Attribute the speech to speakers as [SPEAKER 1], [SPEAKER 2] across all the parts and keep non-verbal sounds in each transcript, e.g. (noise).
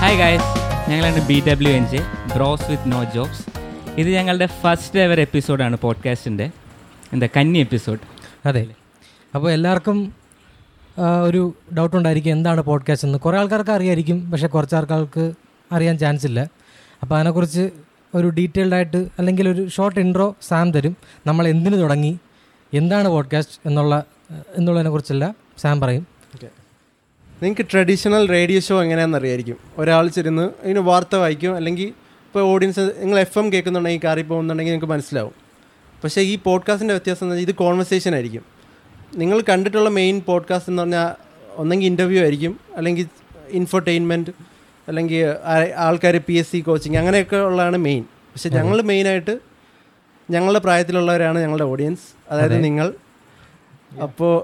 [SPEAKER 1] Hi guys ഞങ്ങളാണ് B W N J bros with no jobs ഇത് ഞങ്ങളുടെ first ever എപ്പിസോഡാണ് പോഡ്കാസ്റ്റിൻ്റെ എന്താ കന്നി എപ്പിസോഡ്
[SPEAKER 2] അതെ അപ്പോൾ എല്ലാവർക്കും ആ, ഒരു ഡൗട്ട് ഉണ്ടായിരിക്കും എന്താണ് പോഡ്കാസ്റ്റ് എന്ന് കുറേ ആൾക്കാർക്ക് അറിയായിരിക്കും പക്ഷേ കുറച്ച് ആൾക്കാർക്ക് അറിയാൻ ചാൻസ് ഇല്ല അപ്പോൾ അതിനെക്കുറിച്ച് ഒരു ഡീറ്റെയിൽഡ് ആയിട്ട് അല്ലെങ്കിൽ ഒരു ഷോർട്ട് ഇൻട്രോ സാം തരും നമ്മൾ എന്തിനു തുടങ്ങി എന്താണ് പോഡ്കാസ്റ്റ് എന്നുള്ള എന്നുള്ളതിനെക്കുറിച്ചല്ല സാം പറയും
[SPEAKER 3] നിങ്ങൾക്ക് ട്രഡീഷണൽ റേഡിയോ ഷോ എങ്ങനെയാണെന്ന് അറിയായിരിക്കും ഒരാൾ ചെരുന്ന് ഇതിന് വാർത്ത വായിക്കും അല്ലെങ്കിൽ ഇപ്പോൾ ഓഡിയൻസ് നിങ്ങൾ എഫ് എം കേൾക്കുന്നുണ്ടെങ്കിൽ കാറി പോകുന്നുണ്ടെങ്കിൽ നിങ്ങൾക്ക് മനസ്സിലാവും പക്ഷേ ഈ പോഡ്കാസ്റ്റിൻ്റെ വ്യത്യാസം എന്ന് വെച്ചാൽ ഇത് കോൺവെർസേഷൻ ആയിരിക്കും നിങ്ങൾ കണ്ടിട്ടുള്ള മെയിൻ പോഡ്കാസ്റ്റ് എന്ന് പറഞ്ഞാൽ ഒന്നെങ്കിൽ ഇൻ്റർവ്യൂ ആയിരിക്കും അല്ലെങ്കിൽ ഇൻഫർടൈൻമെൻറ്റ് അല്ലെങ്കിൽ ആൾക്കാർ പി എസ് സി കോച്ചിങ് അങ്ങനെയൊക്കെ ഉള്ളതാണ് മെയിൻ പക്ഷേ ഞങ്ങൾ മെയിനായിട്ട് ഞങ്ങളുടെ പ്രായത്തിലുള്ളവരാണ് ഞങ്ങളുടെ ഓഡിയൻസ് അതായത് നിങ്ങൾ അപ്പോൾ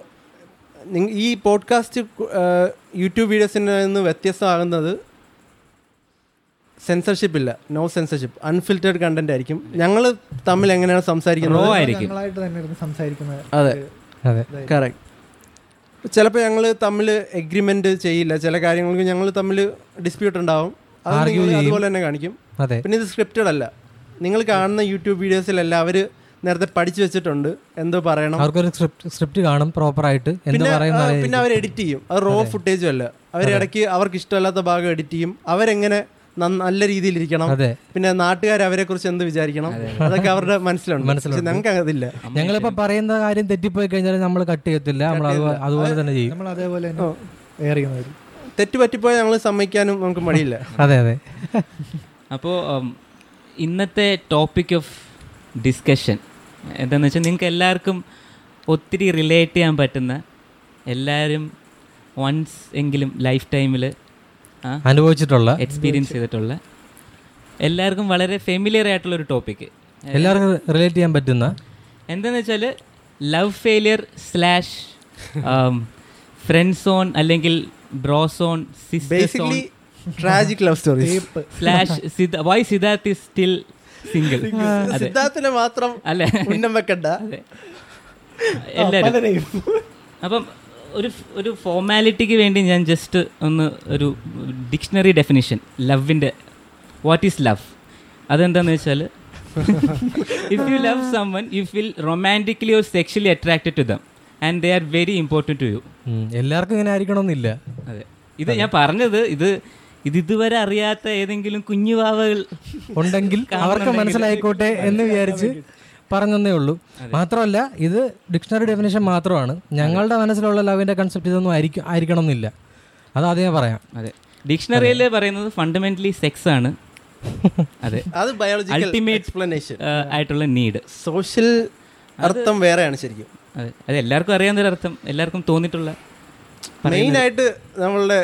[SPEAKER 3] നിങ്ങ- ഈ പോഡ്കാസ്റ്റ് കു- ആ, യൂട്യൂബ് വീഡിയോസിൽ നിന്ന് വ്യത്യസ്തമാകുന്നത് സെൻസർഷിപ്പ് ഇല്ല നോ സെൻസർഷിപ്പ് അൺഫിൽറ്റേഡ് കണ്ടന്റ് ആയിരിക്കും ഞങ്ങൾ തമ്മിൽ എങ്ങനെയാണ്
[SPEAKER 1] റോ
[SPEAKER 3] സംസാരിക്കുന്നത്
[SPEAKER 1] ആയിരിക്കും
[SPEAKER 4] ഞങ്ങളായിട്ട് തന്നെ ഇരുന്ന് സംസാരിക്കുന്നത്
[SPEAKER 3] അതെ
[SPEAKER 2] അതെ
[SPEAKER 3] കറക്റ്റ് ചിലപ്പോൾ ഞങ്ങൾ തമ്മിൽ എഗ്രിമെന്റ് ചെയ്യില്ല ചില കാര്യങ്ങൾക്ക് ഞങ്ങൾ തമ്മിൽ ഡിസ്പ്യൂട്ട് ഉണ്ടാവും അത്
[SPEAKER 2] Argue
[SPEAKER 3] നിങ്ങൾ
[SPEAKER 2] ചെയ്യും.
[SPEAKER 3] അതുപോലെ തന്നെ കാണിക്കും
[SPEAKER 2] അതെ
[SPEAKER 3] പിന്നെ ഇത് സ്ക്രിപ്റ്റഡ് അല്ല നിങ്ങൾ കാണുന്ന യൂട്യൂബ് വീഡിയോസിലല്ല അവർ നേരത്തെ പഠിച്ചു വെച്ചിട്ടുണ്ട് എന്തോ പറയണം
[SPEAKER 2] അവർക്കൊരു സ്ക്രിപ്റ്റ് സ്ക്രിപ്റ്റ് കാണും പ്രോപ്പറായിട്ട് എന്ത്
[SPEAKER 3] പിന്നെ
[SPEAKER 2] പറയുന്നത്
[SPEAKER 3] ആ, പിന്നെ അവർ എഡിറ്റ് ചെയ്യും അത് റോ ഫുട്ടേജും അല്ല അവർ ഇടയ്ക്ക് അവർക്ക് ഇഷ്ടമല്ലാത്ത ഭാഗം എഡിറ്റ് ചെയ്യും അവരെങ്ങനെ നന്ന- നല്ല രീതിയിൽ ഇരിക്കണം
[SPEAKER 2] അതെ.
[SPEAKER 3] പിന്നെ നാട്ടുകാർ അവരെ കുറിച്ച് എന്ത് വിചാരിക്കണം അതൊക്കെ അവരുടെ മനസ്സിലുണ്ട് പക്ഷെ ഞങ്ങൾക്ക് അതില്ല
[SPEAKER 2] ഞങ്ങളിപ്പോൾ പറയുന്ന കാര്യം തെറ്റിപ്പോയി കഴിഞ്ഞാൽ നമ്മൾ കട്ട് ചെയ്യത്തില്ല നമ്മൾ അതുപോലെ അതുപോലെ തന്നെ ചെയ്യും
[SPEAKER 4] നമ്മൾ അതേപോലെ തന്നെ എയർ ചെയ്യുന്നത്
[SPEAKER 3] തെറ്റ് പറ്റിപ്പോയാൽ ഞങ്ങൾ സമ്മതിക്കാനും നമുക്ക് മടിയില്ല
[SPEAKER 2] അതെ അതെ
[SPEAKER 1] അപ്പോൾ ഇന്നത്തെ ടോപ്പിക് ഓഫ് ഡിസ്കഷൻ എന്താണെന്ന് വെച്ചാൽ നിങ്ങൾക്ക് എല്ലാവർക്കും ഒത്തിരി റിലേറ്റ് ചെയ്യാൻ പറ്റുന്ന എല്ലാവരും വൺസ് എങ്കിലും ലൈഫ് ടൈമിൽ ആ
[SPEAKER 2] അനുഭവിച്ചിട്ടുള്ള
[SPEAKER 1] എക്സ്പീരിയൻസ് ചെയ്തിട്ടുള്ള എല്ലാവർക്കും വളരെ ഫെമിലിയർ ആയിട്ടുള്ള ഒരു ടോപ്പിക്
[SPEAKER 2] എല്ലാവർക്കും റിലേറ്റ് ചെയ്യാൻ പറ്റുന്ന
[SPEAKER 1] എന്താന്ന് വെച്ചാൽ love failure slash friend zone um, അല്ലെങ്കിൽ bro zone sister zone
[SPEAKER 3] basically tragic love stories
[SPEAKER 1] slash why Siddharth is still single അതെ
[SPEAKER 3] (laughs) സിദ്ധാർത്ഥിനെ മാത്രം
[SPEAKER 1] അല്ലേ
[SPEAKER 3] ഉന്നം വെക്കണ്ട
[SPEAKER 1] അതെ എല്ലാവരും അപ്പം ഒരു ഒരു ഫോർമാലിറ്റിക്ക് വേണ്ടി ഞാൻ ജസ്റ്റ് ഒന്ന് ഒരു ഡിക്ഷണറി ഡെഫിനിഷൻ ലവിൻ്റെ വാട്ട് ഈസ് ലവ് അതെന്താന്ന് വെച്ചാൽ if you love someone you feel romantically or sexually attracted to them and they are very important to you
[SPEAKER 2] um, എല്ലാവർക്കും ഇങ്ങനെ ആയിരിക്കണമെന്നില്ല
[SPEAKER 1] അതെ ഇത് ഞാൻ പറഞ്ഞത് ഇത് ഇത് ഇതുവരെ അറിയാത്ത ഏതെങ്കിലും കുഞ്ഞുവാവകൾ
[SPEAKER 2] ഉണ്ടെങ്കിൽ അവർക്ക് മനസ്സിലായിക്കോട്ടെ എന്ന് വിചാരിച്ച് പറഞ്ഞതേ ഉള്ളൂ മാത്രമല്ല ഇത് ഡിക്ഷണറി ഡെഫിനേഷൻ മാത്രമാണ് ഞങ്ങളുടെ മനസ്സിലുള്ള ലവിന്റെ കൺസെപ്റ്റ് ഇതൊന്നും ആയിരിക്കും ആയിരിക്കണം എന്നില്ല അത് ആദ്യമേ പറയാം
[SPEAKER 1] അതെ ഡിക്ഷണറിയിൽ പറയുന്നത് ഫണ്ടമെൻ്റലി സെക്സ് ആണ് അതെ
[SPEAKER 3] അത് ബയോളജിക്കൽ
[SPEAKER 1] Ultimate-
[SPEAKER 3] എക്സ്പ്ലനേഷൻ
[SPEAKER 1] ആ, ആയിട്ടുള്ള നീഡ്
[SPEAKER 3] സോഷ്യൽ അർത്ഥം വേറെയാണ് ശരിക്കും
[SPEAKER 1] അതെ അത് എല്ലാവർക്കും അറിയാവുന്ന അർത്ഥം എല്ലാവർക്കും തോന്നിയിട്ടുള്ള
[SPEAKER 3] മെയിനായിട്ട് നമ്മളുടെ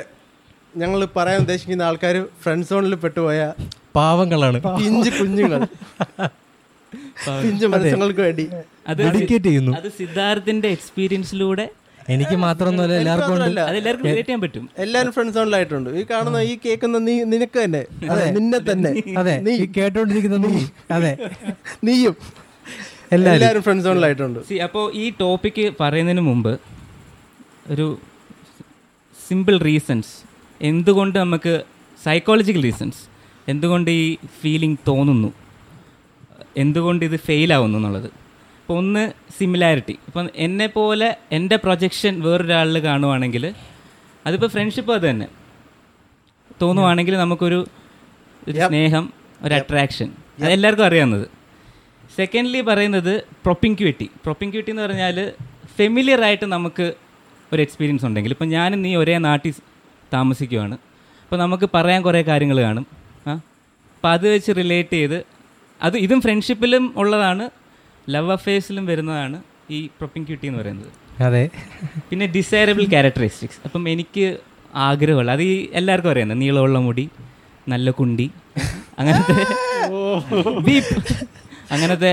[SPEAKER 3] ഞങ്ങൾ പറയാൻ ഉദ്ദേശിക്കുന്ന ആൾക്കാർ ഫ്രണ്ട് സോണിൽ പെട്ടുപോയ
[SPEAKER 2] പാവങ്ങളാണ്
[SPEAKER 3] പിഞ്ച് കുഞ്ഞുങ്ങൾ പിഞ്ച് മത്സ്യങ്ങൾക്ക് വേണ്ടി
[SPEAKER 1] അത്
[SPEAKER 2] ഡെഡിക്കേറ്റ് ചെയ്യുന്നു
[SPEAKER 1] അത് സിദ്ധാർത്ഥിന്റെ എക്സ്പീരിയൻസിലൂടെ
[SPEAKER 2] എനിക്ക് മാത്രമൊന്നുമല്ല എല്ലാവർക്കും ഉണ്ട്
[SPEAKER 3] മാത്രമല്ല
[SPEAKER 1] അത് എല്ലാവർക്കും റിലേറ്റ് ചെയ്യാൻ പറ്റും
[SPEAKER 3] എല്ലാവരും ഫ്രണ്ട് സോണിലായിട്ടുണ്ട് ഈ കാണുന്ന ഈ കേൾക്കുന്ന നീ നിനക്ക് തന്നെ അതെ നിന്നെ തന്നെ
[SPEAKER 2] അതെ ഈ കേട്ടോണ്ടിരിക്കുന്ന നീ അതെ
[SPEAKER 3] നീയും എല്ലാവരും ഫ്രണ്ട് സോണിലായിട്ടുണ്ട്
[SPEAKER 1] സി അപ്പോൾ ഈ ടോപ്പിക്ക് പറയുന്നതിന് മുമ്പ് ഒരു സിമ്പിൾ റീസൺസ് എന്തുകൊണ്ട് നമുക്ക് സൈക്കോളജിക്കൽ റീസൺസ് എന്തുകൊണ്ട് ഈ ഫീലിംഗ് തോന്നുന്നു എന്തുകൊണ്ട് ഇത് ഫെയിലാവുന്നു എന്നുള്ളത് ഇപ്പോൾ ഒന്ന് സിമിലാരിറ്റി ഇപ്പം എന്നെ പോലെ എൻ്റെ പ്രൊജക്ഷൻ വേറൊരാളിൽ കാണുവാണെങ്കിൽ അതിപ്പോൾ ഫ്രണ്ട്ഷിപ്പ് അത് തന്നെ തോന്നുവാണെങ്കിൽ നമുക്കൊരു ഒരു സ്നേഹം ഒരു അട്രാക്ഷൻ അത് എല്ലാവർക്കും അറിയാവുന്നത് സെക്കൻഡ്ലി പറയുന്നത് പ്രൊപ്പിൻക്യൂറ്റി പ്രൊപ്പിൻക്യൂറ്റി എന്ന് പറഞ്ഞാൽ ഫെമിലിയർ ആയിട്ട് നമുക്ക് ഒരു എക്സ്പീരിയൻസ് ഉണ്ടെങ്കിൽ ഇപ്പം ഞാനും നീ ഒരേ നാട്ടിൽ താമസിക്കുവാണ് അപ്പോൾ നമുക്ക് പറയാൻ കുറേ കാര്യങ്ങൾ കാണും ആ അപ്പോൾ അത് വെച്ച് റിലേറ്റ് ചെയ്ത് അത് ഇതും ഫ്രണ്ട്ഷിപ്പിലും ഉള്ളതാണ് ലവ് അഫെയർസിലും വരുന്നതാണ് ഈ പ്രൊപ്പിൻക്യൂറ്റി എന്ന് പറയുന്നത്
[SPEAKER 2] അതെ
[SPEAKER 1] പിന്നെ ഡിസൈറബിൾ ക്യാരക്ടറിസ്റ്റിക്സ് അപ്പം എനിക്ക് ആഗ്രഹമുള്ള അത് ഈ എല്ലാവർക്കും അറിയാം നീളമുള്ള മുടി നല്ല കുണ്ടി അങ്ങനത്തെ ബീപ്പ്. അങ്ങനത്തെ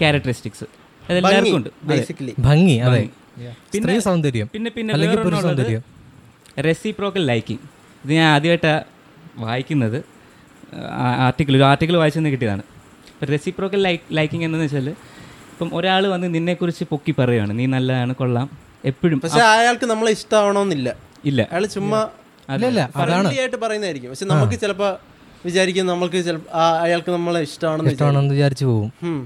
[SPEAKER 1] ക്യാരക്ടറിസ്റ്റിക്സ് അതെല്ലാവർക്കും ഉണ്ട് അതെ.
[SPEAKER 3] ബേസിക്കലി
[SPEAKER 2] ഭംഗി അതെ
[SPEAKER 1] പിന്നെ-
[SPEAKER 2] സ്ത്രീ സൗന്ദര്യം
[SPEAKER 1] പിന്നെ പിന്നെ
[SPEAKER 2] അല്ലെങ്കിൽ പുരുഷ
[SPEAKER 1] വേറൊരെണ്ണമുള്ളത്
[SPEAKER 2] സൗന്ദര്യം
[SPEAKER 1] റെസിപ്രോക്കൽ ലൈക്കിങ് ഇത് ഞാൻ ആദ്യമായിട്ടാണ് വായിക്കുന്നത് ആർട്ടിക്കിൾ ഒരു ആർട്ടിക്കിൾ വായിച്ചെന്ന് കിട്ടിയതാണ് റെസിപ്രോക്കൽ ലൈക്ക് ലൈക്കിങ് എന്തെന്ന് വെച്ചാൽ ഇപ്പം ഒരാൾ വന്ന് നിന്നെക്കുറിച്ച് പൊക്കി പറയുകയാണ് നീ നല്ലതാണ് കൊള്ളാം എപ്പോഴും
[SPEAKER 3] പക്ഷെ അയാൾക്ക് നമ്മളെ ഇഷ്ടമാവണമെന്നില്ല
[SPEAKER 1] ഇല്ല
[SPEAKER 3] അയാൾ ചുമ്മാ
[SPEAKER 1] അതെ.
[SPEAKER 2] ഇല്ല ഇല്ല അതാണ്
[SPEAKER 3] friendly ആയിട്ട് പറയുന്നതായിരിക്കും പക്ഷെ നമുക്ക് ചിലപ്പോൾ വിചാരിക്കും നമ്മൾക്ക് ചിലപ്പോ ആ അയാൾക്ക് നമ്മളെ ഇഷ്ടമാണെന്ന് വിചാരിക്കും.
[SPEAKER 2] ഇഷ്ടമാണെന്ന് വിചാരിച്ചു പോകും
[SPEAKER 3] ഉം.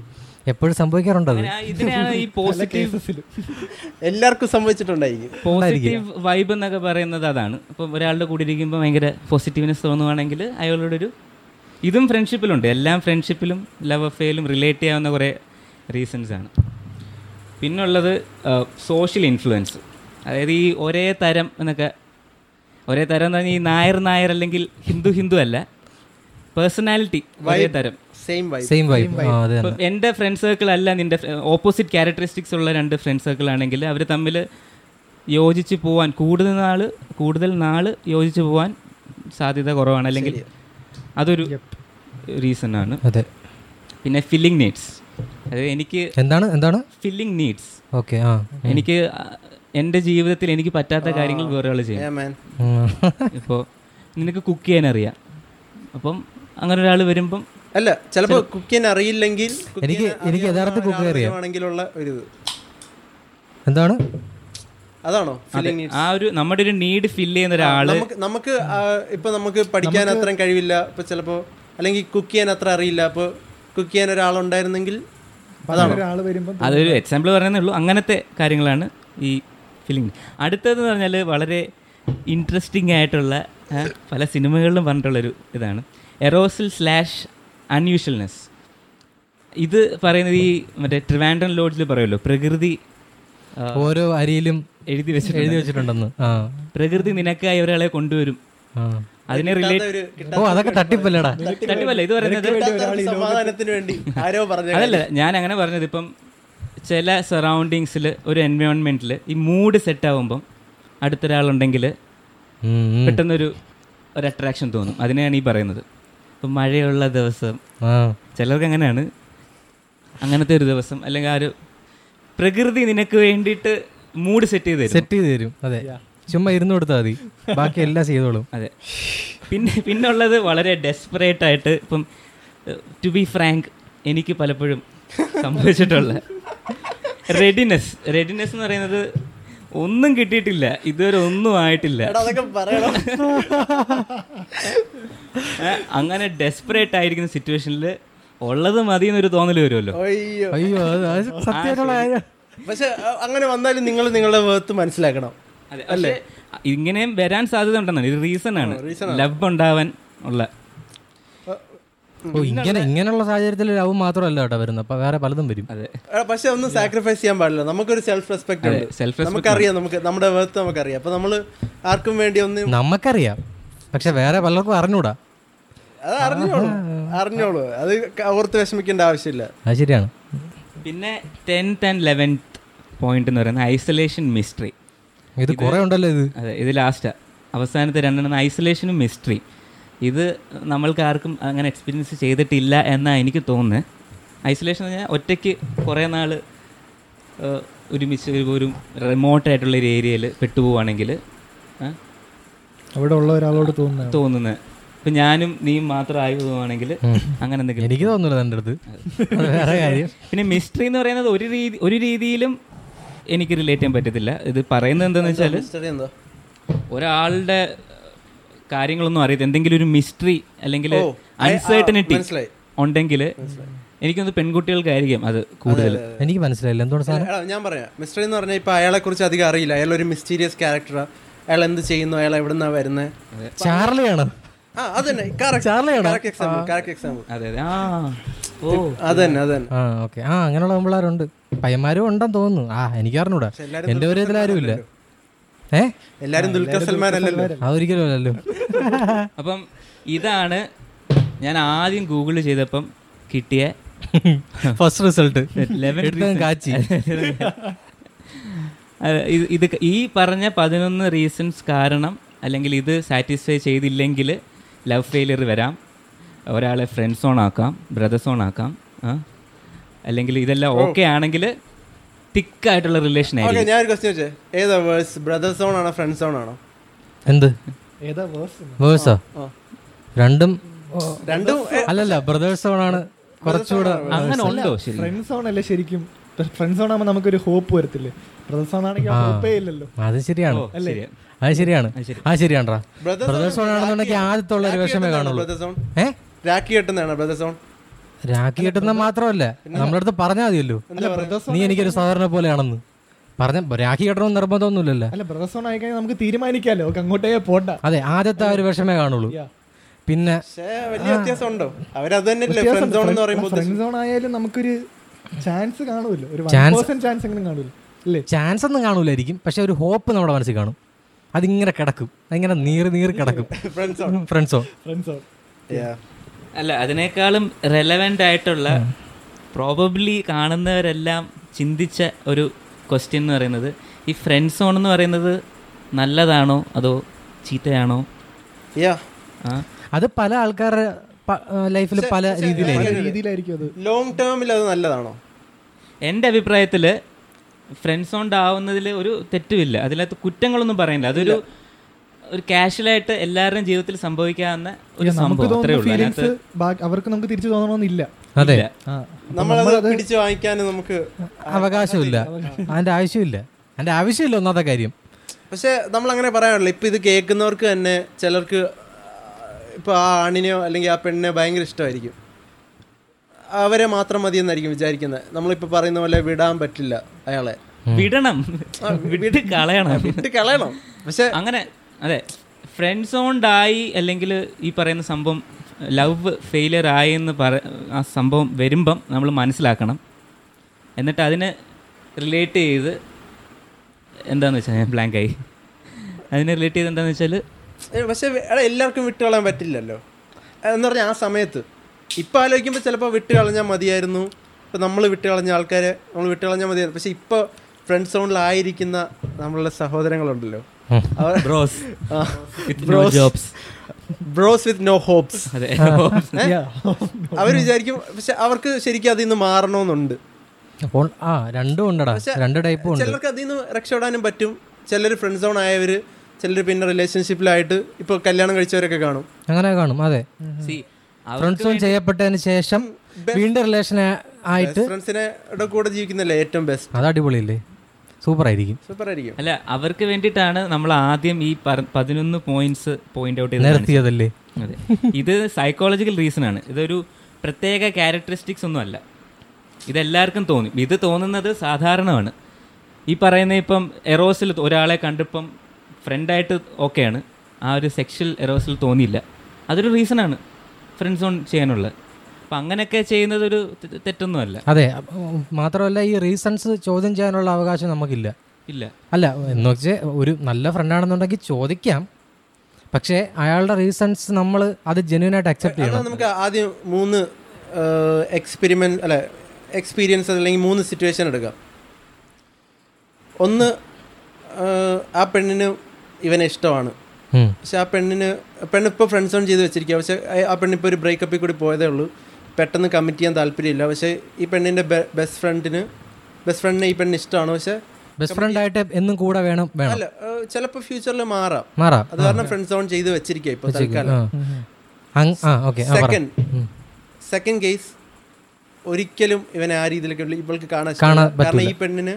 [SPEAKER 2] എപ്പോഴും സംഭവിക്കാറുണ്ട് അത്
[SPEAKER 1] അങ്ങനെ ആ ഇതിനെയാണ് ഈ പോസിറ്റീവ്
[SPEAKER 3] എല്ലാവർക്കും സംഭവിച്ചിട്ടുണ്ടായിരിക്കും
[SPEAKER 1] പോസിറ്റീവ് വൈബ് എന്നൊക്കെ പറയുന്നത് അതാണ് അപ്പം ഒരാളുടെ കൂടെ ഇരിക്കുമ്പോൾ ഭയങ്കര പോസിറ്റീവ്നെസ് തോന്നുവാണെങ്കിൽ അയാളോടൊരു ഇതും ഫ്രണ്ട്ഷിപ്പിലുണ്ട് എല്ലാം ഫ്രണ്ട്ഷിപ്പിലും ലവ് അഫെയിലും റിലേറ്റ് ചെയ്യാവുന്ന കുറേ റീസൺസ് ആണ് പിന്നുള്ളത് സോഷ്യൽ ഇൻഫ്ലുവൻസ് അതായത് ഈ ഒരേ തരം എന്നൊക്കെ ഒരേ തരം എന്ന് പറഞ്ഞാൽ ഈ നായർ നായർ അല്ലെങ്കിൽ ഹിന്ദു ഹിന്ദു അല്ല പേഴ്സണാലിറ്റി ഒരേ തരം
[SPEAKER 3] സെയിം വൈബ്
[SPEAKER 2] സെയിം വൈബ് ആ അതെ
[SPEAKER 1] ഇപ്പം എൻ്റെ ഫ്രണ്ട് സർക്കിൾ അല്ല നിൻ്റെ ഓപ്പോസിറ്റ് ക്യാരക്ടറിസ്റ്റിക്സ് ഉള്ള രണ്ട് ഫ്രണ്ട് സർക്കിൾ ആണെങ്കിൽ അവർ തമ്മിൽ യോജിച്ച് പോവാൻ കൂടുതൽ നാൾ കൂടുതൽ നാൾ യോജിച്ച് പോവാൻ സാധ്യത കുറവാണ് അല്ലെങ്കിൽ അതൊരു റീസൺ ആണ്
[SPEAKER 2] അതെ
[SPEAKER 1] പിന്നെ ഫില്ലിംഗ് നീഡ്സ് അതായത് എനിക്ക്
[SPEAKER 2] എന്താണ് എന്താണ്
[SPEAKER 1] ഫില്ലിംഗ് നീഡ്സ്
[SPEAKER 2] ഓക്കെ ആ
[SPEAKER 1] എനിക്ക് ആ- എൻ്റെ ജീവിതത്തിൽ എനിക്ക് പറ്റാത്ത കാര്യങ്ങൾ വേറൊരാൾ ചെയ്യും
[SPEAKER 2] ഉം. (laughs)
[SPEAKER 1] ഇപ്പോൾ നിനക്ക് കുക്ക് ചെയ്യാൻ അറിയാം അപ്പം അങ്ങനെ ഒരാൾ വരുമ്പം
[SPEAKER 3] അല്ല ചിലപ്പോ കുക്ക് ചെയ്യാൻ അറിയില്ലെങ്കിൽ cook
[SPEAKER 2] എനിക്ക്
[SPEAKER 3] ചെയ്യാൻ
[SPEAKER 2] എനിക്ക് യഥാർത്ഥ
[SPEAKER 3] അറിയാവുന്ന
[SPEAKER 2] കുക്ക് അറിയാം
[SPEAKER 3] ഒരാളാണെങ്കിലുള്ള ഒരു ഇത്
[SPEAKER 2] എന്താണ്
[SPEAKER 3] അതാണോ
[SPEAKER 1] അതെ,
[SPEAKER 3] feeling needs?
[SPEAKER 1] ആ ഒരു നമ്മുടെ ഒരു നീഡ് ഫില്ല് ചെയ്യുന്ന ഒരാൾ
[SPEAKER 3] നമുക്ക് നമുക്ക് ആ, ഇപ്പൊ നമുക്ക് പഠിക്കാൻ അത്രയും കഴിവില്ല ഇപ്പൊ ചിലപ്പോ അല്ലെങ്കിൽ കുക്ക് ചെയ്യാൻ അത്ര അറിയില്ല അപ്പൊ കുക്ക് ചെയ്യാൻ ഒരാളുണ്ടായിരുന്നെങ്കിൽ
[SPEAKER 4] ഒരാൾ വരുമ്പോൾ
[SPEAKER 1] അതൊരു എക്സാമ്പിൾ പറയുന്നേ ഉള്ളൂ അങ്ങനത്തെ കാര്യങ്ങളാണ് ഈ ഫിലിം അടുത്തതെന്ന് പറഞ്ഞാൽ വളരെ ഇൻട്രസ്റ്റിംഗ് ആയിട്ടുള്ള ആ, പല സിനിമകളിലും പറഞ്ഞിട്ടുള്ളൊരു ഇതാണ് എറോസിൽ സ്ലാഷ് അൺയൂഷ്വൽനെസ് ഇത് പറയുന്നത് ഈ മറ്റേ ട്രിവാൻഡ്രം ലോഡ്ജിൽ പറയുമല്ലോ പ്രകൃതി ആ,
[SPEAKER 2] ഓരോ അരിയിലും
[SPEAKER 1] എഴുതി വെച്ചിട്ട്
[SPEAKER 2] എഴുതി വെച്ചിട്ടുണ്ടെന്ന് ആ
[SPEAKER 1] പ്രകൃതി നിനക്കായി ഒരാളെ കൊണ്ടുവരും
[SPEAKER 2] ആ.
[SPEAKER 1] അതിനെ റിലേറ്റ്
[SPEAKER 3] ഒരു
[SPEAKER 2] ഓ അതൊക്കെ തട്ടിപ്പല്ലേടാ
[SPEAKER 1] തട്ടിപ്പല്ല ഇത് പറയുന്നത്
[SPEAKER 3] കിട്ടാത്ത ഒരു സമാധാനത്തിന് വേണ്ടി ആരോ പറഞ്ഞു
[SPEAKER 1] അതല്ല ഞാൻ അങ്ങനെ പറഞ്ഞത് ഇപ്പം ചില സറൗണ്ടിങ്സിൽ ഒരു എൻവയോൺമെൻറ്റിൽ ഈ മൂഡ് സെറ്റ് ആവുമ്പം അടുത്തൊരാളുണ്ടെങ്കിൽ
[SPEAKER 2] ഉം, ഉം.
[SPEAKER 1] പെട്ടെന്നൊരു ഒരു അട്രാക്ഷൻ തോന്നും അതിനെയാണ് ഈ പറയുന്നത് ഇപ്പം മഴയുള്ള ദിവസം
[SPEAKER 2] ആ
[SPEAKER 1] ചിലർക്ക് അങ്ങനെയാണ് അങ്ങനത്തെ ഒരു ദിവസം അല്ലെങ്കിൽ ആ ഒരു പ്രകൃതി നിനക്ക് വേണ്ടിയിട്ട് മൂഡ് സെറ്റ് ചെയ്ത് തരും
[SPEAKER 2] സെറ്റ് ചെയ്ത് തരും അതെ ചുമ്മാ ഇരുന്ന് കൊടുത്താൽ മതി ബാക്കി എല്ലാം ചെയ്തോളും
[SPEAKER 1] അതെ പിന്നെ പിന്നുള്ളത് വളരെ ഡെസ്പറേറ്റ് ആയിട്ട് ഇപ്പം ടു ബി ഫ്രാങ്ക് എനിക്ക് പലപ്പോഴും സംഭവിച്ചിട്ടുള്ള റെഡിനെസ് റെഡിനെസ് എന്ന് പറയുന്നത് ഒന്നും കിട്ടിയിട്ടില്ല ഇതുവരെ ഒന്നും ആയിട്ടില്ല
[SPEAKER 3] എടാ അതൊക്കെ പറയണം
[SPEAKER 1] ഏ, അങ്ങനെ ഡെസ്പറേറ്റ് ആയിരിക്കുന്ന സിറ്റുവേഷനിൽ ഉള്ളത് മതി എന്നൊരു തോന്നൽ വരുമല്ലോ
[SPEAKER 3] അയ്യോ
[SPEAKER 2] അയ്യോ അത് അത് സത്യമായിട്ടുള്ള കാര്യം
[SPEAKER 3] പക്ഷെ അ- അങ്ങനെ വന്നാലും നിങ്ങൾ നിങ്ങളുടെ വേർത്ത് മനസ്സിലാക്കണം
[SPEAKER 1] അതെ പക്ഷേ ഇങ്ങനെയും വരാൻ സാധ്യത ഉണ്ടെന്നാണ് ഇത് റീസൺ ആണ് ലവ് ഉണ്ടാവാൻ ഉള്ള
[SPEAKER 2] ഓ ഇങ്ങനെ ഇങ്ങനെയുള്ള സാഹചര്യത്തിൽ ലവ് മാത്രമല്ല കേട്ടോ വരുന്നത് അപ്പൊ വേറെ പലതും വരും
[SPEAKER 1] അതെ
[SPEAKER 3] എടാ, പക്ഷെ ഒന്നും സാക്രിഫൈസ് ചെയ്യാൻ പാടില്ല നമുക്കൊരു സെൽഫ് റെസ്പെക്ട് ഉണ്ട്
[SPEAKER 1] self
[SPEAKER 3] നമുക്കറിയാം നമുക്ക് നമ്മുടെ വേർത്ത് നമുക്കറിയാം അപ്പൊ നമ്മള് ആർക്കും വേണ്ടി ഒന്നും
[SPEAKER 2] നമുക്കറിയാം പക്ഷെ വേറെ പലർക്കും അറിഞ്ഞൂടാ
[SPEAKER 3] അത് അറിഞ്ഞോളൂ അറിഞ്ഞോളൂ അത് ക- ഓർത്ത് വിഷമിക്കേണ്ട ആവശ്യമില്ല
[SPEAKER 2] അത് ശരിയാണ്
[SPEAKER 1] പിന്നെ ടെൻത്ത് ആൻഡ് ലെവൻത്ത് പോയിന്റ് എന്ന് പറയുന്നത് ഐസൊലേഷൻ മിസ്റ്ററി
[SPEAKER 2] ഇത് കുറെ ഉണ്ടല്ലോ ഇത്
[SPEAKER 1] അതെ ഇത് ലാസ്റ്റാ അവസാനത്തെ രണ്ടെണ്ണം ഐസൊലേഷനും മിസ്റ്ററി ഇത് നമ്മൾക്ക് ആർക്കും അങ്ങനെ എക്സ്പീരിയൻസ് ചെയ്തിട്ടില്ല എന്നാണ് എനിക്ക് തോന്നുന്നത് ഐസൊലേഷൻ എന്ന് പറഞ്ഞാൽ ഒറ്റയ്ക്ക് കുറേ നാൾ ഒരുമിച്ച് ഒരു- ഒരു റിമോട്ടായിട്ടുള്ള ഒരു ഏരിയയിൽ പെട്ടുപോവാണെങ്കിൽ
[SPEAKER 4] അവിടെ ഉള്ള ഒരാളോട് തോന്നുന്നത്
[SPEAKER 1] തോന്നുന്നത് ഇപ്പം ഞാനും നീയും മാത്രം ആയി പോവുകയാണെങ്കിൽ അങ്ങനെ എന്തെങ്കിലും
[SPEAKER 2] എനിക്ക് തോന്നുന്നില്ല എൻ്റെ അടുത്ത് അത് വേറെ കാര്യം
[SPEAKER 1] പിന്നെ മിസ്റ്ററി എന്ന് പറയുന്നത് ഒരു രീതി ഒരു രീതിയിലും എനിക്ക് റിലേറ്റ് ചെയ്യാൻ പറ്റത്തില്ല ഇത് പറയുന്നത് എന്താണെന്ന് വെച്ചാൽ
[SPEAKER 3] ഹിസ്റ്ററി എന്തോ
[SPEAKER 1] ഒരാളുടെ ഏഹ്, കാര്യങ്ങളൊന്നും അറിയത്തില്ല എന്തെങ്കിലും ഒരു മിസ്റ്ററി അല്ലെങ്കിൽ അൺസർട്ടനിറ്റി
[SPEAKER 3] മനസ്സിലായി.
[SPEAKER 1] ഉണ്ടെങ്കിൽ എനിക്കൊന്ന് പെൺകുട്ടികൾക്കായിരിക്കും അത് കൂടുതൽ
[SPEAKER 2] എനിക്ക് മനസ്സിലായില്ല എന്തുകൊണ്ട് സാധനം
[SPEAKER 3] എടാ, ഞാൻ പറയാം മിസ്റ്റർ എന്ന് പറഞ്ഞാൽ ഇപ്പൊ അയാളെ കുറിച്ച് അധികം അറിയില്ല അയാൾ ഒരു മിസ്റ്റീരിയസ് ക്യാരക്ടറാ അയാൾ എന്ത് ചെയ്യുന്നു അയാൾ എവിടുന്നാ വരുന്നത്
[SPEAKER 2] ചാർലിയാണ്
[SPEAKER 3] ആ അത് തന്നെ കറക്റ്റ് എക്സാമ്പിൾ കറക്റ്റ് എക്സാമ്പിൾ
[SPEAKER 1] അതെ അതെ ആ ഓ
[SPEAKER 3] അത് തന്നെ അത് തന്നെ
[SPEAKER 2] ആ ഓക്കെ ആ അങ്ങനെയുള്ള പെമ്പിളാരുണ്ട് പയ്യന്മാരും ഉണ്ടെന്ന് തോന്നുന്നു ആ എനിക്ക് അറിഞ്ഞൂടാ എൻ്റെ ഒരു ഇതിലാരും ഇല്ല ഏ
[SPEAKER 3] എല്ലാരും ദുൽഖർ സൽമാൻ അല്ലല്ലോ
[SPEAKER 2] ആ ഒരിക്കലും അല്ലല്ലോ
[SPEAKER 1] അപ്പം ഇതാണ് ഞാൻ ആദ്യം ഗൂഗിൾ ചെയ്തപ്പം കിട്ടിയ
[SPEAKER 2] ഫസ്റ്റ് (laughs) റിസൾട്ട്
[SPEAKER 1] 11
[SPEAKER 2] എടുത്തവൻ കാച്ചി
[SPEAKER 1] അതെ, ഇത് ഇത് ക- ഈ പറഞ്ഞ പതിനൊന്ന് റീസൺസ് കാരണം അല്ലെങ്കിൽ ഇത് സാറ്റിസ്ഫൈ ചെയ്തില്ലെങ്കിൽ ലവ് ഫെയിലിയർ വരാം ഒരാളെ ഫ്രണ്ട് സോൺ ആക്കാം ബ്രദർ സോൺ ആക്കാം ആ? അല്ലെങ്കിൽ ഇതെല്ലാം ഓക്കെ ആണെങ്കിൽ തിക്കായിട്ടുള്ള റിലേഷൻ
[SPEAKER 3] ഓക്കെ
[SPEAKER 1] ആയിരിക്കും
[SPEAKER 3] ഞാൻ ഒരു ക്വസ്റ്റ്യൻ വെച്ചേ ഏതാ വേഴ്സ് ബ്രദർ സോൺ ആണോ ഫ്രണ്ട് സോൺ ആണോ
[SPEAKER 2] എന്ത്
[SPEAKER 4] ഏതാ വേഴ്സ്
[SPEAKER 2] വേഴ്സോ
[SPEAKER 3] ആ.
[SPEAKER 2] രണ്ടും
[SPEAKER 3] രണ്ടും
[SPEAKER 2] അല്ലല്ല ബ്രദേഴ്സ് ആണ് കുറച്ചുകൂടെ
[SPEAKER 1] അങ്ങനെ ഉണ്ടോ ശരി
[SPEAKER 4] ഫ്രണ്ട്സ് ആണല്ലേ ശരിക്കും ഫ്രണ്ട് സോൺ ആകുമ്പോൾ നമുക്കൊരു ഹോപ്പ് വരത്തില്ലേ ബ്രദർ സോൺ ആണെങ്കിൽ ഹോപ്പേ ഇല്ലല്ലോ
[SPEAKER 2] അത് ശരിയാണ്
[SPEAKER 1] അല്ലേ
[SPEAKER 2] അത് ശരിയാണ് അത് ശരിയാണ്ടാ
[SPEAKER 3] Brother
[SPEAKER 2] ബ്രദേഴ്സ് ആണെന്നുണ്ടെങ്കിൽ ആദ്യത്തെ ഉള്ള ഒരു വിഷമേ കാണുള്ളൂ
[SPEAKER 3] ബ്രദർ സോൺ
[SPEAKER 2] ഏ
[SPEAKER 3] രാഖി കെട്ടുന്നതാണ് ബ്രദർ സോൺ
[SPEAKER 2] രാഖി കിട്ടുന്ന മാത്രമല്ല നമ്മളടുത്ത് പറഞ്ഞാൽ മതിയല്ലോ
[SPEAKER 4] അല്ല ബ്രദർ സോൺ
[SPEAKER 2] നീ എനിക്കൊരു സാധാരണ പോലെയാണെന്ന് പറഞ്ഞ രാഖി കെട്ടണമെന്ന് നിർബന്ധമൊന്നുമില്ലല്ലോ
[SPEAKER 4] അല്ല ബ്രദർ സോൺ ആയിക്കഴിഞ്ഞാൽ നമുക്ക് തീരുമാനിക്കാലോ ഒക്കെ അങ്ങോട്ടേ പോണ്ട
[SPEAKER 2] അതെ ആദ്യത്തെ ആ ഒരു വിഷമേ കാണുള്ളൂ
[SPEAKER 4] Yeah.
[SPEAKER 2] പിന്നെ
[SPEAKER 3] പക്ഷേ വലിയ വ്യത്യാസം ഉണ്ടോ അവരത് തന്നെയല്ലേ ഫ്രണ്ട് സോൺ എന്ന് പറയുമ്പോൾ
[SPEAKER 4] ഫ്രണ്ട് സോൺ ആയാലും നമുക്കൊരു ചാൻസ് കാണുമല്ലോ ഒരു
[SPEAKER 2] Chance-
[SPEAKER 4] ചാൻസ് എങ്ങനെ കാണുമല്ലോ അല്ലേ
[SPEAKER 2] ചാൻസ് ഒന്നും കാണൂലായിരിക്കും പക്ഷെ ഒരു ഹോപ്പ് നമ്മുടെ മനസ്സിൽ കാണും അതിങ്ങനെ കിടക്കും അതിങ്ങനെ നീറി നീറി കിടക്കും
[SPEAKER 3] ഫ്രണ്ട് സോൺ
[SPEAKER 2] ഫ്രണ്ട്സോ
[SPEAKER 4] ഫ്രണ്ട് സോൺ
[SPEAKER 1] അല്ല അതിനേക്കാളും റെലവെൻ്റ് ആയിട്ടുള്ള പ്രോബബ്ലി കാണുന്നവരെല്ലാം ചിന്തിച്ച ഒരു ക്വസ്റ്റ്യൻ എന്ന് പറയുന്നത് ഈ ഫ്രണ്ട് സോൺ എന്ന് പറയുന്നത് നല്ലതാണോ അതോ ചീത്തയാണോ
[SPEAKER 3] യാ
[SPEAKER 1] ആ
[SPEAKER 2] അത് പല ആൾക്കാരുടെ ലൈഫിൽ പല രീതിയിലായിരിക്കും
[SPEAKER 4] പല രീതിയിലായിരിക്കും അത്
[SPEAKER 3] ലോങ് ടേമിൽ അത് നല്ലതാണോ
[SPEAKER 1] എൻ്റെ അഭിപ്രായത്തിൽ ഫ്രണ്ട് സോണ്ട് ആവുന്നതിൽ ഒരു തെറ്റുമില്ല അതിനകത്ത് കുറ്റങ്ങളൊന്നും പറയില്ല അതൊരു ഒരു കാഷ്വലായിട്ട് എല്ലാവരുടെയും ജീവിതത്തിൽ സംഭവിക്കാവുന്ന ഒരു
[SPEAKER 4] നമുക്ക്
[SPEAKER 1] സംഭവം അത്രേ
[SPEAKER 4] തോന്നുന്ന
[SPEAKER 1] ഉള്ളൂ
[SPEAKER 4] ഫീലിങ്സ്
[SPEAKER 1] അതിനകത്ത്
[SPEAKER 4] അവർക്ക് നമുക്ക് തിരിച്ചു തോന്നണമെന്നില്ല
[SPEAKER 2] അതെ
[SPEAKER 1] ഇല്ല.
[SPEAKER 4] ആ,
[SPEAKER 3] നമ്മളത് പിടിച്ചു വാങ്ങിക്കാൻ നമുക്ക്
[SPEAKER 2] അവകാശമില്ല അതിന്റെ ആവശ്യമില്ല അതിന്റെ ആവശ്യമില്ല ഒന്നാമത്തെ കാര്യം
[SPEAKER 3] പക്ഷേ നമ്മൾ അങ്ങനെ പറയാറില്ല ഇപ്പം ഇത് കേൾക്കുന്നവർക്ക് തന്നെ ചിലർക്ക് ഇപ്പോൾ ആ ആണിനെയോ അല്ലെങ്കിൽ ആ പെണ്ണിനെ ഭയങ്കര ഇഷ്ടമായിരിക്കും അവരെ മാത്രം മതി എന്നായിരിക്കും വിചാരിക്കുന്നത് നമ്മളിപ്പോൾ പറയുന്ന പോലെ വിടാൻ പറ്റില്ല അയാളെ
[SPEAKER 1] വിടണം വിട്ട് കളയണം
[SPEAKER 3] വിട്ട് കളയണം പക്ഷേ
[SPEAKER 1] അങ്ങനെ അതെ ഫ്രണ്ട് സോണ്ടായി അല്ലെങ്കിൽ ഈ പറയുന്ന സംഭവം ലവ് ഫെയിലിയർ ആയി എന്ന് പറ ആ സംഭവം വരുമ്പം നമ്മൾ മനസ്സിലാക്കണം എന്നിട്ട് അതിനെ റിലേറ്റ് ചെയ്ത് എന്താന്ന് വെച്ചാൽ ഞാൻ ബ്ലാങ്കായി അതിനെ റിലേറ്റ് ചെയ്ത് എന്താന്ന് വെച്ചാൽ
[SPEAKER 3] ഏ, പക്ഷേ വെ- എടാ എല്ലാവർക്കും വിട്ട് കളയാൻ പറ്റില്ലല്ലോ എന്ന് പറഞ്ഞാൽ ആ സമയത്ത് ഇപ്പം ആലോചിക്കുമ്പോൾ ചിലപ്പോൾ വിട്ട് കളഞ്ഞാൽ മതിയായിരുന്നു ഇപ്പം നമ്മൾ വിട്ട് കളഞ്ഞ ആൾക്കാരെ നമ്മൾ വിട്ട് കളഞ്ഞാൽ മതിയായിരുന്നു പക്ഷേ ഇപ്പോൾ ഫ്രണ്ട് സോണിലായിരിക്കുന്ന നമ്മളുടെ സഹോദരങ്ങളുണ്ടല്ലോ അവർ
[SPEAKER 1] ബ്രോസ്
[SPEAKER 3] ആ,
[SPEAKER 1] with no jobs
[SPEAKER 3] bros with no
[SPEAKER 1] (laughs)
[SPEAKER 3] hops
[SPEAKER 1] അതെ
[SPEAKER 3] അവർ വിചാരിക്കും പക്ഷെ അവർക്ക് ശരിക്കും അതിൽ നിന്ന് മാറണമെന്നുണ്ട്
[SPEAKER 2] അപ്പോൾ ആ രണ്ടും ഉണ്ടടാ രണ്ട് ടൈപ്പും ഉണ്ട്
[SPEAKER 3] ചിലർക്ക് അതിൽ നിന്ന് രക്ഷപ്പെടാനും പറ്റും ചിലർ ഫ്രണ്ട് സോൺ ആയവർ ചിലർ പിന്നെ റിലേഷൻഷിപ്പിലായിട്ട് ഇപ്പോൾ കല്യാണം കഴിച്ചവരൊക്കെ കാണും
[SPEAKER 2] അങ്ങനെ കാണും അതെ
[SPEAKER 1] സി
[SPEAKER 2] ഫ്രണ്ട്സ് ഓൺ ചെയ്യപ്പെട്ടതിന് ശേഷം വീണ്ടും റിലേഷൻ ആയിട്ട്
[SPEAKER 3] ഫ്രണ്ട്സിനെ കൂടെ ജീവിക്കുന്നല്ലേ ഏറ്റവും ബെസ്റ്റ്
[SPEAKER 2] അത് അടിപൊളിയല്ലേ സൂപ്പർ ആയിരിക്കും
[SPEAKER 3] സൂപ്പർ ആയിരിക്കും
[SPEAKER 1] അല്ല അവർക്ക് വേണ്ടിയിട്ടാണ് നമ്മൾ ആദ്യം ഈ പറ- പതിനൊന്ന് പോയിന്റ്സ് പോയിന്റ് ഔട്ട് ചെയ്ത് കാണിച്ചത്.
[SPEAKER 2] നിർത്തിയതല്ലേ
[SPEAKER 1] അതെ ഇത് സൈക്കോളജിക്കൽ റീസൺ ആണ് ഇതൊരു പ്രത്യേക ക്യാരക്ടറിസ്റ്റിക്സ് ഒന്നും അല്ല ഇതെല്ലാവർക്കും തോന്നും ഇത് തോന്നുന്നത് സാധാരണമാണ് ഈ പറയുന്ന ഇപ്പം എറോസിൽ ഒരാളെ കണ്ടിപ്പം ഫ്രണ്ടായിട്ട് ഓക്കെയാണ് ആ ഒരു സെക്ഷൽ എറോസിൽ തോന്നിയില്ല അതൊരു റീസണാണ് ഫ്രണ്ട് സോൺ ചെയ്യാനുള്ളത് അപ്പം അങ്ങനെയൊക്കെ ചെയ്യുന്നത് ഒരു തെ- തെറ്റൊന്നുമല്ല
[SPEAKER 2] അതെ അപ്പ- മാത്രമല്ല ഈ റീസൺസ് ചോദ്യം ചെയ്യാനുള്ള അവകാശം നമുക്കില്ല
[SPEAKER 1] ഇല്ല
[SPEAKER 2] അല്ല എന്ന് വെച്ചാൽ ഒരു നല്ല ഫ്രണ്ടാണെന്നുണ്ടെങ്കിൽ ചോദിക്കാം പക്ഷേ അയാളുടെ റീസൺസ് നമ്മൾ അത് ജെന്യൂൻ ആയിട്ട് അക്സെപ്റ്റ് ചെയ്യണം
[SPEAKER 3] അതാ നമുക്ക് ആദ്യം മൂന്ന് എക്സ്പെരിമെൻ്റ് അല്ല എക്സ്പീരിയൻസ് അല്ലെങ്കിൽ മൂന്ന് സിറ്റുവേഷൻ എടുക്കാം ഒന്ന് ഏഹ്, ആ പെണ്ണിന് ഇവനെ ഇഷ്ടമാണ്
[SPEAKER 2] ഉം.
[SPEAKER 3] പക്ഷെ ആ പെണ്ണിന് പെണ്ണ് ഇപ്പോൾ ഫ്രണ്ട് സോൺ ചെയ്ത് വെച്ചിരിക്കുക പക്ഷെ ആ- ആ പെണ്ണിപ്പോൾ ഒരു ബ്രേക്കപ്പിൽ കൂടി പോയതേ ഉള്ളൂ പെട്ടെന്ന് കമ്മിറ്റ് ചെയ്യാൻ താല്പര്യമില്ല പക്ഷേ ഈ പെണ്ണിൻ്റെ ബെസ്റ്റ് ഫ്രണ്ടിന് ബെസ്റ്റ് ഫ്രണ്ടിനെ ഈ പെണ്ണിന് ഇഷ്ടമാണ് പക്ഷേ
[SPEAKER 2] ബെസ്റ്റ് ഫ്രണ്ട് ആയിട്ട് എന്നും കൂടെ വേണം വേണം
[SPEAKER 3] അല്ല ഏഹ്, ചിലപ്പോൾ ഫ്യൂച്ചറിൽ മാറാം
[SPEAKER 2] മാറാം
[SPEAKER 3] അത് കാരണം ഫ്രണ്ട് സോൺ ചെയ്ത് വെച്ചിരിക്കുക ഇപ്പോൾ തൽക്കാലം
[SPEAKER 2] ആ. അങ്- ആ ഓക്കെ
[SPEAKER 3] സെക്കൻഡ് സെക്കൻഡ് കേസ് ഒരിക്കലും ഇവനെ ആ രീതിയിലൊക്കെ ഉള്ള- ഇവൾക്ക് കാണാൻ ഇഷ്ടമല്ല.
[SPEAKER 2] കാണാൻ
[SPEAKER 3] കാരണം ഈ പെണ്ണിന്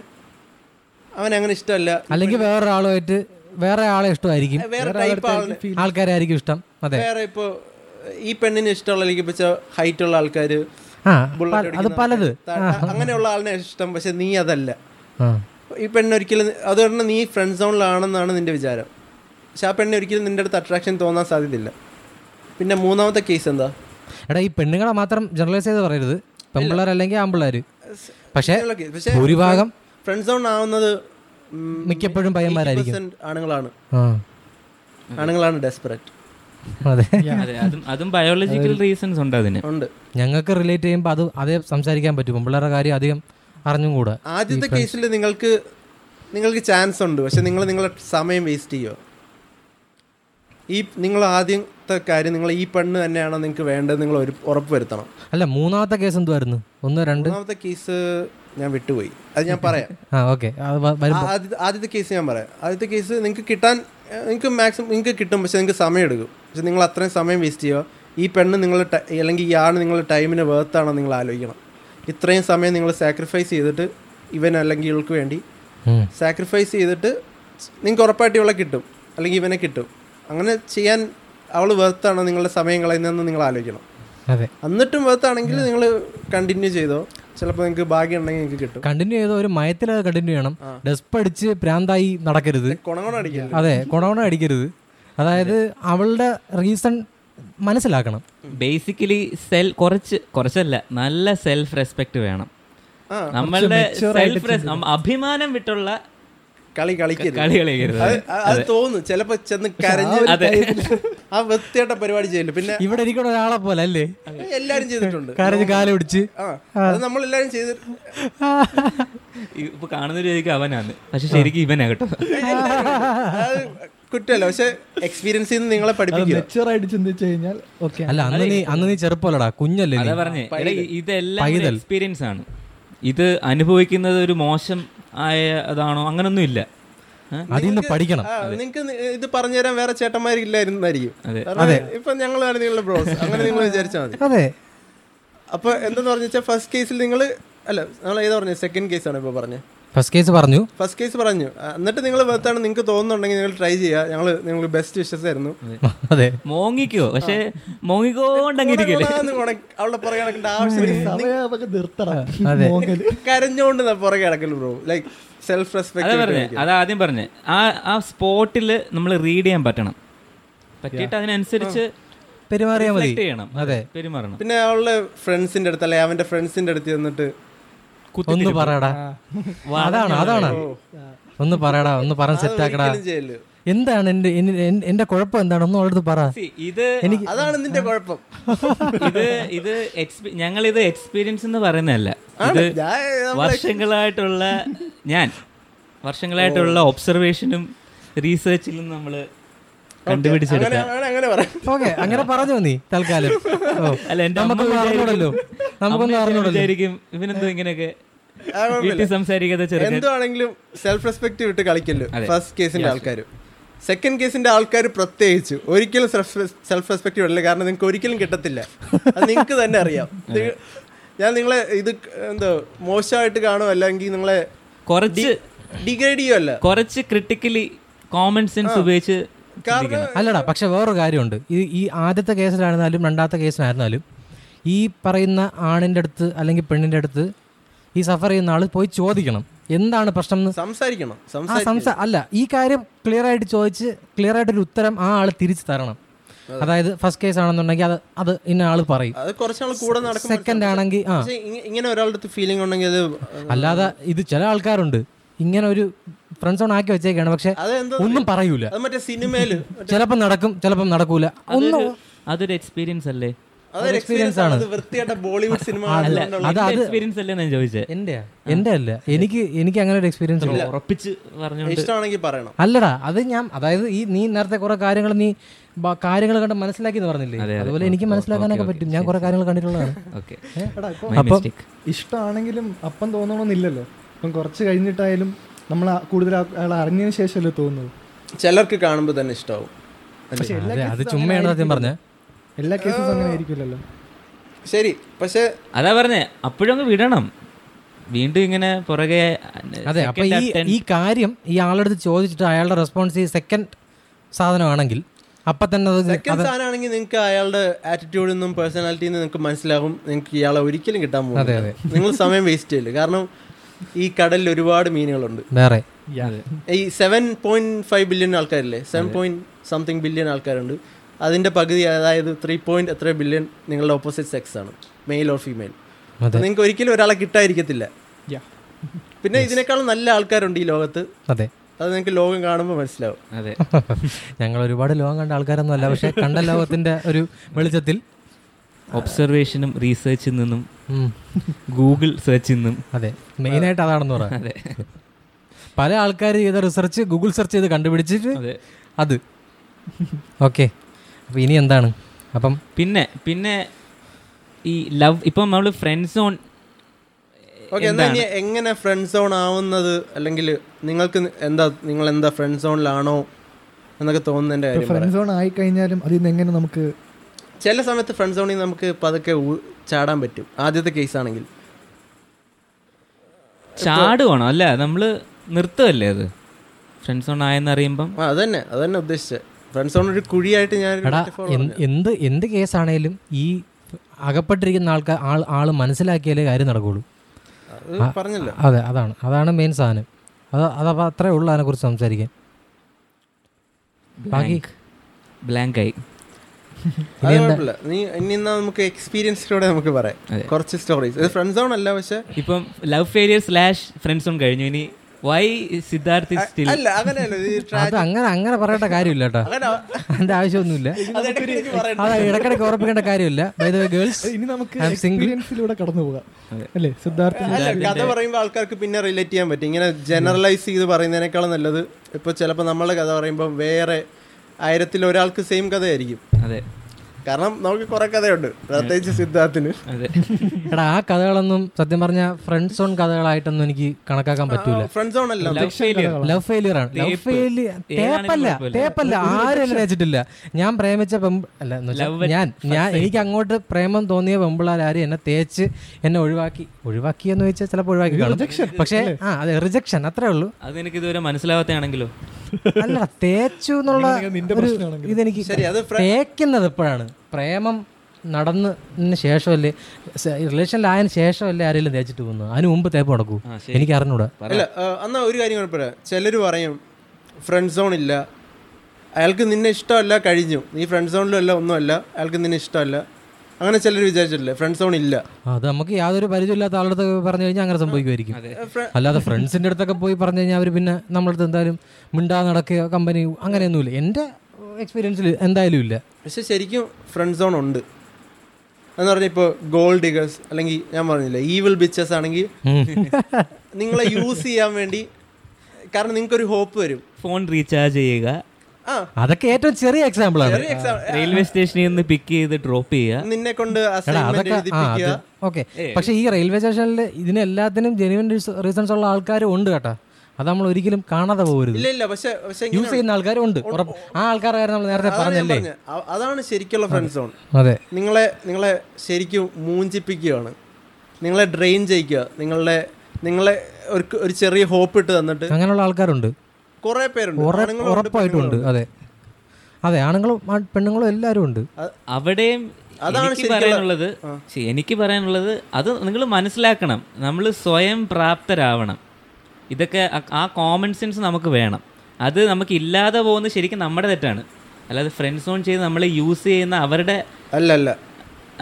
[SPEAKER 3] അവൻ അങ്ങനെ ഇഷ്ടമല്ല
[SPEAKER 2] അല്ലെങ്കിൽ വേറൊരാളുമായിട്ട് വേറെ ആളെ ഇഷ്ടമായിരിക്കും
[SPEAKER 3] വേറെ ടൈപ്പ് ആളിന്
[SPEAKER 2] ആൾക്കാരായിരിക്കും ഇഷ്ടം അതെ
[SPEAKER 3] വേറെ ഇപ്പോൾ ഈ പെണ്ണിന് ഇഷ്ടമുള്ള എനിക്ക് വെച്ചാൽ ഹൈറ്റ് ഉള്ള ആൾക്കാർ
[SPEAKER 2] ആ പ- അത് പലത്
[SPEAKER 3] അങ്ങനെയുള്ള ആളിനെ ഇഷ്ടം പക്ഷെ നീ അതല്ല
[SPEAKER 2] ആ
[SPEAKER 3] ഈ പെണ്ണ് ഒരിക്കലും അതുകൊണ്ട് നീ ഫ്രണ്ട് സോണിലാണെന്നാണ് നിന്റെ വിചാരം പക്ഷെ ആ പെണ്ണ് ഒരിക്കലും നിന്റെ അടുത്ത് അട്രാക്ഷൻ തോന്നാൻ സാധ്യതയില്ല പിന്നെ മൂന്നാമത്തെ കേസ് എന്താ
[SPEAKER 2] എടാ ഈ പെണ്ണുങ്ങളെ മാത്രം ജനറലൈസ് ചെയ്ത് പറയരുത് പെൺപിള്ളേർ അല്ലെങ്കിൽ ആൺപിള്ളേർ പക്ഷേ
[SPEAKER 3] പക്ഷേ
[SPEAKER 2] ഭൂരിഭാഗം
[SPEAKER 3] ഫ്രണ്ട് സോൺ ആവുന്നത് ഉം,
[SPEAKER 2] മിക്കപ്പോഴും പയ്യന്മാരായിരിക്കും
[SPEAKER 3] 80% ആണുങ്ങളാണ്
[SPEAKER 2] ആ
[SPEAKER 3] ആണുങ്ങളാണ് ഡെസ്പെറേറ്റ്
[SPEAKER 2] അതെ
[SPEAKER 1] അതെ അതും അതും ബയോളജിക്കൽ റീസൺസ് ഉണ്ട് അതിന്
[SPEAKER 3] ഉണ്ട്
[SPEAKER 2] ഞങ്ങൾക്ക് റിലേറ്റ് ചെയ്യുമ്പോൾ അത് അതേ സംസാരിക്കാൻ പറ്റും പെൺപിള്ളേരുടെ കാര്യം അധികം അറിഞ്ഞും കൂടെ
[SPEAKER 3] ആദ്യത്തെ കേസിൽ നിങ്ങൾക്ക് നിങ്ങൾക്ക് ചാൻസ് ഉണ്ട് പക്ഷെ നിങ്ങൾ നിങ്ങളുടെ സമയം വേസ്റ്റ് ചെയ്യുമോ ഈ നിങ്ങൾ ആദ്യത്തെ കാര്യം നിങ്ങൾ ഈ പെണ്ണ് തന്നെയാണോ നിങ്ങൾക്ക് വേണ്ടത് നിങ്ങൾ ഒരു ഉറപ്പ് വരുത്തണം
[SPEAKER 2] അല്ല മൂന്നാമത്തെ കേസ് എന്തുവായിരുന്നു ഒന്ന് രണ്ട്
[SPEAKER 3] മൂന്നാമത്തെ കേസ് ഞാൻ വിട്ടുപോയി അത് ഞാൻ പറയാം
[SPEAKER 2] ആ ഓക്കെ അത് വ- വരും
[SPEAKER 3] ആ, ആദ്യ- ആദ്യത്തെ കേസ് ഞാൻ പറയാം ആദ്യത്തെ കേസ് നിങ്ങൾക്ക് കിട്ടാൻ ഏഹ്, നിങ്ങൾക്ക് മാക്സിമം നിങ്ങൾക്ക് കിട്ടും പക്ഷെ നിങ്ങൾക്ക് സമയം എടുക്കും പക്ഷെ നിങ്ങൾ അത്രയും സമയം വേസ്റ്റ് ചെയ്യുക ഈ പെണ്ണ് നിങ്ങളുടെ ടൈ- അല്ലെങ്കിൽ ഈ ആണ് നിങ്ങളുടെ ടൈമിന് വേർത്താണോ നിങ്ങൾ ആലോചിക്കണം ഇത്രയും സമയം നിങ്ങൾ സാക്രിഫൈസ് ചെയ്തിട്ട് ഇവൻ അല്ലെങ്കിൽ ഇവൾക്ക് വേണ്ടി സാക്രിഫൈസ് ചെയ്തിട്ട് നിങ്ങൾക്ക് ഉറപ്പായിട്ട് ഇവളെ കിട്ടും അല്ലെങ്കിൽ ഇവനെ കിട്ടും അങ്ങനെ ചെയ്യാൻ അവൾ വെർത്താണോ നിങ്ങളുടെ സമയം കളയുന്നതെന്ന് നിങ്ങൾ ആലോചിക്കണം
[SPEAKER 2] അതെ
[SPEAKER 3] എന്നിട്ടും വെർത്താണെങ്കിൽ നിങ്ങൾ കണ്ടിന്യൂ ചെയ്തോ ചിലപ്പോൾ നിങ്ങൾക്ക് ഭാഗ്യം ഉണ്ടെങ്കിൽ നിങ്ങൾക്ക് കിട്ടും
[SPEAKER 2] കണ്ടിന്യൂ ചെയ്ത ഒരു മയത്തിൽ അത് കണ്ടിന്യൂ ചെയ്യണം ഡെസ്പ് അടിച്ച് പ്രാന്തായി നടക്കരുത്
[SPEAKER 3] കൊണകൊണ അടിക്കില്ല
[SPEAKER 2] അതെ കൊണോണ അടിക്കരുത് അതായത് അവളുടെ റീസൺ മനസ്സിലാക്കണം
[SPEAKER 1] ബേസിക്കലി സെൽ കുറച്ച് കുറച്ചല്ല നല്ല സെൽഫ് റെസ്പെക്ട് വേണം
[SPEAKER 3] ആ,
[SPEAKER 1] നമ്മളുടെ സെൽഫ് അഭിമാനം വിട്ടുള്ള
[SPEAKER 3] കളി കളിക്കരുത്
[SPEAKER 1] കളി കളിക്കരുത്
[SPEAKER 3] അത് അത് അത് തോന്നും ചിലപ്പോ ചെന്ന് കരഞ്ഞ് ആ വൃത്തിയായിട്ട പരിപാടി ചെയ്യില്ല പിന്നെ
[SPEAKER 2] ഇവിടെ ഇരിക്കുന്ന ഒരാളെ പോലെ അല്ലേ
[SPEAKER 3] എല്ലാരും ചെയ്തിട്ടുണ്ട്
[SPEAKER 2] (laughs) കരഞ്ഞ് കാലം പിടിച്ച്
[SPEAKER 3] ആ അത് നമ്മൾ എല്ലാരും ചെയ്ത്
[SPEAKER 1] ഇപ്പൊ കാണുന്നൊരു ചോദിക്കും അവനാണ് പക്ഷെ ശരിക്കും ഇവനാ കേട്ടോ
[SPEAKER 3] അത് കുറ്റമല്ല പക്ഷെ എക്സ്പീരിയൻസിൽ നിന്ന് നിങ്ങളെ പഠിപ്പിക്കുക
[SPEAKER 4] മെച്ചുവറായിട്ട് ചിന്തിച്ചു കഴിഞ്ഞാൽ ഓക്കെ
[SPEAKER 2] അല്ല അന്ന് നീ അന്ന് നീ ചെറുപ്പമല്ലടാ കുഞ്ഞല്ലേ നീ
[SPEAKER 1] അതാ പറഞ്ഞേ എടാ, ഇ- ഇതെല്ലാം എക്സ്പീരിയൻസ് ആണ് ഇത് അനുഭവിക്കുന്നത് ഒരു മോശം ആയ അതാണോ അങ്ങനൊന്നും ഇല്ല ഏ?
[SPEAKER 2] അതിൽ നിന്ന് പഠിക്കണം
[SPEAKER 3] നിങ്ങൾക്ക് ഇത് പറഞ്ഞു തരാൻ വേറെ ചേട്ടന്മാരില്ലായിരുന്നായിരിക്കും
[SPEAKER 1] അതെ.
[SPEAKER 3] കാരണം ഇപ്പൊ ഞങ്ങളാണ് നിങ്ങളുടെ ബ്രോസ് അങ്ങനെ നിങ്ങൾ വിചാരിച്ചാൽ മതി
[SPEAKER 2] അതെ
[SPEAKER 3] അപ്പൊ എന്തെന്ന് പറഞ്ഞു വെച്ചാൽ ഫസ്റ്റ് കേസിൽ നിങ്ങൾ അല്ല നമ്മൾ ഏതാ പറഞ്ഞത് സെക്കൻഡ് കേസാണ് ഇപ്പൊ പറഞ്ഞത്
[SPEAKER 2] ഫസ്റ്റ് കേസ് പറഞ്ഞു
[SPEAKER 3] ഫസ്റ്റ് കേസ് പറഞ്ഞു ആ, എന്നിട്ട് നിങ്ങൾ വെർത്താണ് നിങ്ങൾക്ക് തോന്നുന്നുണ്ടെങ്കിൽ നിങ്ങൾ ട്രൈ ചെയ്യുക ഞങ്ങൾ നിങ്ങൾക്ക് ബെസ്റ്റ് വിഷസ് ആയിരുന്നു
[SPEAKER 2] അതെ
[SPEAKER 1] മോങ്ങിക്കോ പക്ഷെ മോങ്ങിക്കോണ്ടങ്ങിരിക്കല്ലേ
[SPEAKER 3] ഗുണഗുണാന്ന് ഗുണ- അവളുടെ പുറകെ നടക്കേണ്ട ആവശ്യമില്ല
[SPEAKER 4] സമയം നമുക്ക് നിർത്തണം മോങ്ങല്
[SPEAKER 3] കരഞ്ഞോണ്ട് ന- പുറകെ കിടക്കല് ബ്രോ ലൈക്ക് സെൽഫ്
[SPEAKER 1] അതാ
[SPEAKER 3] റെസ്പെക്ട്
[SPEAKER 1] പറഞ്ഞേ അതാ ആദ്യം പറഞ്ഞേ ആ ആ സ്പോട്ടിൽ നമ്മൾ റീഡ് ചെയ്യാൻ പറ്റണം പറ്റിയിട്ട് അതിനനുസരിച്ച്
[SPEAKER 2] പെരുമാറിയാൽ മതി
[SPEAKER 1] reflect ചെയ്യണം
[SPEAKER 2] അതെ.
[SPEAKER 1] പെരുമാറണം
[SPEAKER 3] പിന്നെ അവളുടെ ഫ്രണ്ട്സിന്റെ അടുത്ത് അല്ലെ അവന്റെ ഫ്രണ്ട്സിന്റെ അടുത്ത് ചെന്നിട്ട്
[SPEAKER 2] ഒന്ന് പറയടാ അതാണ് അതാണ് ഒന്ന് പറയടാ ഒന്ന് പറഞ്ഞ് സെറ്റാക്കടാ
[SPEAKER 3] ഒരിക്കലും ചെയ്യല്
[SPEAKER 2] എന്താണ് എന്റെ എനി- എൻ- എന്റെ കുഴപ്പം എന്താണ് ഒന്ന് അവളടുത്ത് പറ
[SPEAKER 1] See, ഇത്
[SPEAKER 3] അതാണ് നിന്റെ കുഴപ്പം
[SPEAKER 1] ഇത് ഇത് എക്സ്പീ ഞങ്ങൾ ഇത് എക്സ്പീരിയൻസ് എന്ന് പറയുന്നതല്ല
[SPEAKER 3] ആണ്.
[SPEAKER 1] ഇത്
[SPEAKER 3] ഞാൻ നമ്മളെ-
[SPEAKER 1] വർഷങ്ങളായിട്ടുള്ള ഞാൻ വർഷങ്ങളായിട്ടുള്ള ഒബ്സർവേഷനും റീസേർച്ചിലും നമ്മൾ
[SPEAKER 3] അങ്ങനെ
[SPEAKER 1] കണ്ടുപിടിച്ചെടുത്ത
[SPEAKER 3] അങ്ങനെ- അങ്ങനെ പറയാം
[SPEAKER 2] ഓക്കെ അങ്ങനെ പറഞ്ഞു നീ തൽക്കാലം ഓ.
[SPEAKER 1] അല്ല എന്റെ അമ്മ
[SPEAKER 2] നമുക്കൊന്ന്
[SPEAKER 1] വിചാരിക്കും-
[SPEAKER 2] അറിഞ്ഞൂടല്ലോ നമുക്കൊന്ന്
[SPEAKER 1] അമ്മയൊക്കെ
[SPEAKER 2] അറിഞ്ഞൂടല്ലോ
[SPEAKER 1] വിചാരിക്കും ഇവനെന്തോ ഇങ്ങനെയൊക്കെ
[SPEAKER 3] ആ, കുഴപ്പമില്ല.
[SPEAKER 1] വീട്ടിൽ സംസാരിക്കാതെ ചെറുക്കൻ
[SPEAKER 3] എന്തോ ആണെങ്കിലും സെൽഫ് റെസ്പെക്ട് വിട്ട് കളിക്കല്ലോ
[SPEAKER 1] അതെ.
[SPEAKER 3] ഫസ്റ്റ് കേസിന്റെ ആൾക്കാർ സെക്കൻഡ് കേസിന്റെ ആൾക്കാർ പ്രത്യേകിച്ച് ഒരിക്കലും സെൽഫ് റെസ്പെക്ട് വിടില്ല കാരണം നിങ്ങൾക്ക് ഒരിക്കലും കിട്ടത്തില്ല അത് നിങ്ങൾക്ക് തന്നെ
[SPEAKER 1] (laughs)
[SPEAKER 3] അറിയാം ഇത് ഞാൻ നിങ്ങളെ ഇത് എന്തോ മോശമായിട്ട് കാണും അല്ലെങ്കിൽ നിങ്ങളെ
[SPEAKER 1] കുറച്ച്
[SPEAKER 3] ഡിഗ്രേഡ് ചെയ്യുമല്ല
[SPEAKER 1] കുറച്ച് ക്രിട്ടിക്കലി കോമൺ സെൻസ് ഉപയോഗിച്ച്
[SPEAKER 3] കാരണം
[SPEAKER 2] അല്ലടാ പക്ഷെ വേറൊരു കാര്യമുണ്ട് ഈ ഈ ആദ്യത്തെ കേസിലായിരുന്നാലും രണ്ടാമത്തെ കേസിലായിരുന്നാലും ഈ പറയുന്ന ആണിൻ്റെ അടുത്ത് അല്ലെങ്കിൽ പെണ്ണിൻ്റെ അടുത്ത് ഈ സഫർ ചെയ്യുന്ന ആൾ പോയി ചോദിക്കണം എന്താണ് പ്രശ്നം എന്ന്
[SPEAKER 3] സംസാരിക്കണം
[SPEAKER 2] ആ
[SPEAKER 3] സംസാരിക്കണം
[SPEAKER 2] സംസാ അല്ല ഈ കാര്യം ക്ലിയർ ആയിട്ട് ചോദിച്ച് ക്ലിയർ ആയിട്ടൊരു ഉത്തരം ആ ആൾ തിരിച്ചു തരണം അതായത് ഫസ്റ്റ് കേസ് ആണെന്നുണ്ടെങ്കിൽ അത് അത് ഇന്ന ആൾ പറയും
[SPEAKER 3] അത് കുറച്ചാൾ കൂടെ നടക്കും
[SPEAKER 2] സെക്കൻഡ് ആണെങ്കിൽ ആ
[SPEAKER 3] പക്ഷേ ഇങ്ങ- ഇങ്ങനെ ഒരാളുടെ ഫീലിംഗ് ഉണ്ടെങ്കിൽ അത്
[SPEAKER 2] അല്ലാതെ ഇത് ചില ആൾക്കാരുണ്ട് ഇങ്ങനെ ഒരു ഫ്രണ്ട്സ് ഓൺ ആക്കി വെച്ചേക്കാണ് പക്ഷെ
[SPEAKER 3] അത് എന്തോ
[SPEAKER 2] ഒന്നും പറയൂല
[SPEAKER 3] അത് മറ്റേ
[SPEAKER 1] (laughs)
[SPEAKER 3] സിനിമയില്
[SPEAKER 2] ചിലപ്പം നടക്കും ചിലപ്പം നടക്കൂല ഒന്നും
[SPEAKER 1] അതൊരു- അതൊരു എക്സ്പീരിയൻസ് അല്ലേ
[SPEAKER 3] അതൊരു എക്സ്പീരിയൻസ് ആണ് അത് വൃത്തിയായിട്ട ബോളിവുഡ് സിനിമ അതുകൊണ്ടുള്ള
[SPEAKER 2] അത് അത്
[SPEAKER 1] എക്സ്പീരിയൻസ് അല്ലേ ഞാൻ ചോദിച്ചത്
[SPEAKER 2] എന്റെ എന്റെ അല്ല എനിക്ക് എനിക്ക് അങ്ങനെ ഒരു എക്സ്പീരിയൻസ് ഇല്ല
[SPEAKER 1] ഉറപ്പിച്ച് പറഞ്ഞുകൊണ്ട്
[SPEAKER 3] ഇഷ്ടമാണെങ്കിൽ പറയണം
[SPEAKER 2] അല്ലടാ അത് ഞാൻ അതായത് ഈ നീ നേരത്തെ കുറെ കാര്യങ്ങൾ നീ ബ- കാര്യങ്ങൾ കണ്ട് മനസ്സിലാക്കി എന്ന് പറഞ്ഞില്ലേ അതുപോലെ എനിക്ക് മനസ്സിലാക്കാനൊക്കെ പറ്റും ഞാൻ കുറെ കാര്യങ്ങൾ കണ്ടിട്ടുള്ളതാണ്
[SPEAKER 1] ഓക്കെ
[SPEAKER 4] എടാ ഇപ്പൊ
[SPEAKER 1] മൈ മിസ്റ്റേക്ക്
[SPEAKER 4] ഇഷ്ടമാണെങ്കിലും അപ്പം തോന്നണമെന്നില്ലല്ലോ അപ്പം കുറച്ച് കഴിഞ്ഞിട്ടായാലും നമ്മൾ ആ- കൂടുതൽ ആ- അയാൾ അറിഞ്ഞതിന് ശേഷമല്ലേ തോന്നുള്ളൂ
[SPEAKER 3] ചിലർക്ക് കാണുമ്പോൾ തന്നെ ഇഷ്ടാവും
[SPEAKER 4] പക്ഷെ എല്ലാ
[SPEAKER 2] അതെ അത്
[SPEAKER 4] cases
[SPEAKER 2] ചുമ്മയാണ് സത്യം പറഞ്ഞ
[SPEAKER 4] അങ്ങനെ- എല്ലാ കേസും അങ്ങനെ ആയിരിക്കില്ലല്ലോ
[SPEAKER 3] ശരി പക്ഷെ
[SPEAKER 1] അതാ പറഞ്ഞേ അപ്പോഴും അങ്ങ് വിടണം വീണ്ടും ഇങ്ങനെ പുറകെ
[SPEAKER 2] അതെ അപ്പൊ ഈ ഈ കാര്യം ഈ ആളെടുത്ത് ചോദിച്ചിട്ട് അയാളുടെ റെസ്പോൺസ് ഈ സെക്കൻഡ് സാധനമാണെങ്കിൽ അപ്പൊ തന്നെ അത്
[SPEAKER 3] സെക്കൻഡ് സാധനമാണെങ്കിൽ നിങ്ങൾക്ക് അയാളുടെ ആറ്റിറ്റ്യൂഡിൽ നിന്നും പേഴ്സണാലിറ്റിയിൽ നിന്നും നിങ്ങൾക്ക് മനസ്സിലാകും നിങ്ങൾക്ക് ഇയാളെ ഒരിക്കലും കിട്ടാൻ പോകും നിങ്ങൾ സമയം വേസ്റ്റ് ചെയ്യില്ല കാരണം ഈ കടലിൽ ഒരുപാട് മീനുകളുണ്ട്
[SPEAKER 2] വേറെ
[SPEAKER 3] ഈ സെവൻ പോയിന്റ് ഫൈവ് ബില്യൺ ആൾക്കാരില്ലേ സെവൻ പോയിന്റ് സംതിങ് ബില്യൺ ആൾക്കാരുണ്ട് അതിൻ്റെ പകുതി അതായത് ത്രീ പോയിന്റ് എത്ര ബില്യൺ നിങ്ങളുടെ ഓപ്പോസിറ്റ് സെക്സ് ആണ് മെയിൽ ഓർ ഫീമെയിൽ
[SPEAKER 2] അതെ
[SPEAKER 3] നിങ്ങൾക്ക് ഒരിക്കലും ഒരാളെ കിട്ടാതിരിക്കത്തില്ല
[SPEAKER 4] Yeah.
[SPEAKER 3] പിന്നെ ഇതിനേക്കാളും നല്ല ആൾക്കാരുണ്ട് ഈ ലോകത്ത്
[SPEAKER 2] അതെ (laughs)
[SPEAKER 3] അത് നിങ്ങൾക്ക് ലോകം കാണുമ്പോൾ മനസ്സിലാവും
[SPEAKER 1] അതെ
[SPEAKER 2] ഞങ്ങൾ ഒരുപാട് ലോകം കണ്ട ആൾക്കാരൊന്നും അല്ല പക്ഷെ കണ്ട ലോകത്തിന്റെ ഒരു വെളിച്ചത്തിൽ
[SPEAKER 1] ഒബ്സർവേഷനും റീസേർച്ചിൽ നിന്നും
[SPEAKER 2] ഉം,
[SPEAKER 1] ഗൂഗിൾ സെർച്ചിൽ നിന്നും
[SPEAKER 2] അതെ മെയിനായിട്ട് അതാണെന്ന് പറയാം
[SPEAKER 1] അതെ
[SPEAKER 2] പല ആൾക്കാർ ചെയ്ത റിസർച്ച് ഗൂഗിൾ സെർച്ച് ചെയ്ത് കണ്ടുപിടിച്ചിട്ട്
[SPEAKER 1] അതെ
[SPEAKER 2] അത് ഓക്കെ അപ്പോൾ ഇനി എന്താണ് അപ്പം
[SPEAKER 1] പിന്നെ പിന്നെ ഈ ലവ് ഇപ്പം നമ്മൾ ഫ്രണ്ട്സ് സോൺ
[SPEAKER 3] ഓക്കെ എന്നാ ഇനി എങ്ങനെ ഫ്രണ്ട് സോൺ ആവുന്നത് അല്ലെങ്കിൽ നിങ്ങൾക്ക് നി- എന്താ നിങ്ങൾ എന്താ ഫ്രണ്ട് സോണിലാണോ എന്നൊക്കെ തോന്നുന്നതിന്റെ കാര്യം
[SPEAKER 4] ഫ്രണ്ട് സോൺ ആയി കഴിഞ്ഞാലും അതിൽ നിന്ന് എങ്ങനെ നമുക്ക്
[SPEAKER 3] ചില സമയത്ത് ഫ്രണ്ട് സോണിൽ നമുക്ക് പതുക്കെ ഊ- ചാടാൻ പറ്റും ആദ്യത്തെ കേസ് ആണെങ്കിൽ
[SPEAKER 1] ചാടുവാണോ അല്ല നമ്മൾ നിർത്തമല്ലേ അത് ഫ്രണ്ട്സ് ഓൺ ആയെന്ന് അറിയുമ്പം
[SPEAKER 3] ആ അതന്നെ അതന്നെ ഉദ്ദേശിച്ചത് ഫ്രണ്ട്സ് ഒരു കുഴിയായിട്ട് ഞാൻ
[SPEAKER 2] എടാ എന്ത്- എന്ത് എന്ത് കേസാണേലും ഈ അകപ്പെട്ടിരിക്കുന്ന ആൾക്കാർ ആൾ ആൾ മനസ്സിലാക്കിയാലേ കാര്യം നടക്കുകയുള്ളൂ ആ,
[SPEAKER 3] പറഞ്ഞല്ലോ
[SPEAKER 2] അതെ അതാണ് അതാണ് മെയിൻ സാധനം അത് അതപ്പോൾ അത്രേ ഉള്ളൂ അതിനെക്കുറിച്ച് സംസാരിക്കാൻ ബാക്കി
[SPEAKER 1] ബ്ലാങ്ക് ആയി
[SPEAKER 3] അത് കുഴപ്പമില്ല നീ ഇനി എന്നാ നമുക്ക് എക്സ്പീരിയൻസിലൂടെ നമുക്ക് പറയാം കുറച്ച് സ്റ്റോറീസ് ഇത് ഫ്രണ്ട്സ് ഓൺ അല്ല പക്ഷെ
[SPEAKER 1] ഇപ്പം love failure slash friends on കഴിഞ്ഞു ഇനി വൈ സിദ്ധാർത്ഥ് സ്റ്റിൽ
[SPEAKER 3] അല്ല അങ്ങനെയല്ല ഇത്
[SPEAKER 2] (laughs)
[SPEAKER 3] tra-
[SPEAKER 2] അത് അങ്ങനെ അങ്ങനെ പറയേണ്ട കാര്യമില്ല കേട്ടോ
[SPEAKER 3] അങ്ങനെ
[SPEAKER 2] അതിന്റെ ആവശ്യമൊന്നുമില്ല
[SPEAKER 3] അത് ഇടയ്ക്കിടയ്ക്ക് പറയണ്ട.
[SPEAKER 2] അതെ ഇടക്കിടക്ക് ഉറപ്പിക്കേണ്ട കാര്യമില്ല ബൈ ദ ഗേൾസ്
[SPEAKER 4] ഇനി നമുക്ക്
[SPEAKER 2] I'm single.
[SPEAKER 4] എക്സ്പീരിയൻസിലൂടെ കടന്നു പോകാം അല്ലേ സിദ്ധാർത്ഥ
[SPEAKER 3] അല്ല കഥ പറയുമ്പോൾ ആൾക്കാർക്ക് പിന്നെ റിലേറ്റ് ചെയ്യാൻ പറ്റും ഇങ്ങനെ ജനറലൈസ് ചെയ്ത് പറയുന്നതിനേക്കാളും നല്ലത് ഇപ്പോൾ ചിലപ്പോൾ നമ്മളെ കഥ പറയുമ്പോൾ വേറെ ആയിരത്തിൽ ഒരാൾക്ക് സെയിം കഥയായിരിക്കും
[SPEAKER 1] അതെ
[SPEAKER 3] കാരണം നമുക്ക് കുറേ കഥയുണ്ട് പ്രത്യേകിച്ച് സിദ്ധാർത്ഥിന്
[SPEAKER 1] അതെ (laughs)
[SPEAKER 2] എടാ ആ കഥകളൊന്നും സത്യം പറഞ്ഞ ഫ്രണ്ട് സോൺ കഥകളായിട്ടൊന്നും എനിക്ക് കണക്കാക്കാൻ പറ്റൂല
[SPEAKER 3] ഫ്രണ്ട്സ് ഓൺ അല്ല
[SPEAKER 1] ലവ് ഫെയിലിയർ
[SPEAKER 2] ലവ് ഫെയിലിയർ ആണ് ലവ് ഫെയിലിയർ തേപ്പല്ല തേപ്പല്ല ആരും അനുഭവിച്ചിട്ടില്ല ഞാൻ പ്രേമിച്ച പെമ്പ് അല്ല എന്ന് വെച്ചാ ഞാൻ ഞാൻ എനിക്ക് അങ്ങോട്ട് പ്രേമം തോന്നിയ പെമ്പിള്ളാർ ആരും എന്നെ തേച്ച് എന്നെ ഒഴിവാക്കി ഒഴിവാക്കി എന്ന് വെച്ചാൽ ചിലപ്പോൾ ഒഴിവാക്കി കാണും പക്ഷേ ആ അതെ റിജക്ഷൻ അത്രേ ഉള്ളൂ
[SPEAKER 1] അത് എനിക്ക് ഇതുവരെ മനസ്സിലാവാത്തയാണെങ്കിലോ
[SPEAKER 2] അല്ല തേച്ചു എന്നുള്ള ഒരു ഇതെനിക്ക് തേക്കുന്നത് എപ്പോഴാണ് പ്രേമം നടന്നതിന് ശേഷമല്ലേ റിലേഷനിലായതിനു ശേഷമല്ലേ ആരെങ്കിലും തേച്ചിട്ട് പോകുന്നത് അതിന് മുമ്പ് തേപ്പ് നടക്കൂ എനിക്ക് അറിഞ്ഞൂടാ
[SPEAKER 3] അല്ല ആ, എന്നാ ഒരു കാര്യം കുഴപ്പമില്ല ചിലർ പറയും ഫ്രണ്ട് സോൺ ഇല്ല അയാൾക്ക് നിന്നെ ഇഷ്ടമല്ല കഴിഞ്ഞു നീ ഫ്രണ്ട് സോണിലും അല്ല ഒന്നുമല്ല അയാൾക്ക് നിന്നെ ഇഷ്ടമല്ല അങ്ങനെ ചിലർ വിചാരിച്ചിട്ടില്ലേ ഫ്രണ്ട് സോൺ ഇല്ല
[SPEAKER 2] അത് നമുക്ക് യാതൊരു പരിചയമില്ലാത്ത ആളുടെ അടുത്ത് പറഞ്ഞു കഴിഞ്ഞാൽ അങ്ങനെ സംഭവിക്കുമായിരിക്കും അല്ലാതെ ഫ്രണ്ട്സിൻ്റെ അടുത്തൊക്കെ പോയി പറഞ്ഞു കഴിഞ്ഞാൽ അവർ പിന്നെ നമ്മളടുത്ത് എന്തായാലും മിണ്ടാ നടക്കുക കമ്പനി അങ്ങനെയൊന്നുമില്ല എൻ്റെ എക്സ്പീരിയൻസിൽ എന്തായാലും ഇല്ല
[SPEAKER 3] പക്ഷെ ശരിക്കും ഫ്രണ്ട് സോൺ ഉണ്ട് എന്ന് പറഞ്ഞാൽ ഇപ്പോൾ ഗോൾഡ് ഡിഗേഴ്സ് അല്ലെങ്കിൽ ഞാൻ പറഞ്ഞില്ല ഈവിൾ ബിച്ചസ് ആണെങ്കിൽ നിങ്ങളെ യൂസ് ചെയ്യാൻ വേണ്ടി കാരണം നിങ്ങൾക്കൊരു ഹോപ്പ് വരും
[SPEAKER 1] ഫോൺ റീചാർജ് ചെയ്യുക
[SPEAKER 3] ആ
[SPEAKER 2] അതൊക്കെ ഏറ്റവും ചെറിയ എക്സാമ്പിളാണ്
[SPEAKER 3] ചെറിയ എക്സാം
[SPEAKER 1] റെയിൽവേ സ്റ്റേഷനിൽ നിന്ന് പിക്ക് ചെയ്ത് ഡ്രോപ്പ് ചെയ്യുക
[SPEAKER 3] നിന്നെ കൊണ്ട്
[SPEAKER 2] എടാ
[SPEAKER 3] അസൈൻമെന്റ്
[SPEAKER 2] അതൊക്കെ ആ
[SPEAKER 3] എഴുതിപ്പിക്കുക
[SPEAKER 2] അത് ഓക്കെ പക്ഷേ ഈ റെയിൽവേ സ്റ്റേഷനിൽ ഇതിനെല്ലാത്തിനും ജെനുവിൻ റീസൺസ് ഉള്ള ആൾക്കാരും ഉണ്ട് കേട്ടോ അത് നമ്മൾ ഒരിക്കലും കാണാതെ പോകരുത്
[SPEAKER 3] ഇല്ല ഇല്ല പക്ഷെ പക്ഷെ
[SPEAKER 2] യൂസ് ചെയ്യുന്ന ആൾക്കാരും ഉണ്ട് ഉറപ്പ് ആ ആൾക്കാരുടെ കാര്യം നമ്മൾ നേരത്തെ പറഞ്ഞല്ലേ
[SPEAKER 3] അതാണ് ശരിക്കുള്ള ഫ്രണ്ട് സോൺ
[SPEAKER 2] അതെ
[SPEAKER 3] നിങ്ങളെ നിങ്ങളെ ശരിക്കും മൂഞ്ചിപ്പിക്കുകയാണ് നിങ്ങളെ ഡ്രെയിൻ ചെയ്യിക്കുക നിങ്ങളുടെ നിങ്ങളെ ഒരു ഒരു ചെറിയ ഹോപ്പ് ഇട്ട് തന്നിട്ട്
[SPEAKER 2] അങ്ങനെയുള്ള ആൾക്കാരുണ്ട്
[SPEAKER 3] കുറേ പേരുണ്ട്
[SPEAKER 2] ഉറ-
[SPEAKER 3] ആണുങ്ങളും ഉണ്ട്,
[SPEAKER 2] ഉറപ്പായിട്ടും ഉണ്ട് അതെ അതെ ആണുങ്ങളും ആ- പെണ്ണുങ്ങളും എല്ലാവരും ഉണ്ട്
[SPEAKER 1] അവിടെയും
[SPEAKER 3] അതാണ്
[SPEAKER 1] എനിക്ക്
[SPEAKER 3] ശരിക്കുള്ള-
[SPEAKER 1] പറയാനുള്ളത് ശ്ശെ, എനിക്ക് പറയാനുള്ളത് അത് നിങ്ങൾ മനസ്സിലാക്കണം നമ്മൾ സ്വയം പ്രാപ്തരാവണം ഇതൊക്കെ ആ- ആ കോമൺ സെൻസ് നമുക്ക് വേണം അത് നമുക്ക് ഇല്ലാതെ പോകുന്നത് ശരിക്കും നമ്മുടെ തെറ്റാണ് അല്ലാതെ ഫ്രണ്ട് സോൺ ചെയ്ത് നമ്മൾ യൂസ് ചെയ്യുന്ന അവരുടെ
[SPEAKER 3] അല്ല അല്ല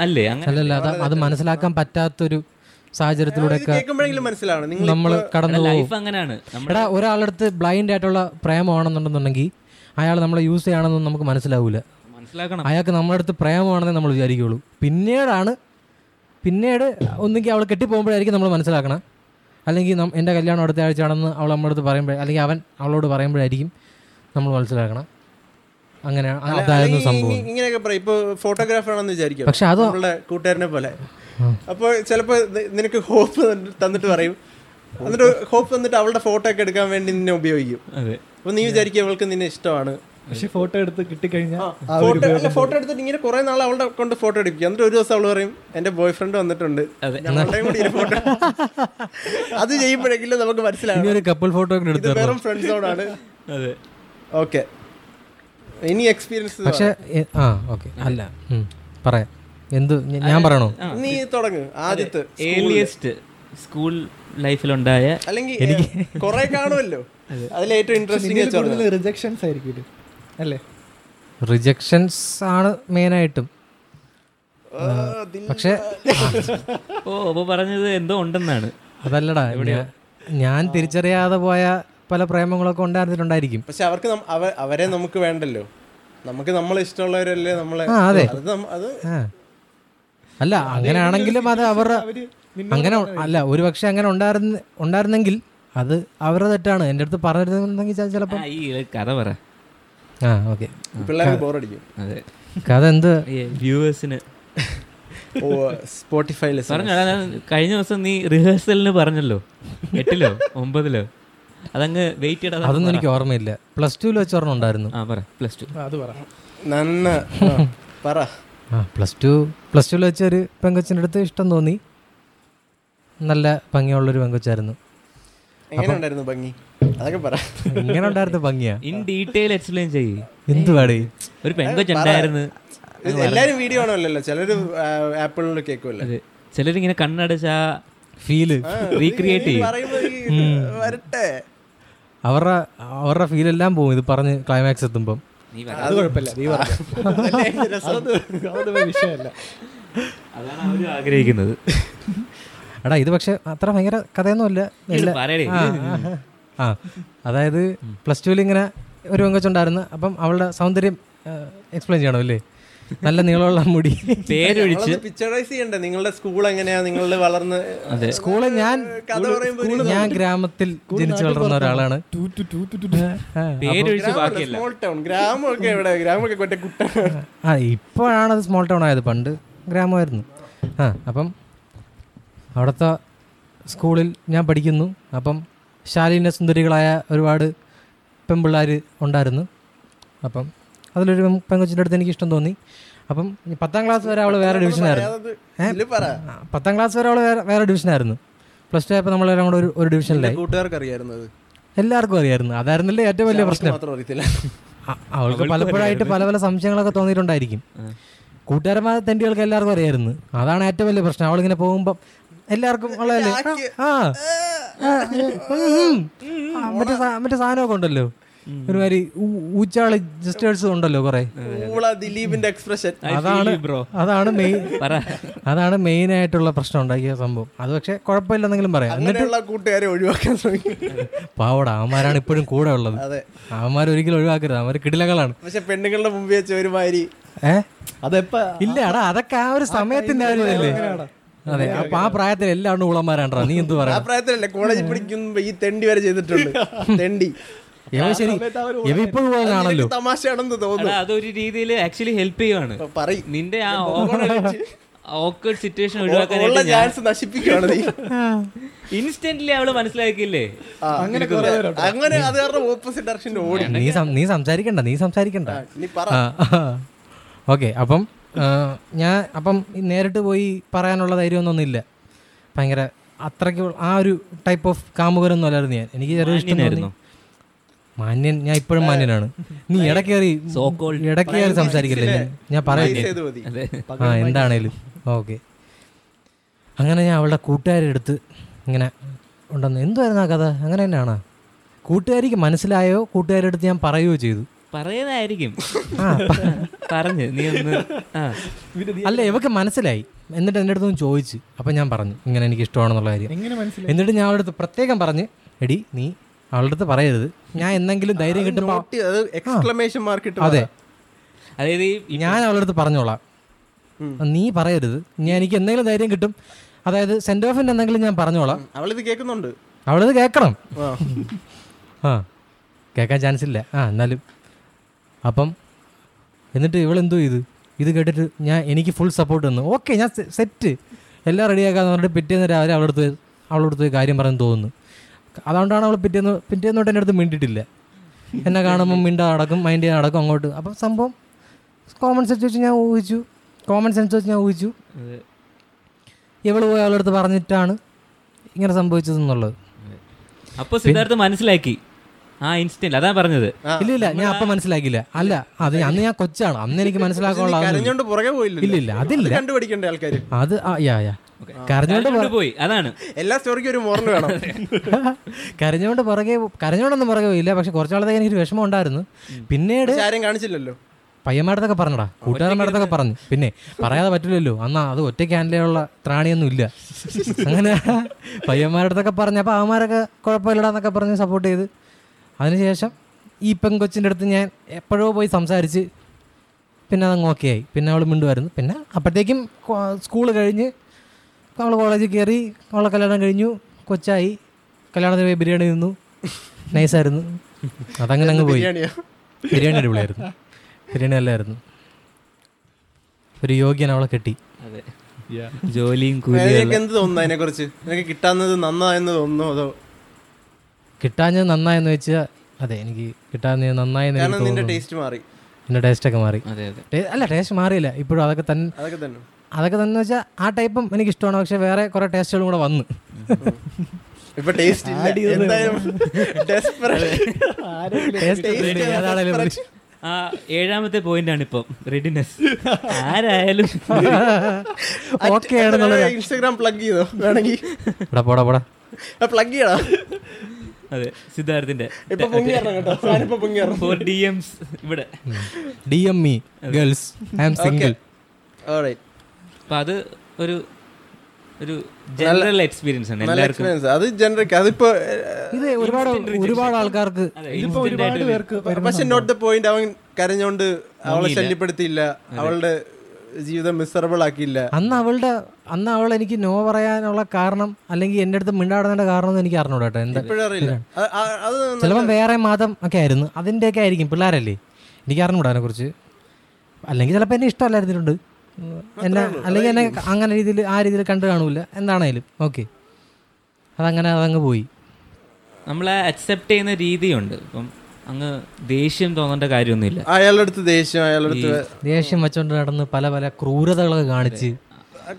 [SPEAKER 1] അല്ലേ അങ്ങനെ
[SPEAKER 2] അല്ലല്ല അത് അത് മനസ്സിലാക്കാൻ പറ്റാത്തൊരു
[SPEAKER 3] ഇത്
[SPEAKER 2] സാഹചര്യത്തിലൂടെയൊക്കെ
[SPEAKER 3] കേൾക്കുമ്പോഴെങ്കിലും മനസ്സിലാണ് നിങ്ങൾ
[SPEAKER 2] നമ്മൾ കടന്നു പോകും
[SPEAKER 1] ലൈഫ് അങ്ങനെയാണ് നമ്മൾ
[SPEAKER 2] എടാ ഒരാളുടെ അടുത്ത് ബ്ലൈൻഡ് ആയിട്ടുള്ള പ്രേമമാണെന്നുണ്ടെന്നുണ്ടെങ്കിൽ അയാൾ നമ്മളെ യൂസ് ചെയ്യണമെന്ന് നമുക്ക് മനസ്സിലാവില്ല
[SPEAKER 1] മനസ്സിലാക്കണം
[SPEAKER 2] അയാൾക്ക് നമ്മുടെ അടുത്ത് പ്രേമമാണെന്നേ നമ്മൾ വിചാരിക്കുകയുള്ളൂ പിന്നീടാണ് പിന്നീട് ഒന്നുകിൽ അവൾ കെട്ടിപ്പോകുമ്പോഴായിരിക്കും നമ്മൾ മനസ്സിലാക്കണം അല്ലെങ്കിൽ നം- എൻ്റെ കല്യാണം അടുത്ത ആഴ്ചയാണെന്ന് അവൾ നമ്മുടെ അടുത്ത് പറയുമ്പോൾ അല്ലെങ്കിൽ അവൻ അവളോട് പറയുമ്പോഴായിരിക്കും നമ്മൾ മനസ്സിലാക്കണം അങ്ങനെ അതായിരുന്നു സംഭവം
[SPEAKER 3] ഇ- ഇങ്ങനെയൊക്കെ പറയും ഇപ്പൊ ഫോട്ടോഗ്രാഫർ ആണെന്ന് വിചാരിക്കും
[SPEAKER 2] പക്ഷെ അത്
[SPEAKER 3] നമ്മളെ കൂട്ടുകാരനെ പോലെ അപ്പോൾ ചിലപ്പോൾ നിനക്ക് ഹോപ്പ് തന്നിട്ട് പറയും എന്നിട്ട് ഹോപ്പ് തന്നിട്ട് അവളുടെ ഫോട്ടോ ഒക്കെ എടുക്കാൻ വേണ്ടി നിന്നെ ഉപയോഗിക്കും
[SPEAKER 1] അതെ
[SPEAKER 3] അപ്പൊ നീ വിചാരിക്കും അവൾക്ക് നിന്നെ ഇഷ്ടമാണ്
[SPEAKER 4] പക്ഷെ ഫോട്ടോ എടുത്ത് കിട്ടിക്കഴിഞ്ഞാൽ
[SPEAKER 3] ഫോട്ടോ അല്ല ഫോട്ടോ എടുത്തിട്ട് ഇങ്ങനെ കുറെ നാൾ അവളുടെ കൊണ്ട് ഫോട്ടോ എടുപ്പിക്കും എന്നിട്ട് ഒരു ദിവസം അവള് പറയും എന്റെ ബോയ് ഫ്രണ്ട് വന്നിട്ടുണ്ട് ഞങ്ങളുടെയും കൂടി ഫോട്ടോ അത് ചെയ്യുമ്പോഴെങ്കിലും നമുക്ക് മനസ്സിലാകും
[SPEAKER 2] ഇനി ഒരു കപ്പിൾ ഫോട്ടോ ഒക്കെ
[SPEAKER 3] ഇത്
[SPEAKER 2] എടുത്ത് തരണം.
[SPEAKER 3] വെറും ഫ്രണ്ട് സോൺ ആണ്
[SPEAKER 1] അതെ
[SPEAKER 3] ഓക്കെ ഇനി എക്സ്പീരിയൻസ്
[SPEAKER 2] പക്ഷേ എ- ആ ഓക്കെ അല്ല ഉം, പറയാം എന്ത് ഞ- ഞാൻ പറയണോ
[SPEAKER 3] നീ തുടങ്ങ് ആദ്യത്തെ
[SPEAKER 1] ഏർലിയസ്റ്റ് സ്കൂൾ ലൈഫിലുണ്ടായ
[SPEAKER 3] അല്ലെങ്കിൽ കുറെ കാണുമല്ലോ അതിൽ ഏറ്റവും ഇൻട്രസ്റ്റിംഗ്
[SPEAKER 4] കൂടുതൽ റിജക്ഷൻസ് ആയിരിക്കും ഇത്. (laughs) അല്ലേ
[SPEAKER 2] റിജക്ഷൻസ് ആണ് മെയിനായിട്ടും പക്ഷേ
[SPEAKER 1] ഓ അപ്പോൾ പറഞ്ഞത് എന്തോ ഉണ്ടെന്നാണ്
[SPEAKER 2] അതല്ലടാ ഞാൻ- ഞാൻ തിരിച്ചറിയാതെ പോയ പല പ്രേമങ്ങളൊക്കെ ഉണ്ടായിരുന്നിട്ടുണ്ടായിരിക്കും
[SPEAKER 3] പക്ഷെ അവർക്ക് നം- അവ- അവരെ നമുക്ക് വേണ്ടല്ലോ നമുക്ക് നമ്മളെ ഇഷ്ടമുള്ളവരല്ലേ നമ്മളെ
[SPEAKER 2] ആ, അതെ.
[SPEAKER 3] അത് നമ്മ- അത്
[SPEAKER 2] ആ. അല്ല അങ്ങനെയാണെങ്കിലും അത് അവരുടെ അങ്ങനെ അല്ല ഒരു പക്ഷെ അങ്ങനെ ഉണ്ടായിരുന്ന ഉണ്ടായിരുന്നെങ്കിൽ അത് അവരുടെ തെറ്റാണ് എൻ്റെ അടുത്ത് പറഞ്ഞിരുന്നെങ്കിൽ ഞാൻ
[SPEAKER 1] ആ,
[SPEAKER 2] ചിലപ്പോൾ
[SPEAKER 1] ഈ കഥ പറ
[SPEAKER 2] ആ ഓക്കെ
[SPEAKER 3] പിള്ളേർക്ക് ബോറടിക്കും
[SPEAKER 1] അതെ
[SPEAKER 2] കഥ എന്ത്
[SPEAKER 1] വ്യൂവേഴ്സിന്
[SPEAKER 3] ഓ സ്പോട്ടിഫൈ
[SPEAKER 1] പറഞ്ഞോടാ ഞാൻ കഴിഞ്ഞ ദിവസം നീ റിഹേഴ്സലിന് പറഞ്ഞല്ലോ എട്ടിലോ ഒമ്പതിലോ അതങ്ങ് വെയിറ്റ് ചെയ്താ
[SPEAKER 2] അതൊന്നും എനിക്ക് ഓർമ്മയില്ല പ്ലസ് ടുവിൽ വെച്ച് ഓർമ്മ ഉണ്ടായിരുന്നു
[SPEAKER 1] ആ പറ പ്ലസ് ടു
[SPEAKER 4] അത് പറ
[SPEAKER 3] നന്ന ആ, പറ
[SPEAKER 2] ആ പ്ലസ് ടു പ്ലസ് ടുവിൽ വെച്ച് ഒരു പെങ്കൊച്ചിൻ്റെ അടുത്ത് ഇഷ്ടം തോന്നി നല്ല ഭംഗിയുള്ളൊരു പെങ്കൊച്ചായിരുന്നു
[SPEAKER 3] എങ്ങനെ ഉണ്ടായിരുന്നു ഭംഗി അതൊക്കെ പറ
[SPEAKER 2] ഇങ്ങനെ ഉണ്ടായിരുന്ന ഭംഗിയാ
[SPEAKER 1] ഇൻ ഡീറ്റെയിൽ എക്സ്പ്ലെയിൻ ചെയ്യ്
[SPEAKER 2] എന്ത് പാടേ
[SPEAKER 1] ഒരു പെങ്കൊച്ച് ഉണ്ടായിരുന്നു
[SPEAKER 3] ഇത് എല്ലാരും വീഡിയോ ആണല്ലോ ചിലര് ആപ്പിളിൽ കേൾക്കുമല്ലോ
[SPEAKER 1] അതെ ചിലരിങ്ങനെ കണ്ണടച്ച ആ
[SPEAKER 2] ഫീല്
[SPEAKER 1] റീക്രിയേറ്റ് ചെയ്യും
[SPEAKER 3] പറയുമ്പോ ഈ വരട്ടെ
[SPEAKER 2] അവരുടെ അവരുടെ ഫീലെല്ലാം പോകും ഇത് പറഞ്ഞ് ക്ലൈമാക്സ് എത്തുമ്പം
[SPEAKER 1] നീ
[SPEAKER 4] അത് കുഴപ്പമില്ല നീ പറഞ്ഞു
[SPEAKER 3] അതല്ലേ അതിന്റെ രസം.
[SPEAKER 4] അതൊന്നും വിഷയമല്ല
[SPEAKER 1] അതാണ് അവരും ആഗ്രഹിക്കുന്നത്
[SPEAKER 2] എടാ ഇത് പക്ഷെ അത്ര ഭയങ്കര കഥയൊന്നുമല്ല ഇല്ല
[SPEAKER 1] പറയണേ
[SPEAKER 2] ആ, ആ. ആ അതായത് പ്ലസ് ടുവിൽ ഇങ്ങനെ ഒരു പെങ്കൊച്ചുണ്ടായിരുന്നു അപ്പം അവളുടെ സൗന്ദര്യം എക്സ്പ്ലെയിൻ ചെയ്യണം അല്ലേ നല്ല നീളമുള്ള മുടി
[SPEAKER 1] പേരൊഴിച്ച്
[SPEAKER 3] നമ്മളത് പിക്ചറൈസ് ചെയ്യണ്ടേ നിങ്ങളുടെ സ്കൂൾ എങ്ങനെയാ നിങ്ങളുടെ വളർന്ന്
[SPEAKER 2] സ്കൂളിൽ ഞാൻ
[SPEAKER 3] കഥ പറയുമ്പോ
[SPEAKER 2] ഞാൻ ഗ്രാമത്തിൽ ജനിച്ചു വളർന്ന ഒരാളാണ്
[SPEAKER 4] ടു ടു ടു ടു ടു ടു.
[SPEAKER 2] ആ,
[SPEAKER 1] പേരൊഴിച്ച് ബാക്കിയല്ല
[SPEAKER 3] സ്മോൾ ടൗൺ ഗ്രാമമൊക്കെ എവിടെ ഗ്രാമമൊക്കെ കൊറ്റ കുട്ട
[SPEAKER 2] ആ ഇപ്പോഴാണ് അത് സ്മോൾ ടൗൺ ആയത് പണ്ട് ഗ്രാമമായിരുന്നു ആ അപ്പം അവിടുത്തെ സ്കൂളിൽ ഞാൻ പഠിക്കുന്നു അപ്പം ശാലീന സുന്ദരികളായ ഒരുപാട് പെൺപിള്ളേർ ഉണ്ടായിരുന്നു അപ്പം അതിലൊരു പെൺ- പെങ്കൊച്ചിൻ്റെ അടുത്ത് എനിക്ക് ഇഷ്ടം തോന്നി അപ്പം ഈ പത്താം ക്ലാസ് വരെ അവൾ വേറെ ഡിവിഷനായിരുന്നു
[SPEAKER 3] ഇതില് പറ
[SPEAKER 2] ആ, പത്താം ക്ലാസ് വരെ അവൾ വേറെ വേറെ ഡിവിഷനായിരുന്നു പ്ലസ് ടു ആയപ്പോൾ നമ്മളെല്ലാം കൂടെ ഒരു ഒരു ഡിവിഷനിലായി
[SPEAKER 3] കൂട്ടുകാർക്ക് അറിയായിരുന്നത്
[SPEAKER 2] എല്ലാവർക്കും അറിയായിരുന്നു അതായിരുന്നില്ലേ ഏറ്റവും വലിയ പ്രശ്നം
[SPEAKER 3] മാത്രം അറിയത്തില്ല
[SPEAKER 2] അ- അവൾക്ക് പലപ്പോഴായിട്ട് പല പല സംശയങ്ങളൊക്കെ തോന്നിയിട്ടുണ്ടായിരിക്കും കൂട്ടുകാരന്മാർ തെണ്ടികൾക്ക് എല്ലാവർക്കും അറിയായിരുന്നു അതാണ് ഏറ്റവും വലിയ പ്രശ്നം അവളിങ്ങനെ പോകുമ്പോൾ എല്ലാവർക്കും ഉള്ളതല്ലേ ആ ആ, ഉം, ആ, മറ്റേ സാ- മറ്റേ സാധനമൊക്കെ ഉണ്ടല്ലോ ഒരുമാതിരി ഊ- ഊച്ചാള് ജസ്റ്റേഴ്സ് ഉണ്ടല്ലോ കുറെ
[SPEAKER 3] ഊള ദിലീപിന്റെ എക്സ്പ്രഷൻ
[SPEAKER 2] അതാണ്
[SPEAKER 1] ബ്രോ
[SPEAKER 2] അതാണ് മെയിൻ
[SPEAKER 1] പറ
[SPEAKER 2] അതാണ് മെയിൻ ആയിട്ടുള്ള പ്രശ്നം ഉണ്ടാക്കിയ സംഭവം അത് പക്ഷെ കുഴപ്പമില്ലെന്നെങ്കിലും പറയാം എന്നിട്ട്
[SPEAKER 3] അങ്ങനെയുള്ള കൂട്ടുകാരെ ഒഴിവാക്കാൻ ശ്രമിക്കും
[SPEAKER 2] പാവട അവന്മാരാണ് ഇപ്പോഴും കൂടെ ഉള്ളത്
[SPEAKER 3] അതെ
[SPEAKER 2] അവന്മാർ ഒരിക്കലും ഒഴിവാക്കരുത് അവന്മാർ കിടിലകളാണ്
[SPEAKER 3] പക്ഷെ പെണ്ണുങ്ങളുടെ മുമ്പേ വെച്ച് ഒരുമാതിരി
[SPEAKER 2] ഏഹ്
[SPEAKER 4] അതെപ്പോ
[SPEAKER 2] ഇല്ല എടാ അതൊക്കെ ആ ഒരു സമയത്തിന്റെ ഒരു ഇതല്ലേ അതെ അപ്പൊ ആ പ്രായത്തിൽ എല്ലാവരും ഉളമാരാണ്ടാ നീ എന്ത്
[SPEAKER 3] ആ
[SPEAKER 2] പറയാ
[SPEAKER 3] പ്രായത്തിലല്ലേ കോളേജിൽ പഠിക്കുമ്പോ ഈ തെണ്ടി വരെ ചെയ്തിട്ടുണ്ട് തെണ്ടി
[SPEAKER 2] യവ ശരി യവ ഇപ്പോഴും ഉള്ളതാണല്ലോ
[SPEAKER 3] ഇതൊക്കെ തമാശയാണെന്ന് തോന്നുന്നു
[SPEAKER 1] എടാ, അതൊരു രീതിയിൽ ആക്ച്വലി ഹെൽപ്പ് ചെയ്യുവാണ്
[SPEAKER 3] അപ്പൊ പറയും
[SPEAKER 1] നിന്റെ ആ ഓക്കേഡ് സിറ്റുവേഷൻ
[SPEAKER 3] ഉള്ള
[SPEAKER 1] ഒഴിവാക്കാനായിട്ട്
[SPEAKER 3] ചാൻസ് നശിപ്പിക്കുകയാണ് നീ
[SPEAKER 1] ഇൻസ്റ്റന്റ്ലി അവള് മനസ്സിലാക്കിയില്ലേ
[SPEAKER 3] ആ,
[SPEAKER 4] അങ്ങനെ കുറേ പേരുണ്ട്.
[SPEAKER 3] അങ്ങനെ അത് കാരണം ഓപ്പോസിറ്റ് ഡയറക്ഷനിൽ ഓടി
[SPEAKER 2] നീ സം- നീ സംസാരിക്കണ്ട നീ സംസാരിക്കണ്ട
[SPEAKER 3] നീ പറ
[SPEAKER 2] ഓക്കെ അപ്പം ആ, ഞാൻ അപ്പം നേരിട്ട് പോയി പറയാനുള്ള ധൈര്യമൊന്നും ഇല്ല ഭയങ്കര അത്രയ്ക്ക് ഉള്ള- ആ ഒരു ടൈപ്പ് ഓഫ് കാമുകരൊന്നും അല്ലായിരുന്നു ഞാൻ എനിക്ക് ചെറിയ ഇഷ്ടം തോന്നി
[SPEAKER 1] മാന്യനായിരുന്നോ?
[SPEAKER 2] മാന്യൻ ഞാൻ ഇപ്പോഴും മാന്യനാണ് നീ ഇടക്കേറി
[SPEAKER 1] So called
[SPEAKER 2] ഇടക്കേറി സംസാരിക്കില്ലേ ഞാൻ- ഞാൻ പറയില്ല
[SPEAKER 3] ചെയ്ത് മതി
[SPEAKER 1] അതെ
[SPEAKER 2] ആ എന്താണേലും ഓക്കെ അങ്ങനെ ഞാൻ അവളുടെ കൂട്ടുകാരുടെ അടുത്ത് ഇങ്ങനെ ഉണ്ടെന്ന് എന്തുമായിരുന്നു ആ കഥ അങ്ങനെ തന്നെയാണോ കൂട്ടുകാരിക്ക് മനസ്സിലായോ കൂട്ടുകാരുടെ അടുത്ത് ഞാൻ പറയുകയോ ചെയ്തു
[SPEAKER 1] പറയുന്നതായിരിക്കും
[SPEAKER 2] ആ
[SPEAKER 1] (laughs)
[SPEAKER 2] പ-
[SPEAKER 1] പറഞ്ഞ് നീ ഒന്ന് ആ
[SPEAKER 2] അല്ല ഇവക്ക് മനസ്സിലായി എന്നിട്ട് എൻ്റെ അടുത്തൊന്നും ചോദിച്ചു അപ്പം ഞാൻ പറഞ്ഞു ഇങ്ങനെ എനിക്ക് ഇഷ്ടമാണെന്നുള്ള കാര്യം
[SPEAKER 4] എങ്ങനെ മനസ്സിലായി
[SPEAKER 2] എന്നിട്ട് ഞാൻ അവളുടെ അടുത്ത് പ്രത്യേകം പറഞ്ഞ് എടി നീ അവളുടെ അടുത്ത് പറയരുത് ഞാൻ എന്തെങ്കിലും ധൈര്യം കിട്ടുമ്പോൾ
[SPEAKER 3] നോട്ടി അത് എക്സ്ക്ലമേഷൻ മാർക്ക് ഇട്ട്
[SPEAKER 2] അതെ
[SPEAKER 1] അതായത് ഈ- ഈ
[SPEAKER 2] ഞാൻ അവളുടെ അടുത്ത് പറഞ്ഞോളാം നീ പറയരുത് ഞാൻ എനിക്ക് എന്തെങ്കിലും ധൈര്യം കിട്ടും അതായത് സെൻഡ് ഓഫിൻ്റെ എന്തെങ്കിലും ഞാൻ പറഞ്ഞോളാം
[SPEAKER 3] അവളിത് കേൾക്കുന്നുണ്ട്
[SPEAKER 2] അവളിത് കേൾക്കണം
[SPEAKER 3] ആ.
[SPEAKER 2] ആ കേൾക്കാൻ ചാൻസ് ഇല്ല ആ എന്നാലും അപ്പം എന്നിട്ട് ഇവളെന്തോ ഇത് ഇത് കേട്ടിട്ട് ഞാൻ എനിക്ക് ഫുൾ സപ്പോർട്ട് തന്നു ഓക്കെ ഞാൻ സെ- സെറ്റ് എല്ലാം റെഡിയാക്കാന്ന് പറഞ്ഞിട്ട് പിറ്റേന്ന് രാവിലെ അവളുടെ അടുത്ത് പോയി- അവളുടെ അടുത്ത് പോയി കാര്യം പറയാൻ തോന്നുന്നു അതുകൊണ്ടാണ് അവൾ പിറ്റേന്ന് പിറ്റേന്ന് തൊട്ട് എൻ്റെ അടുത്ത് മിണ്ടിയിട്ടില്ല എന്നെ കാണുമ്പോൾ മിണ്ടാ നടക്കും മൈൻഡ് ചെയ്യാൻ നടക്കും അങ്ങോട്ട് അപ്പം സംഭവം കോമൺ സെൻസ് വെച്ച് ഞാൻ ഊഹിച്ചു കോമൺ സെൻസ് വെച്ച് ഞാൻ ഊഹിച്ചു
[SPEAKER 1] അതെ.
[SPEAKER 2] ഇവൾ പോയി അവളുടെ അടുത്ത് പറഞ്ഞിട്ടാണ് ഇങ്ങനെ സംഭവിച്ചതെന്നുള്ളത്
[SPEAKER 1] അപ്പൊ സിദ്ധാർത്ഥ മനസ്സിലാക്കി ആ ഇൻസ്റ്റന്റ് അതാ പറഞ്ഞത്
[SPEAKER 2] ഇല്ല ഇല്ല ഞാൻ അപ്പം മനസ്സിലാക്കിയില്ല അല്ല അത് അന്ന് ഞാൻ കൊച്ചാണ് അന്ന് എനിക്ക് മനസ്സിലാക്കാനുള്ള അതൊന്നും
[SPEAKER 3] കരഞ്ഞോണ്ട് പുറകെ
[SPEAKER 2] ഇല്ല
[SPEAKER 3] പോയില്ല
[SPEAKER 2] ഇല്ല അതില്ല
[SPEAKER 3] കണ്ടുപിടിക്കണ്ടേ ആൾക്കാര്
[SPEAKER 2] അത് ആ, യാ യാ കരഞ്ഞോണ്ട്
[SPEAKER 1] കരഞ്ഞോണ്ട് പോയി അതാണ്
[SPEAKER 3] എല്ലാ സ്റ്റോറിക്കും ഒരു മോർണ്
[SPEAKER 2] (laughs)
[SPEAKER 3] വേണം
[SPEAKER 2] കരഞ്ഞോണ്ട് പുറകെ കരഞ്ഞോണ്ടൊന്നും പുറകെ പോയില്ല പക്ഷെ കുറച്ചാളത്തേക്ക് എനിക്ക് വിഷമം ഉണ്ടായിരുന്നു പിന്നീട്
[SPEAKER 3] പക്ഷെ ആരും കാണിച്ചില്ലല്ലോ
[SPEAKER 2] പയ്യന്മാരത്തൊക്കെ പറഞ്ഞടാ കൂട്ടുകാരന്മാരുടെ അടുത്തൊക്കെ പറഞ്ഞു പിന്നെ പറയാതെ പറ്റില്ലല്ലോ അന്നാ അത് ഒറ്റയ്ക്ക് ഹാൻഡിലുള്ള ത്രാണിയൊന്നും ഇല്ല അങ്ങനെ പയ്യന്മാരുടെ അടുത്തൊക്കെ പറഞ്ഞു അപ്പോൾ അവന്മാരൊക്കെ കുഴപ്പമില്ലടാന്നൊക്കെ പറഞ്ഞ് സപ്പോർട്ട് ചെയ്ത് അതിനുശേഷം ഈ പെങ്കൊച്ചിൻ്റെ അടുത്ത് ഞാൻ എപ്പോഴോ പോയി സംസാരിച്ച് പിന്നെ അതങ്ങ് ഓക്കെ ആയി പിന്നെ അവൾ മിണ്ടുമായിരുന്നു പിന്നെ അപ്പോഴത്തേക്കും സ്കൂൾ കഴിഞ്ഞ് അവൾ കോളേജിൽ കയറി അവളെ കല്യാണം കഴിഞ്ഞു കൊച്ചായി കല്യാണത്തിന് പോയി ബിരിയാണി നിന്നു നൈസായിരുന്നു അതങ്ങനെ അങ്ങ് പോയി
[SPEAKER 3] ബിരിയാണിയോ
[SPEAKER 2] ബിരിയാണി അടിപൊളിയായിരുന്നു ബിരിയാണി നല്ലായിരുന്നു ഒരു യോഗ്യൻ അവളെ കെട്ടി
[SPEAKER 1] അതെ
[SPEAKER 4] Yeah.
[SPEAKER 1] ജോലിയും
[SPEAKER 3] നിനക്ക് എന്ത് തോന്നുന്നു അതിനെ കുറിച്ച് നിനക്ക് കിട്ടാവുന്നത് നന്നായെന്ന് തോന്നുന്നു അതോ
[SPEAKER 2] കിട്ടാഞ്ഞത് നന്നായെന്ന് വെച്ചാൽ അതെ എനിക്ക് കിട്ടാഞ്ഞത് നന്നായെന്ന് എനിക്ക്
[SPEAKER 3] കാരണം നിന്റെ
[SPEAKER 2] തോന്നുന്നു.
[SPEAKER 3] ടേസ്റ്റ് മാറി
[SPEAKER 2] എൻ്റെ ടേസ്റ്റൊക്കെ മാറി
[SPEAKER 1] അതെ അതെ
[SPEAKER 2] ടേ- അല്ല ടേസ്റ്റ് മാറിയില്ല ഇപ്പോഴും അതൊക്കെ തന്നെ
[SPEAKER 3] അതൊക്കെ തന്നെ
[SPEAKER 2] അതൊക്കെ തന്നെ വെച്ചാൽ ആ ടൈപ്പും എനിക്ക് ഇഷ്ടമാണ് പക്ഷെ വേറെ കുറേ ടേസ്റ്റുകളും കൂടെ വന്ന്
[SPEAKER 3] ഇപ്പൊ ടേസ്റ്റ്
[SPEAKER 4] Add ചെയ്തത്
[SPEAKER 3] എന്തായാലും desperation. Taste
[SPEAKER 2] ഉണ്ട്.
[SPEAKER 3] ചെയ്ത
[SPEAKER 2] അതാണല്ലോ
[SPEAKER 3] desperation.
[SPEAKER 1] ആ ഏഴാമത്തെ പോയിന്റ് ആണ് ഇപ്പം റെഡിനെസ് ആരായാലും
[SPEAKER 2] ഓക്കെ ആണെന്നുള്ള
[SPEAKER 3] ഇൻസ്റ്റാഗ്രാം പ്ലഗ് ചെയ്തോ വേണമെങ്കിൽ
[SPEAKER 2] എടാ പോടാ പോടാ
[SPEAKER 3] പ്ലഗ് ചെയ്യണം
[SPEAKER 1] അതെ സിദ്ധാർത്ഥിന്റെ
[SPEAKER 3] ഇപ്പൊ പൊങ്ങി ഇറങ്ങും കേട്ടോ ഞാനിപ്പോ പൊങ്ങി ഇറങ്ങും
[SPEAKER 1] ഫോർ ഡി എംസ് ഇവിടെ
[SPEAKER 2] ഡി എം ഇ girls I M single
[SPEAKER 3] Alright.
[SPEAKER 1] അപ്പൊ അത് ഒരു ഒരു ജനറൽ എക്സ്പീരിയൻസ് ആണ്
[SPEAKER 3] നല്ല
[SPEAKER 1] എല്ലാവർക്കും
[SPEAKER 3] എക്സ്പീരിയൻസ് അത് ജനറിക് അതിപ്പോ
[SPEAKER 2] ഇത് ഒരുപാട് ഒരുപാട് ആൾക്കാർക്ക്
[SPEAKER 1] അതെ,
[SPEAKER 4] ഇതിപ്പോ
[SPEAKER 1] instant
[SPEAKER 4] ഒരുപാട്
[SPEAKER 1] ആയിട്ട്
[SPEAKER 4] പേർക്ക് വരുന്ന
[SPEAKER 3] പക്ഷെ നോട്ട് ദ പോയിന്റ് അവൻ കരഞ്ഞോണ്ട് അവളെ ശല്യപ്പെടുത്തിയില്ല അവളുടെ ജീവിതം മിസറബിൾ ആക്കിയില്ല
[SPEAKER 2] അന്ന് അവളുടെ അന്ന് അവൾ എനിക്ക് നോ പറയാനുള്ള കാരണം അല്ലെങ്കിൽ എൻ്റെ അടുത്ത് മിണ്ടാടുന്നതിന്റെ കാരണം എന്ന് എനിക്ക് അറിഞ്ഞൂടാ കേട്ടോ എന്താ
[SPEAKER 3] ഇപ്പോഴും അറിയില്ല അത് ആ- അത് ന-
[SPEAKER 2] ചിലപ്പം വേറെ മതം ഒക്കെ ആയിരുന്നു അതിൻ്റെയൊക്കെ ആയിരിക്കും പിള്ളേരല്ലേ എനിക്ക് അറിഞ്ഞൂടാ അതിനെക്കുറിച്ച് അല്ലെങ്കിൽ ചിലപ്പോൾ എന്നെ ഇഷ്ടമല്ലായിരുന്നിട്ടുണ്ട് എന്നെ അല്ലെങ്കിൽ എന്നെ അങ്ങനെ രീതിയിൽ ആ രീതിയിൽ കണ്ടു കാണൂല എന്താണേലും ഓക്കെ അതങ്ങനെ അതങ്ങ് പോയി
[SPEAKER 1] നമ്മളെ അക്സെപ്റ്റ് ചെയ്യുന്ന രീതിയുണ്ട് ഇപ്പം അങ്ങ് ദേഷ്യം തോന്നേണ്ട കാര്യമൊന്നുമില്ല
[SPEAKER 3] അയാളുടെ അടുത്ത് ദേഷ്യം അയാളുടെ അടുത്ത്
[SPEAKER 2] ദേഷ്യം വെച്ചോണ്ട് നടന്ന് പല പല ക്രൂരതകളൊക്കെ കാണിച്ച്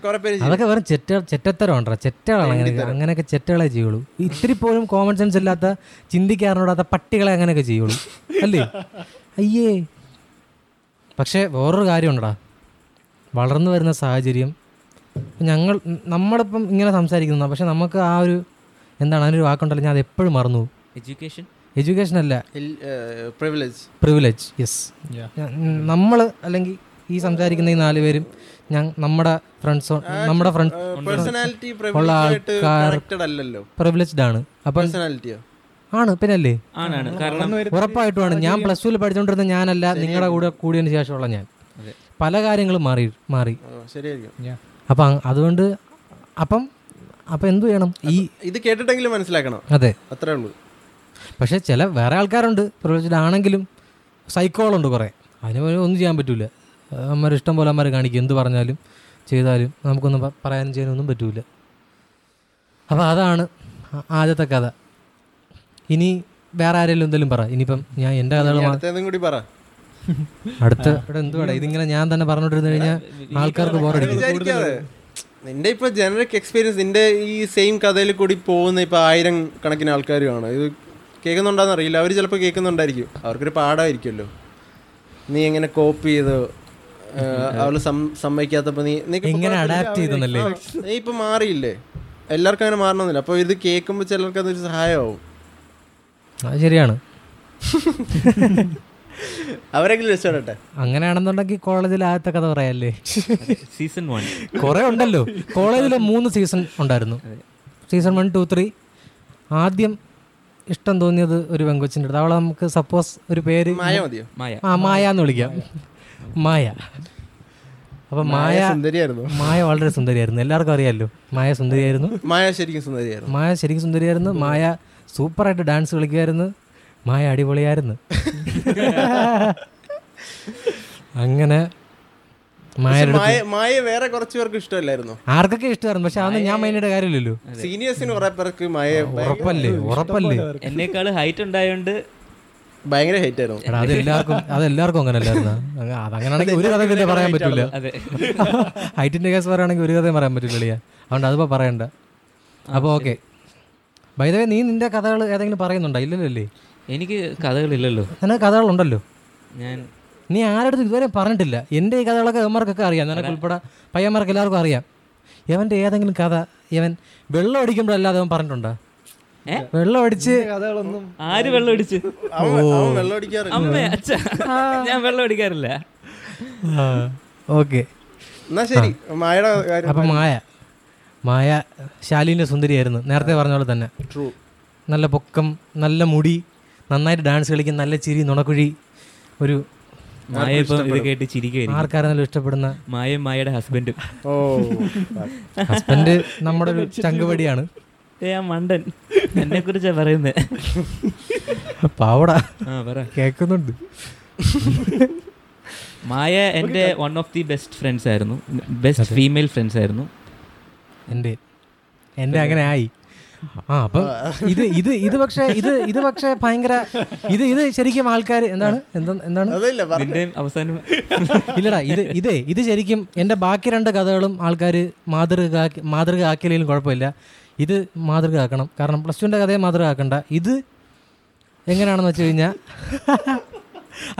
[SPEAKER 3] കുറെ പേര് ചെയ്യും.
[SPEAKER 2] അതൊക്കെ വെറും ചെറ്റ ചെറ്റത്തരമുണ്ടോ ചെറ്റകളാണ് അങ്ങനെ അങ്ങനെയൊക്കെ ചെറ്റകളെ ചെയ്യുള്ളൂ ഇത്തിരി പോലും കോമൺ സെൻസ് ഇല്ലാത്ത ചിന്തിക്കാറിനോടാത്ത പട്ടികളെ അങ്ങനെയൊക്കെ ചെയ്യുള്ളൂ അല്ലേ അയ്യേ പക്ഷേ വേറൊരു കാര്യമുണ്ടടാ വളർന്നു വരുന്ന സാഹചര്യം ഞങ്ങൾ നമ്മളിപ്പം ഇങ്ങനെ സംസാരിക്കുന്ന പക്ഷെ നമുക്ക് ആ ഒരു എന്താണ് അതിനൊരു വാക്കുണ്ടല്ലോ ഞാൻ അത് എപ്പോഴും മറന്നു
[SPEAKER 1] എഡ്യൂക്കേഷൻ
[SPEAKER 2] എഡ്യൂക്കേഷൻ അല്ല
[SPEAKER 3] ഇൽ- ഏഹ്, privilege.
[SPEAKER 2] പ്രിവിലേജ് യെസ് നമ്മൾ അല്ലെങ്കിൽ ഈ സംസാരിക്കുന്ന ഈ നാല് പേരും ഞാൻ നമ്മുടെ ഫ്രണ്ട്സ് നമ്മുടെ ഫ്രണ്ട്സ്
[SPEAKER 3] ഏഹ്, personality privilege ആയിട്ട് connected അല്ലല്ലോ
[SPEAKER 2] പ്രിവിലേജ്ഡ് ആണ് അപ്പം
[SPEAKER 3] പേഴ്സണാലിറ്റിയോ
[SPEAKER 2] ആണ് പിന്നല്ലേ
[SPEAKER 1] ആണാണ് കാരണം
[SPEAKER 2] ഉറപ്പായിട്ടുമാണ് ഞാൻ പ്ലസ് ടുവിൽ പഠിച്ചുകൊണ്ടിരുന്ന ഞാനല്ല നിങ്ങളുടെ കൂടെ കൂടിയതിന് ശേഷമുള്ള ഞാൻ പല കാര്യങ്ങളും മാറി മാറി
[SPEAKER 3] ശരിയായിരിക്കും
[SPEAKER 2] അപ്പം അ- അതുകൊണ്ട് അപ്പം അപ്പം എന്തു ചെയ്യണം ഈ
[SPEAKER 3] ഇത് കേട്ടിട്ടെങ്കിലും മനസ്സിലാക്കണം
[SPEAKER 2] അതെ
[SPEAKER 3] അത്രേ ഉള്ളൂ
[SPEAKER 2] പക്ഷേ ചില വേറെ ആൾക്കാരുണ്ട് പ്രിവിലേജ്ഡ് ആണെങ്കിലും സൈക്കോളുണ്ട് കുറേ അതിന് പോലും ഒന്നും ചെയ്യാൻ പറ്റൂല അമ്മമാർ ഇഷ്ടം പോലെ അമ്മമാർ കാണിക്കും എന്ത് പറഞ്ഞാലും ചെയ്താലും നമുക്കൊന്നും പ- പറയാനും ചെയ്യാനൊന്നും പറ്റൂല അപ്പോൾ അതാണ് ആ- ആദ്യത്തെ കഥ ഇനി വേറെ ആരെങ്കിലും എന്തെങ്കിലും പറ ഇനിയിപ്പം ഞാൻ എൻ്റെ കഥകൾ മാ-
[SPEAKER 3] അടുത്തേതും കൂടി പറ
[SPEAKER 2] അടുത്ത ഇവിടെ എന്തുവാടാ ഇതിങ്ങനെ ഞാൻ തന്നെ പറഞ്ഞുകൊണ്ടിരുന്നു കഴിഞ്ഞാൽ ആൾക്കാർക്ക് ബോറടിക്കും
[SPEAKER 3] വിചാരിക്കാതെ നിന്റെ ഇപ്പൊ ജനറിക് എക്സ്പീരിയൻസ് നിന്റെ ഈ സെയിം കഥയിൽ കൂടി പോകുന്ന ഇപ്പൊ ആയിരം കണക്കിന് ആൾക്കാരുമാണ് ഇത് കേൾക്കുന്നുണ്ടോന്ന് അറിയില്ല അവർ ചിലപ്പോൾ കേൾക്കുന്നുണ്ടായിരിക്കും അവർക്കൊരു പാഠമായിരിക്കുമല്ലോ നീ എങ്ങനെ കോപ്പ് ചെയ്ത് അവള് സം- സമ്മതിക്കാത്തപ്പോ നീ നിനക്കിപ്പോ
[SPEAKER 2] എങ്ങനെ
[SPEAKER 3] കുഴപ്പമില്ല,
[SPEAKER 2] അഡാപ്റ്റ് ചെയ്തെന്നല്ലേ
[SPEAKER 3] ആ, നീ ഇപ്പൊ മാറിയില്ലേ എല്ലാവർക്കും അങ്ങനെ മാറണമെന്നില്ല അപ്പൊ ഇത് കേൾക്കുമ്പോൾ ചിലർക്ക് അതൊരു സഹായമാവും
[SPEAKER 2] അത് ശരിയാണ്
[SPEAKER 3] അവരെങ്കിലും രക്ഷപ്പെടട്ടെ
[SPEAKER 2] അങ്ങനെയാണെന്നുണ്ടെങ്കിൽ കോളേജിൽ ആദ്യത്തെ കഥ പറയാല്ലേ
[SPEAKER 1] സീസൺ വൺ
[SPEAKER 2] കുറെ ഉണ്ടല്ലോ കോളേജിൽ മൂന്ന് സീസൺ ഉണ്ടായിരുന്നു സീസൺ വൺ ടു ത്രീ ആദ്യം ഇഷ്ടം തോന്നിയത് ഒരു പെങ്കൊച്ചിൻ്റെ അടുത്ത് അവളെ നമുക്ക് സപ്പോസ് ഒരു പേര്
[SPEAKER 3] മായ മതിയോ
[SPEAKER 1] മായ
[SPEAKER 2] ആ മായ എന്ന് വിളിക്കാം മായ അപ്പം മായ
[SPEAKER 3] സുന്ദരിയായിരുന്നു
[SPEAKER 2] മായ വളരെ സുന്ദരിയായിരുന്നു എല്ലാവർക്കും അറിയാമല്ലോ മായ സുന്ദരിയായിരുന്നു
[SPEAKER 3] മായ ശരിക്കും സുന്ദരിയായിരുന്നു
[SPEAKER 2] മായ ശരിക്കും സുന്ദരിയായിരുന്നു മായ സൂപ്പറായിട്ട് ഡാൻസ് കളിക്കുമായിരുന്നു മായ അടിപൊളിയായിരുന്നു അങ്ങനെ
[SPEAKER 3] പക്ഷെ
[SPEAKER 2] മായ
[SPEAKER 3] മായ മായ വേറെ കുറച്ച് പേർക്ക് ഇഷ്ടമല്ലായിരുന്നു
[SPEAKER 2] ആർക്കൊക്കെ ഇഷ്ടമായിരുന്നു പക്ഷെ അതൊന്നും ഞാൻ മൈനയുടെ കാര്യമില്ലല്ലോ
[SPEAKER 3] സീനിയേഴ്സിന് കുറെ പേർക്ക് മായ ഭയങ്കര-
[SPEAKER 2] ഉറപ്പല്ലേ ഉറപ്പല്ലേ
[SPEAKER 1] എന്നേക്കാൾ ഹൈറ്റ് ഉണ്ടായോണ്ട്
[SPEAKER 3] ഭയങ്കര ഹേറ്റ് ആയിരുന്നു
[SPEAKER 2] എടാ അതെല്ലാവർക്കും അതെല്ലാവർക്കും അങ്ങനെ അല്ലായിരുന്നു അതങ്ങനെയാണെങ്കിൽ ഒരു കഥ പിന്നെ പറയാൻ പറ്റില്ല
[SPEAKER 1] അതെ
[SPEAKER 2] ഹൈറ്റിന്റെ കേസ് പറയുകയാണെങ്കിൽ ഒരു കഥയും പറയാൻ പറ്റില്ല കളിയാ അതുകൊണ്ട് അതിപ്പോ പറയണ്ട അപ്പോൾ ഓക്കെ വൈദവേ നീ നിന്റെ കഥകൾ ഏതെങ്കിലും പറയുന്നുണ്ടോ ഇല്ലല്ലോ അല്ലേ
[SPEAKER 1] എനിക്ക് കഥകളില്ലല്ലോ
[SPEAKER 2] നിനക്ക് കഥകളുണ്ടല്ലോ
[SPEAKER 1] ഞാൻ
[SPEAKER 2] നീ ആരടുത്ത് ഇതുവരെ പറഞ്ഞിട്ടില്ല എൻ്റെ ഈ കഥകളൊക്കെ ഇവന്മാർക്കൊക്കെ അറിയാം നിനക്ക് ഉൾപ്പെടെ പയ്യന്മാർക്ക് എല്ലാവർക്കും അറിയാം ഇവൻ്റെ ഏതെങ്കിലും കഥ ഇവൻ വെള്ളം അടിക്കുമ്പോഴല്ലാതെ അവൻ പറഞ്ഞിട്ടുണ്ടോ
[SPEAKER 1] ഏ?
[SPEAKER 2] വെള്ളം അടിച്ച്
[SPEAKER 4] കഥകളൊന്നും
[SPEAKER 1] ആര് വെള്ളം അടിച്ച്
[SPEAKER 3] അവൻ അവൻ വെള്ളം അടിക്കാറില്ല
[SPEAKER 1] അമ്മ അച്ഛ ഞാൻ വെള്ളം അടിക്കാറില്ല
[SPEAKER 2] ഓക്കെ
[SPEAKER 3] എന്നാ ശരി മായയുടെ കാര്യം
[SPEAKER 2] അപ്പം മായ മായ ശാലിൻ്റെ സുന്ദരിയായിരുന്നു നേരത്തെ പറഞ്ഞ പോലെ തന്നെ
[SPEAKER 3] ട്രൂ
[SPEAKER 2] നല്ല പൊക്കം നല്ല മുടി നന്നായിട്ട് ഡാൻസ് കളിക്കും നല്ല ചിരി നുണക്കുഴി ഒരു
[SPEAKER 1] മായ ഇപ്പം ഇത് കേട്ട് ചിരിക്കുകയായിരിക്കും
[SPEAKER 2] ആർക്കാരെന്നാലും ഇഷ്ടപ്പെടുന്ന
[SPEAKER 1] മായയും മായയുടെ ഹസ്ബൻഡും
[SPEAKER 3] ഓ
[SPEAKER 2] ഹസ്ബൻഡ് നമ്മുടെ ഒരു ചങ്കുപടിയാണ്
[SPEAKER 1] ഏ ആ മണ്ടൻ എന്നെ കുറിച്ചാ പറയുന്നത്
[SPEAKER 2] പാവട
[SPEAKER 1] ആ പറ
[SPEAKER 2] കേൾക്കുന്നുണ്ട്
[SPEAKER 1] മായ എൻ്റെ one of the best friends ആയിരുന്നു ബെസ്റ്റ് ഫീമെയിൽ ഫ്രണ്ട്സ് ആയിരുന്നു
[SPEAKER 2] എൻ്റെ എൻ്റെ അങ്ങനെ ആയി ആ അപ്പം ഇത് ഇത് ഇത് പക്ഷേ ഇത് ഇത് പക്ഷേ ഭയങ്കര ഇത് ഇത് ശരിക്കും ആൾക്കാർ എന്താണ് എന്താ എന്താണ്
[SPEAKER 3] അതല്ല പറഞ്ഞു
[SPEAKER 1] നിന്റെ അവസാനം
[SPEAKER 2] ഇല്ലടാ ഇത് ഇതേ ഇത് ശരിക്കും എൻ്റെ ബാക്കി രണ്ട് കഥകളും ആൾക്കാർ മാതൃക മാതൃക ആക്കിയില്ലെങ്കിലും കുഴപ്പമില്ല ഇത് മാതൃകയാക്കണം കാരണം പ്ലസ് ടുവിൻ്റെ കഥയെ മാതൃകയാക്കണ്ട ഇത് എങ്ങനെയാണെന്ന് വെച്ച് കഴിഞ്ഞാൽ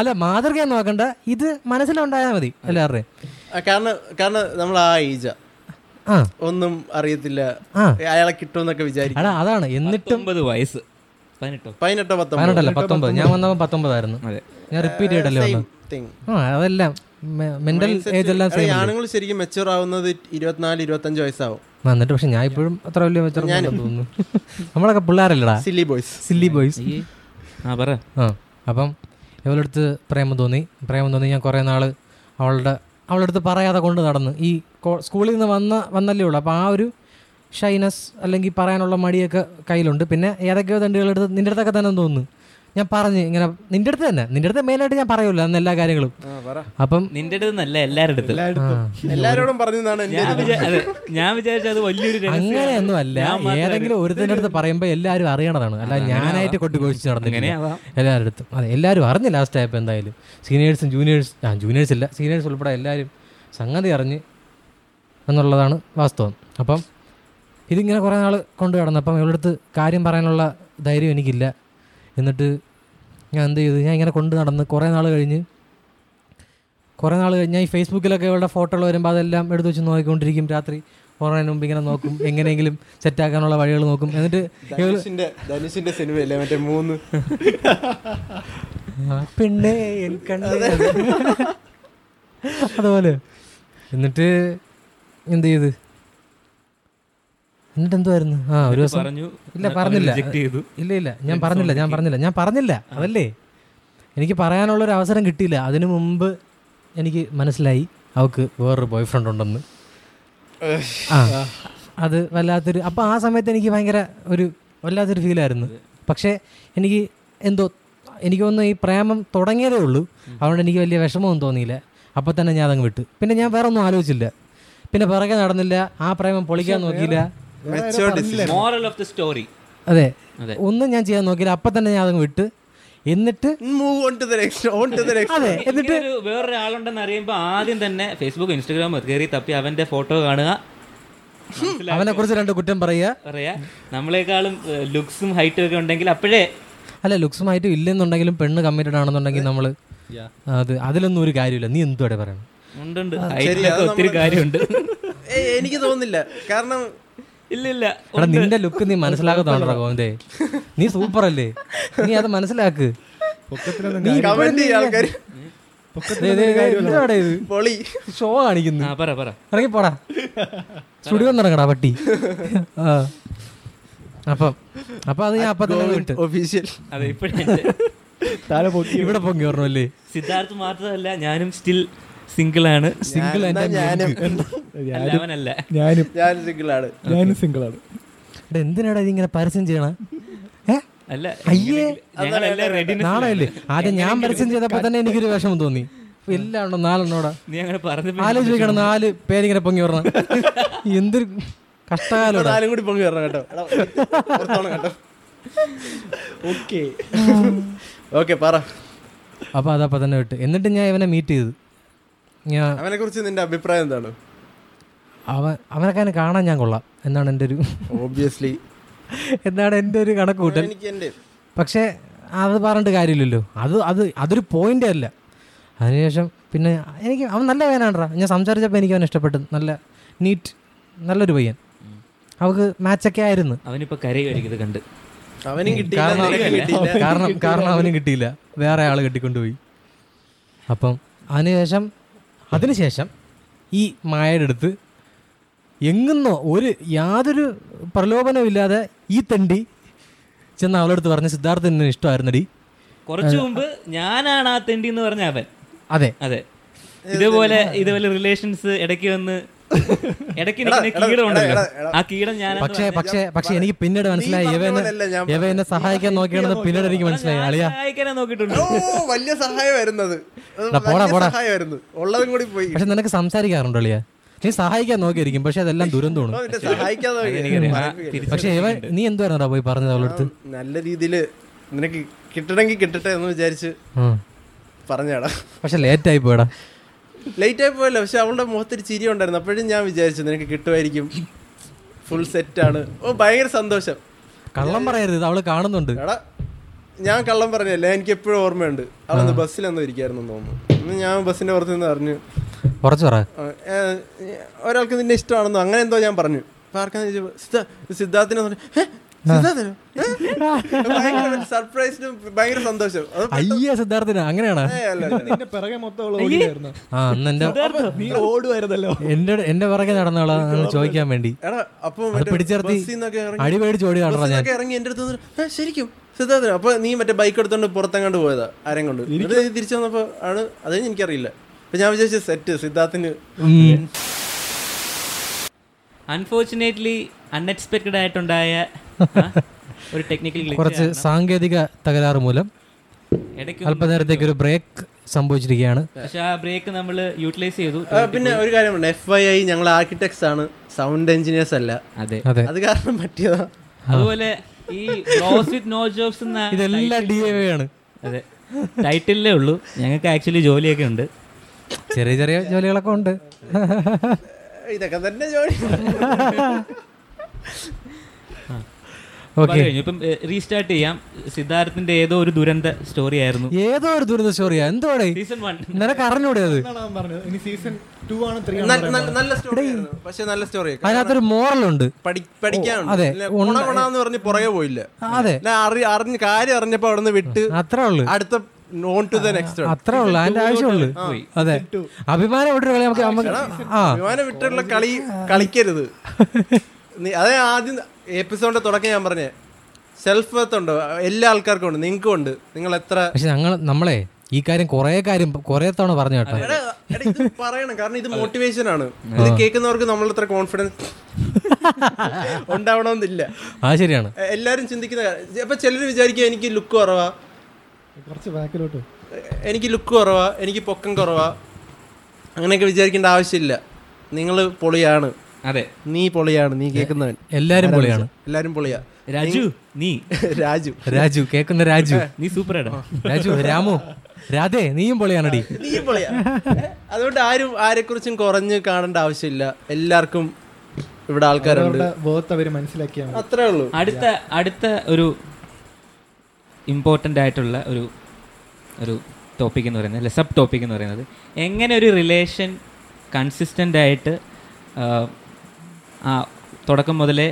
[SPEAKER 2] അല്ല മാതൃക നോക്കണ്ട ഇത് മനസ്സിലുണ്ടായാൽ മതി എല്ലാവരുടെയും
[SPEAKER 3] ആ, കാരണം കാരണം നമ്മൾ ആ ഏജ
[SPEAKER 2] ആ
[SPEAKER 3] ഒന്നും അറിയത്തില്ല
[SPEAKER 2] ആ.
[SPEAKER 3] അയാളെ കിട്ടുമെന്നൊക്കെ വിചാരിക്കും
[SPEAKER 2] എടാ അതാണ് എന്നിട്ടും
[SPEAKER 1] പത്തൊമ്പത് വയസ്സ് പതിനെട്ടോ
[SPEAKER 3] പതിനെട്ടോ പത്തൊമ്പത്
[SPEAKER 2] പതിനെട്ടല്ല പത്തൊമ്പത് ഞാൻ വന്നപ്പോൾ പത്തൊമ്പതായിരുന്നു ഞാൻ റിപ്പീറ്റ് ചെയ്തല്ലേ വന്നു
[SPEAKER 3] തിങ്
[SPEAKER 2] ആ അതെല്ലാം മെന്റൽ ഏജ് എല്ലാം സെയിം
[SPEAKER 3] ആണുങ്ങൾ ശരിക്കും മെച്ചൂർ ആവുന്നത് ഇരുപത്തിനാല് ഇരുപത്തഞ്ച് വയസ്സാവും
[SPEAKER 2] എന്നിട്ട് പക്ഷെ ഞാൻ ഇപ്പോഴും അത്ര വലിയ മെച്ചോർന്ന് തോന്നുന്നു നമ്മളൊക്കെ പിള്ളേരല്ലടാ
[SPEAKER 3] സില്ലി ബോയ്സ്
[SPEAKER 2] സില്ലി ബോയ്സ്
[SPEAKER 1] ആ പറ
[SPEAKER 2] ആ അപ്പം ഇവളടുത്ത് പ്രേമം തോന്നി പ്രേമം തോന്നി ഞാൻ കുറേ നാൾ അവളുടെ അവളടുത്ത് പറയാതെ കൊണ്ട് നടന്നു ഈ കോ- സ്കൂളിൽ നിന്ന് വന്ന വന്നല്ലേ ഉള്ളൂ അപ്പോൾ ആ ഒരു ഷൈനസ് അല്ലെങ്കിൽ പറയാനുള്ള മടിയൊക്കെ കയ്യിലുണ്ട് പിന്നെ ഏതൊക്കെയോ തണ്ടികളെടുത്ത് നിൻ്റെ അടുത്തൊക്കെ തന്നെ തോന്നുന്നു ഞാൻ പറഞ്ഞ് ഇങ്ങനെ നിൻ്റെ അടുത്ത് തന്നെ നിൻ്റെ അടുത്ത് മെയിനായിട്ട് ഞാൻ പറയുമല്ലോ അന്ന് എല്ലാ കാര്യങ്ങളും അപ്പം
[SPEAKER 1] നിന്റെ അടുത്ത് നല്ല എല്ലാവരുടെ അടുത്ത്
[SPEAKER 3] എല്ലാരോടും പറഞ്ഞതാണ് എന്റെ
[SPEAKER 1] ഞാൻ വിചാ- അതെ, ഞാൻ വിചാരിച്ചത് അത് വലിയൊരു രഹസ്യം.
[SPEAKER 2] അങ്ങനെയൊന്നും അല്ല
[SPEAKER 1] ഞാൻ മാത്രം
[SPEAKER 2] ഏതെങ്കിലും ഒരുത്തിൻ്റെ അടുത്ത് പറയുമ്പോൾ എല്ലാവരും അറിയണതാണ് അല്ല ഞാനായിട്ട് കൊട്ടിഘോഷിച്ച് നടന്നിങ്ങനെ എല്ലാവരുടെ അടുത്തും അതെ എല്ലാവരും അറിഞ്ഞ ലാസ്റ്റ് ആയപ്പോൾ എന്തായാലും സീനിയേഴ്സും ജൂനിയേഴ്സ് ആ ജൂനിയേഴ്സ് ഇല്ല സീനിയേഴ്സ് ഉൾപ്പെടെ എല്ലാവരും സംഗതി അറിഞ്ഞ് എന്നുള്ളതാണ് വാസ്തവം അപ്പം ഇതിങ്ങനെ കുറേ നാൾ കൊണ്ടു നടന്നു അപ്പം ഇവളടുത്ത് കാര്യം പറയാനുള്ള ധൈര്യം എനിക്കില്ല എന്നിട്ട് ഞാൻ എന്ത് ചെയ്തു ഞാൻ ഇങ്ങനെ കൊണ്ടു നടന്ന് കുറേ നാൾ കഴിഞ്ഞ് കുറേ നാൾ കഴിഞ്ഞ് ഈ ഫേസ്ബുക്കിലൊക്കെ ഇവളുടെ ഫോട്ടോകൾ വരുമ്പോൾ അതെല്ലാം എടുത്ത് വെച്ച് നോക്കിക്കൊണ്ടിരിക്കും രാത്രി ഉറങ്ങുന്നതിന് മുമ്പ് ഇങ്ങനെ നോക്കും എങ്ങനെയെങ്കിലും സെറ്റാക്കാനുള്ള വഴികൾ നോക്കും എന്നിട്ട് ഇവള്
[SPEAKER 3] ധനുഷിന്റെ ധനുഷിന്റെ സിനിമയല്ലേ മറ്റേ മൂന്ന്
[SPEAKER 2] ആ പെണ്ണേ എൻ കണ്ണേ. അതുപോലെ എന്നിട്ട് എന്ത് ചെയ്ത് എന്നിട്ട് എന്തുവായിരുന്നു ആ ഒരു ദിവസം
[SPEAKER 1] പറഞ്ഞു
[SPEAKER 2] ഇല്ല പറഞ്ഞില്ല
[SPEAKER 1] റിജക്ട് ചെയ്തു
[SPEAKER 2] ഇല്ല ഇല്ല ഞാൻ പറഞ്ഞില്ല ഞാൻ പറഞ്ഞില്ല ഞാൻ പറഞ്ഞില്ല അതല്ലേ എനിക്ക് പറയാനുള്ളൊരു അവസരം കിട്ടിയില്ല അതിനു മുമ്പ് എനിക്ക് മനസ്സിലായി അവക്ക് വേറൊരു ബോയ് ഫ്രണ്ട് ഉണ്ടെന്ന് ആ അത് വല്ലാത്തൊരു അപ്പോൾ ആ സമയത്ത് എനിക്ക് ഭയങ്കര ഒരു വല്ലാത്തൊരു ഫീലായിരുന്നു പക്ഷേ എനിക്ക് എന്തോ എനിക്ക് തോന്നുന്നു ഈ പ്രേമം തുടങ്ങിയതേ ഉള്ളൂ അതുകൊണ്ട് എനിക്ക് വലിയ വിഷമമൊന്നും തോന്നിയില്ല അപ്പോൾ തന്നെ ഞാൻ അതങ്ങ് വിട്ടു പിന്നെ ഞാൻ വേറെ ഒന്നും ആലോചിച്ചില്ല പിന്നെ പിറകെ നടന്നില്ല ആ പ്രേമം പൊളിക്കാൻ നോക്കിയില്ല
[SPEAKER 3] mature decision
[SPEAKER 1] moral of the story
[SPEAKER 2] അതെ
[SPEAKER 1] അതെ.
[SPEAKER 2] ഒന്നും ഞാൻ ചെയ്യാൻ നോക്കിയില്ല അപ്പം തന്നെ ഞാൻ അതങ്ങ് വിട്ട് എന്നിട്ട്
[SPEAKER 3] move on to the next on to the next
[SPEAKER 2] അതെ എന്നിട്ട്
[SPEAKER 1] എന്നിട്ട് വേറൊരാളുണ്ടെന്ന് അറിയുമ്പോൾ ആദ്യം തന്നെ ഫേസ്ബുക്ക് ഇൻസ്റ്റാഗ്രാം കയറി തപ്പി അവന്റെ ഫോട്ടോ കാണുക
[SPEAKER 2] അവനെ കുറിച്ച് രണ്ട് കുറ്റം പറയുക
[SPEAKER 1] പറയാ നമ്മളെക്കാളും ലുക്സും ഹൈറ്റും ഒക്കെ ഉണ്ടെങ്കിൽ അപ്പോഴേ
[SPEAKER 2] അല്ല ലുക്സുമായിട്ട് ഇല്ലെന്നുണ്ടെങ്കിലും പെണ്ണ് കമ്മിറ്റഡ് ആണെന്നുണ്ടെങ്കിൽ നമ്മൾ അത് അതിലൊന്നും ഒരു കാര്യമില്ല നീ എന്തുവാടെ പറയണം
[SPEAKER 1] ഉണ്ടുണ്ട് ഹൈറ്റിലൊക്കെ ഒത്തിരി കാര്യമുണ്ട്
[SPEAKER 3] ഏയ്, എനിക്ക് തോന്നുന്നില്ല കാരണം
[SPEAKER 1] ഇല്ല ഇല്ല
[SPEAKER 2] എടാ നിന്റെ ലുക്ക് നീ മനസ്സിലാക്കുന്നുണ്ടോ ഗോവിന്ദേ നീ സൂപ്പർ അല്ലേ നീ അത് മനസ്സിലാക്ക്
[SPEAKER 4] പൊക്കത്തിലൊന്നും
[SPEAKER 2] നീ
[SPEAKER 3] കമന്റ് ചെയ്യാൻ ആൾക്കാർ
[SPEAKER 2] ദേ, ദേ, ദേ, എന്തുവാടാ ഇത്
[SPEAKER 3] പൊളി
[SPEAKER 2] ഷോ കാണിക്കുന്നു
[SPEAKER 1] ആ പറ പറ
[SPEAKER 2] ഇറങ്ങി പോടാ സ്റ്റുഡിയോ ഇറങ്ങടാ പട്ടി ആ. അപ്പം അപ്പം അത് ഞാൻ അപ്പം തന്നെ വിട്ട്
[SPEAKER 3] ഒഫീഷ്യൽ
[SPEAKER 1] അതെ ഇപ്പോഴും
[SPEAKER 4] താഴെ പൊക്കി
[SPEAKER 2] ഇവിടെ പൊങ്ങി പറഞ്ഞല്ലേ
[SPEAKER 1] സിദ്ധാർത്ഥ് മാത്രമല്ല ഞാനും സ്റ്റിൽ സിംഗിളാണ്
[SPEAKER 2] സിംഗിൾ
[SPEAKER 3] ഞാനും
[SPEAKER 1] അല്ല അവനല്ല
[SPEAKER 4] ഞാനും
[SPEAKER 3] ഞാൻ സിംഗിളാണ്
[SPEAKER 4] ഞാനും സിംഗിളാണ്
[SPEAKER 2] എടാ എന്തിനാടാ ഇത് ഇങ്ങനെ പരസ്യം ചെയ്യണ ഏ
[SPEAKER 1] അല്ല
[SPEAKER 2] അയ്യേ.
[SPEAKER 1] ഞങ്ങളെല്ലാം റെഡിനെസ്
[SPEAKER 2] നാണല്ലേ ആദ്യം ഞാൻ പരസ്യം ചെയ്തപ്പോ തന്നെ എനിക്കൊരു വിഷമം തോന്നി ഇപ്പൊ എല്ലാം ഉണ്ടോ നാലെണ്ണോടാ
[SPEAKER 1] നീ അങ്ങനെ പറഞ്ഞപ്പോ
[SPEAKER 2] ആലോചിക്കണം നാല് പേരിങ്ങനെ പൊങ്ങി വരണം എന്തൊരു കഷ്ടകാലോടാ
[SPEAKER 3] നാലും കൂടി പൊങ്ങി വരണം കേട്ടോ എടാ, പുറത്തോണം കേട്ടോ
[SPEAKER 4] ഓക്കെ
[SPEAKER 3] ഓക്കെ പറ
[SPEAKER 2] അപ്പൊ അതപ്പോ തന്നെ വിട്ട് എന്നിട്ട് ഞാൻ ഇവനെ മീറ്റ് ചെയ്തു ഞാൻ
[SPEAKER 3] അവനെ കുറിച്ച് നിന്റെ അഭിപ്രായം എന്താണ്
[SPEAKER 2] അവൻ അവനൊക്കെ അവനെ കാണാൻ ഞാൻ കൊള്ളാം എന്നാണ് എൻ്റെ ഒരു
[SPEAKER 3] ഓബിയസ്ലി
[SPEAKER 2] എന്താണ് എൻ്റെ ഒരു കണക്ക് കൂട്ടൽ
[SPEAKER 3] എനിക്ക് എന്റെ
[SPEAKER 2] പക്ഷേ അത് പറഞ്ഞിട്ട് കാര്യമില്ലല്ലോ അത് അത് അതൊരു പോയിന്റേ അല്ല അതിനുശേഷം പിന്നെ എനിക്ക് അവൻ നല്ല പയ്യനാണ്ടാ ഞാൻ സംസാരിച്ചപ്പോൾ എനിക്ക് അവൻ ഇഷ്ടപ്പെട്ടു നല്ല നീറ്റ് നല്ലൊരു പയ്യൻ അവക്ക് മാച്ചൊക്കെ ആയിരുന്നു
[SPEAKER 1] അവനിപ്പോ കരയുമായിരിക്കും ഇത് കണ്ട്
[SPEAKER 3] അവനും
[SPEAKER 2] കാരണം
[SPEAKER 3] കിട്ടിയില്ല നിനക്കും കിട്ടിയില്ല
[SPEAKER 2] കാരണം കാരണം അവനും കിട്ടിയില്ല വേറെ ആൾ കെട്ടിക്കൊണ്ടുപോയി അപ്പം അതിനുശേഷം അതിനുശേഷം ഈ മായയുടെ അടുത്ത് എങ്ങുന്നോ ഒരു യാതൊരു പ്രലോഭനമില്ലാതെ ഈ തണ്ടി ചെന്ന് അവളുടെ അടുത്ത് പറഞ്ഞ് സിദ്ധാർത്ഥ എന്നെ ഇഷ്ടമായിരുന്നടി
[SPEAKER 1] കുറച്ചു മുമ്പ് ഞാനാണ് ആ തെണ്ടി എന്ന് പറഞ്ഞ അവൻ
[SPEAKER 2] അതെ
[SPEAKER 1] അതെ ഇതേപോലെ ഇതേപോലെ റിലേഷൻസ് ഇടയ്ക്ക് വന്ന് ഇടയ്ക്ക് നിൽക്കുന്ന കീടം ഉണ്ടല്ലോ ആ കീടം ഞാൻ
[SPEAKER 2] പക്ഷേ പക്ഷേ പക്ഷേ എനിക്ക് പിന്നീട് മനസ്സിലായി
[SPEAKER 3] പറഞ്ഞ
[SPEAKER 2] ഇവനെ
[SPEAKER 3] പോലെയല്ല ഞാൻ
[SPEAKER 2] ഇവ എന്നെ സഹായിക്കാൻ നോക്കിയാണെന്ന് പിന്നീട് എനിക്ക് മനസ്സിലായി അളിയാ
[SPEAKER 1] സഹായിക്കാനാ നോക്കിയിട്ടുണ്ട്
[SPEAKER 3] ഓ വലിയ സഹായം വരുന്നത്
[SPEAKER 2] എടാ, പോടാ, പോടാ.
[SPEAKER 3] സഹായം വരുന്നത് ഉള്ളതും കൂടി പോയി
[SPEAKER 2] പക്ഷെ നിനക്ക് സംസാരിക്കാറുണ്ടോ അളിയാ നീ സഹായിക്കാൻ നോക്കിയിരിക്കും പക്ഷെ അതെല്ലാം ദുരന്തമാണ്
[SPEAKER 3] ഓ, നിന്നെ സഹായിക്കാതെ
[SPEAKER 1] എനിക്കറിയാം. ആ, തിരിച്ച്
[SPEAKER 2] പക്ഷെ ഇവൻ നീ എന്തുവായിരുന്നടാ പോയി പറഞ്ഞത് അവളടുത്ത്
[SPEAKER 3] നല്ല രീതിയിൽ നിനക്ക് കിട്ടണമെങ്കിൽ കിട്ടട്ടെ എന്ന് വിചാരിച്ച് പറഞ്ഞാടാ
[SPEAKER 2] പക്ഷെ ലേറ്റായി പോയടാ
[SPEAKER 3] ലേറ്റ് ആയി പോയല്ലോ പക്ഷെ അവളുടെ മുഖത്തൊരു ചിരി ഉണ്ടായിരുന്നു അപ്പോഴും ഞാൻ വിചാരിച്ചു നിനക്ക് കിട്ടുമായിരിക്കും ഫുൾ സെറ്റാണ് ഓ ഭയങ്കര സന്തോഷം
[SPEAKER 2] കള്ളം പറയരുത് അവള് കാണുന്നുണ്ട്
[SPEAKER 3] എടാ ഞാൻ കള്ളം പറഞ്ഞല്ലേ എനിക്ക് എപ്പോഴും ഓർമ്മയുണ്ട് അവളന്ന് ബസ്സിലെന്തോ ഇരിക്കായിരുന്നു തോന്നുന്നു അന്ന് ഞാൻ ബസ്സിന്റെ പുറത്ത് നിന്ന് പറഞ്ഞു
[SPEAKER 2] കുറച്ച് പറ
[SPEAKER 3] ആ, ഏ, ഒരാൾക്ക് നിന്നെ ഇഷ്ടമാണെന്നോ അങ്ങനെ എന്തോ ഞാൻ പറഞ്ഞു അപ്പൊ ആർക്കാന്ന് ചോദിച്ചപ്പോ, "സിദ്ധാ- സിദ്ധാർത്ഥിനെ പറഞ്ഞു "ഹേ? സിദ്ധാർത്ഥിനോ? ഏ?" ഭയങ്കര സർപ്രൈസിനും ഭയങ്കര സന്തോഷം അത്
[SPEAKER 2] അയ്യ സിദ്ധാർത്ഥിന് അങ്ങനെയാണോ
[SPEAKER 3] ഏ, അല്ല, അല്ല, അല്ല.
[SPEAKER 4] നിന്റെ പിറകെ മൊത്തം അവൾ ഓടിയായിരുന്നു
[SPEAKER 2] ആ അന്ന് എന്റെ
[SPEAKER 4] നീ ഓടുമായിരുന്നല്ലോ
[SPEAKER 2] എന്റെ എന്റെ പിറകെ നടന്നോളാ ചോദിക്കാൻ വേണ്ടി
[SPEAKER 3] എടാ അപ്പൊ
[SPEAKER 2] അത്
[SPEAKER 3] മറ്റേ
[SPEAKER 2] പിടിച്ചിറത്തി
[SPEAKER 3] ബസ്സിന്നൊക്കെ ഇറങ്ങി
[SPEAKER 2] അടിപേടിച്ച് ഓടി കാണാ ഞാൻ
[SPEAKER 3] ബസ്സിന്നൊക്കെ ഇറങ്ങി എന്റെ അടുത്ത് വന്നിട്ട്, "ഏ, ശരിക്കും സിദ്ധാർത്ഥന അപ്പൊ നീ മറ്റേ ബൈക്ക് എടുത്തോണ്ട് പുറത്തെങ്ങാണ്ട് പോയതാ ആരെയും കൊണ്ട് എന്നിട്ട് ഇത് തിരിച്ചു വന്നപ്പോ ആണ് അത് എനിക്കറിയില്ല അപ്പൊ ഞാൻ വിചാരിച്ചു സെറ്റ് സിദ്ധാർത്ഥിന്
[SPEAKER 2] ഉം.
[SPEAKER 1] അൺഫോർച്ചുനേറ്റ്ലി അൺഎക്സ്പെക്റ്റഡ് ആയിട്ടുണ്ടായ ആ, ഒരു ടെക്നിക്കൽ
[SPEAKER 2] കുറച്ച്
[SPEAKER 1] ഗ്ലിച്ച്
[SPEAKER 2] സാങ്കേതിക തകരാറ് മൂലം
[SPEAKER 1] ഇടയ്ക്ക്
[SPEAKER 2] അല്പനേരത്തേക്ക് ഒരു ബ്രേക്ക് സംഭവിച്ചിരിക്കുകയാണ്
[SPEAKER 1] പക്ഷെ ആ ബ്രേക്ക് നമ്മൾ യൂട്ടിലൈസ് ചെയ്തു
[SPEAKER 3] ആ, പിന്നെ ഒരു കാര്യമുണ്ട് എഫ് ഐ ഐ ഞങ്ങൾ ആർക്കിടെക്ട്സ് ആണ് സൗണ്ട് എഞ്ചിനീയേഴ്സ് അല്ല
[SPEAKER 1] അതെ
[SPEAKER 2] അതെ
[SPEAKER 3] അത് കാരണം പറ്റിയതാ
[SPEAKER 1] അതുപോലെ ഈ ബ്ലോസ് വിത്ത് നോ ജോബ്സ് എന്ന
[SPEAKER 2] ഇതെല്ലാം ഡി എ ആണ്
[SPEAKER 1] അതെ ടൈറ്റിലേ ഉള്ളൂ ഞങ്ങൾക്ക് ആക്ച്വലി ജോലിയൊക്കെ ഉണ്ട്
[SPEAKER 2] ചെറിയ ചെറിയ ജോലികളൊക്കെ ഉണ്ട്
[SPEAKER 3] ഇതൊക്കെ തന്നെ ജോലി
[SPEAKER 1] അപ്പൊ അത് കഴിഞ്ഞു ഇപ്പം റീസ്റ്റാർട്ട് ചെയ്യാം സിദ്ധാർത്ഥിന്റെ ഏതോ ഒരു ദുരന്ത സ്റ്റോറി ആയിരുന്നു
[SPEAKER 2] ഏതോ ഒരു ദുരിത സ്റ്റോറിയാ എന്തോടെ
[SPEAKER 1] സീസൺ വൺ
[SPEAKER 2] നിനക്ക് അറിഞ്ഞൂടെ അത്
[SPEAKER 4] എന്നാണ് അവൻ പറഞ്ഞത് ഇനി സീസൺ ടു ആണ് ത്രീ
[SPEAKER 3] ന- ന- നല്ല സ്റ്റോറി പക്ഷെ നല്ല സ്റ്റോറി
[SPEAKER 2] അതിനകത്തൊരു മോറലുണ്ട്
[SPEAKER 3] പഠിക്കാനുണ്ട്
[SPEAKER 2] അതെ.
[SPEAKER 3] ഇല്ല, ഗുണ ഗുണാന്ന് പറഞ്ഞ് പുറകെ പോയില്ല
[SPEAKER 2] അതെ
[SPEAKER 3] ഇല്ല, അറി- അറിഞ്ഞ് കാര്യം അറിഞ്ഞപ്പോ അവിടെ നിന്ന് വിട്ട്
[SPEAKER 2] അത്രേ ഉള്ളു
[SPEAKER 3] അടുത്ത നോൺ ടു ദ നെക്സ്റ്റ്
[SPEAKER 2] അത്രേ ഉള്ളു അതിന്റെ ആവശ്യമുള്ളു അതെ അഭിമാനം ഇവിടെ കളി നമുക്ക് നമുക്ക് ആ
[SPEAKER 3] വിമാനം വിട്ടുള്ള കളി കളിക്കരുത് നീ- അതേ ആദ്യം എപ്പിസോഡിന്റെ തുടക്കം ഞാൻ പറഞ്ഞേ സെൽഫ് വർത്ത് ഉണ്ടോ എല്ലാ ആൾക്കാർക്കും ഉണ്ട് നിങ്ങൾക്കും ഉണ്ട് നിങ്ങൾ എത്ര
[SPEAKER 2] പക്ഷെ ഞങ്ങൾ നമ്മളെ ഈ കാര്യം കുറേ കാര്യം കുറേ തവണ പറഞ്ഞു കേട്ടോ
[SPEAKER 3] എടാ, എടാ, ഇത് പറയണം കാരണം ഇത് മോട്ടിവേഷൻ ആണ് ഇത് കേൾക്കുന്നവർക്ക് നമ്മൾ അത്ര കോൺഫിഡൻസ് ഉണ്ടാവണമെന്നില്ല
[SPEAKER 2] ആ ശരിയാണ്
[SPEAKER 3] എ- എല്ലാരും ചിന്തിക്കുന്ന കാര്യം. അപ്പൊ ചിലർ വിചാരിക്കുക എനിക്ക് ലുക്ക് കുറവാ
[SPEAKER 4] കുറച്ച് ബാക്കിലോട്ട്
[SPEAKER 3] എ- എനിക്ക് ലുക്ക് കുറവാ എനിക്ക് പൊക്കം കുറവാ അങ്ങനെയൊക്കെ വിചാരിക്കേണ്ട ആവശ്യമില്ല നിങ്ങൾ പൊളിയാണ്
[SPEAKER 1] അതെ
[SPEAKER 3] നീ പൊളിയാണ് നീ കേൾക്കുന്നവൻ
[SPEAKER 2] എല്ലാരും പൊളിയാണ്
[SPEAKER 3] എല്ലാരും പൊളിയാ
[SPEAKER 1] രാജു നീ
[SPEAKER 3] രാജു
[SPEAKER 2] രാജു കേൾക്കുന്ന രാജു
[SPEAKER 1] നീ സൂപ്പർ ആടാ
[SPEAKER 2] രാജു രാമു രാധേ നീയും പൊളിയാണടി
[SPEAKER 3] നീ പൊളിയാ ഏ? അതുകൊണ്ട് ആരും ആരെക്കുറിച്ചും കുറഞ്ഞ് കാണേണ്ട ആവശ്യമില്ല എല്ലാവർക്കും ഇവിടെ ആൾക്കാരുണ്ട്
[SPEAKER 4] അവരുടെ വേർത്ത് അവര് മനസ്സിലാക്കിയാണ്
[SPEAKER 3] അത്രേ ഉള്ളൂ
[SPEAKER 1] അടുത്ത അടുത്ത ഒരു ഇമ്പോർട്ടൻ്റ് ആയിട്ടുള്ള ഒരു ഒരു ടോപ്പിക് എന്ന് പറയുന്നത് അല്ലെ സബ് ടോപ്പിക് എന്ന് പറയുന്നത് എങ്ങനെ ഒരു റിലേഷൻ കൺസിസ്റ്റൻ്റ് ആയിട്ട് ആ, ആ തുടക്കം മുതലേ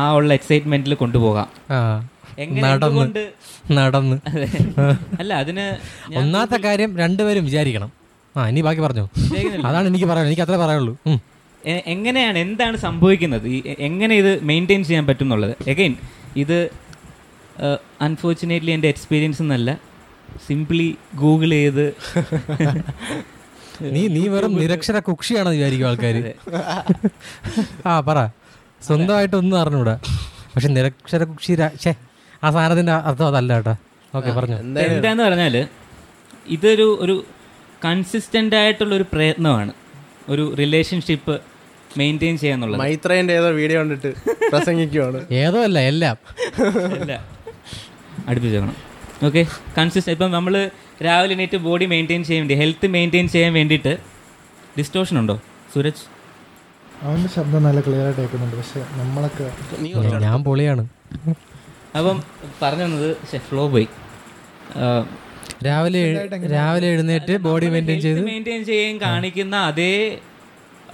[SPEAKER 1] ആ ഉള്ള എക്സൈറ്റ്മെൻറ്റിൽ കൊണ്ടുപോകാം
[SPEAKER 2] ആ
[SPEAKER 1] എങ്ങനെ
[SPEAKER 2] നടന്ന്
[SPEAKER 1] എന്തുകൊണ്ട്?
[SPEAKER 2] നടന്ന്
[SPEAKER 1] അതെ. അല്ല അതിന്
[SPEAKER 2] (laughs)
[SPEAKER 1] ഞാൻ
[SPEAKER 2] ഒന്നാമത്തെ കാര്യം രണ്ടുപേരും വിചാരിക്കണം ആ ഇനി ബാക്കി പറഞ്ഞോ അതാണ് എനിക്ക് പറയാനുള്ളത് എനിക്ക് അത്രേ പറയുള്ളൂ ഉം.
[SPEAKER 1] എ- എങ്ങനെയാണ് എന്താണ് സംഭവിക്കുന്നത് ഈ എ- എങ്ങനെ ഇത് മെയിൻറ്റെയിൻ ചെയ്യാൻ പറ്റും എന്നുള്ളത് എഗൈൻ ഇത് അൺഫോർച്ചുനേറ്റ്ലി എൻ്റെ എക്സ്പീരിയൻസ് എന്നല്ല സിംപ്ലി ഗൂഗിൾ ചെയ്ത്
[SPEAKER 2] നീ
[SPEAKER 1] (laughs)
[SPEAKER 2] നീ വെറും നിരക്ഷര കുക്ഷിയാണെന്ന് വിചാരിക്കും ആൾക്കാർ (laughs) ആ പറ സ്വന്തമായിട്ട് ഒന്നും അറിഞ്ഞൂടാ പക്ഷെ നിരക്ഷര കുക്ഷി രാ- ശ്ശേ, ആ സാധനത്തിന്റെ അർത്ഥം അതല്ല കേട്ടോ ഓക്കെ പറഞ്ഞു
[SPEAKER 1] എന്താന്ന് പറഞ്ഞാൽ ഇതൊരു ഒരു കൺസിസ്റ്റൻ്റ് ആയിട്ടുള്ള ഒരു പ്രയത്നമാണ് ഒരു റിലേഷൻഷിപ്പ് മെയിൻറ്റെയിൻ ചെയ്യാന്നുള്ളത്
[SPEAKER 3] മൈത്രേന്റെ ഏതോ വീഡിയോ കണ്ടിട്ട് പ്രസംഗിക്കുവാണ്
[SPEAKER 2] ഏതോ അല്ല എല്ലാം
[SPEAKER 1] അല്ല അടുപ്പിച്ചേക്കണം ഓക്കെ കൺസിസ്റ്റൻ്റ് ഇപ്പം നമ്മൾ രാവിലെ എണീറ്റ് ബോഡി മെയിൻറ്റെയിൻ ചെയ്യാൻ വേണ്ടി ഹെൽത്ത് മെയിൻറ്റെയിൻ ചെയ്യാൻ വേണ്ടിയിട്ട് ഡിസ്റ്റോഷൻ ഉണ്ടോ സൂരജ്
[SPEAKER 4] അവന്റെ ശബ്ദം നല്ല ക്ലിയർ ആയിട്ട് കേൾക്കുന്നുണ്ട് പക്ഷെ നമ്മളൊക്കെ
[SPEAKER 2] ഞാൻ പൊളിയാണ്
[SPEAKER 1] അപ്പം പറഞ്ഞു വന്നത് ശ്ശെ, ഫ്ലോ പോയി
[SPEAKER 2] രാവിലെ എഴ്- രാവിലെ എഴുന്നേറ്റ് ബോഡി മെയിൻറ്റെയിൻ ചെയ്ത്
[SPEAKER 1] മെയിൻറ്റെയിൻ ചെയ്യാൻ കാണിക്കുന്ന അതേ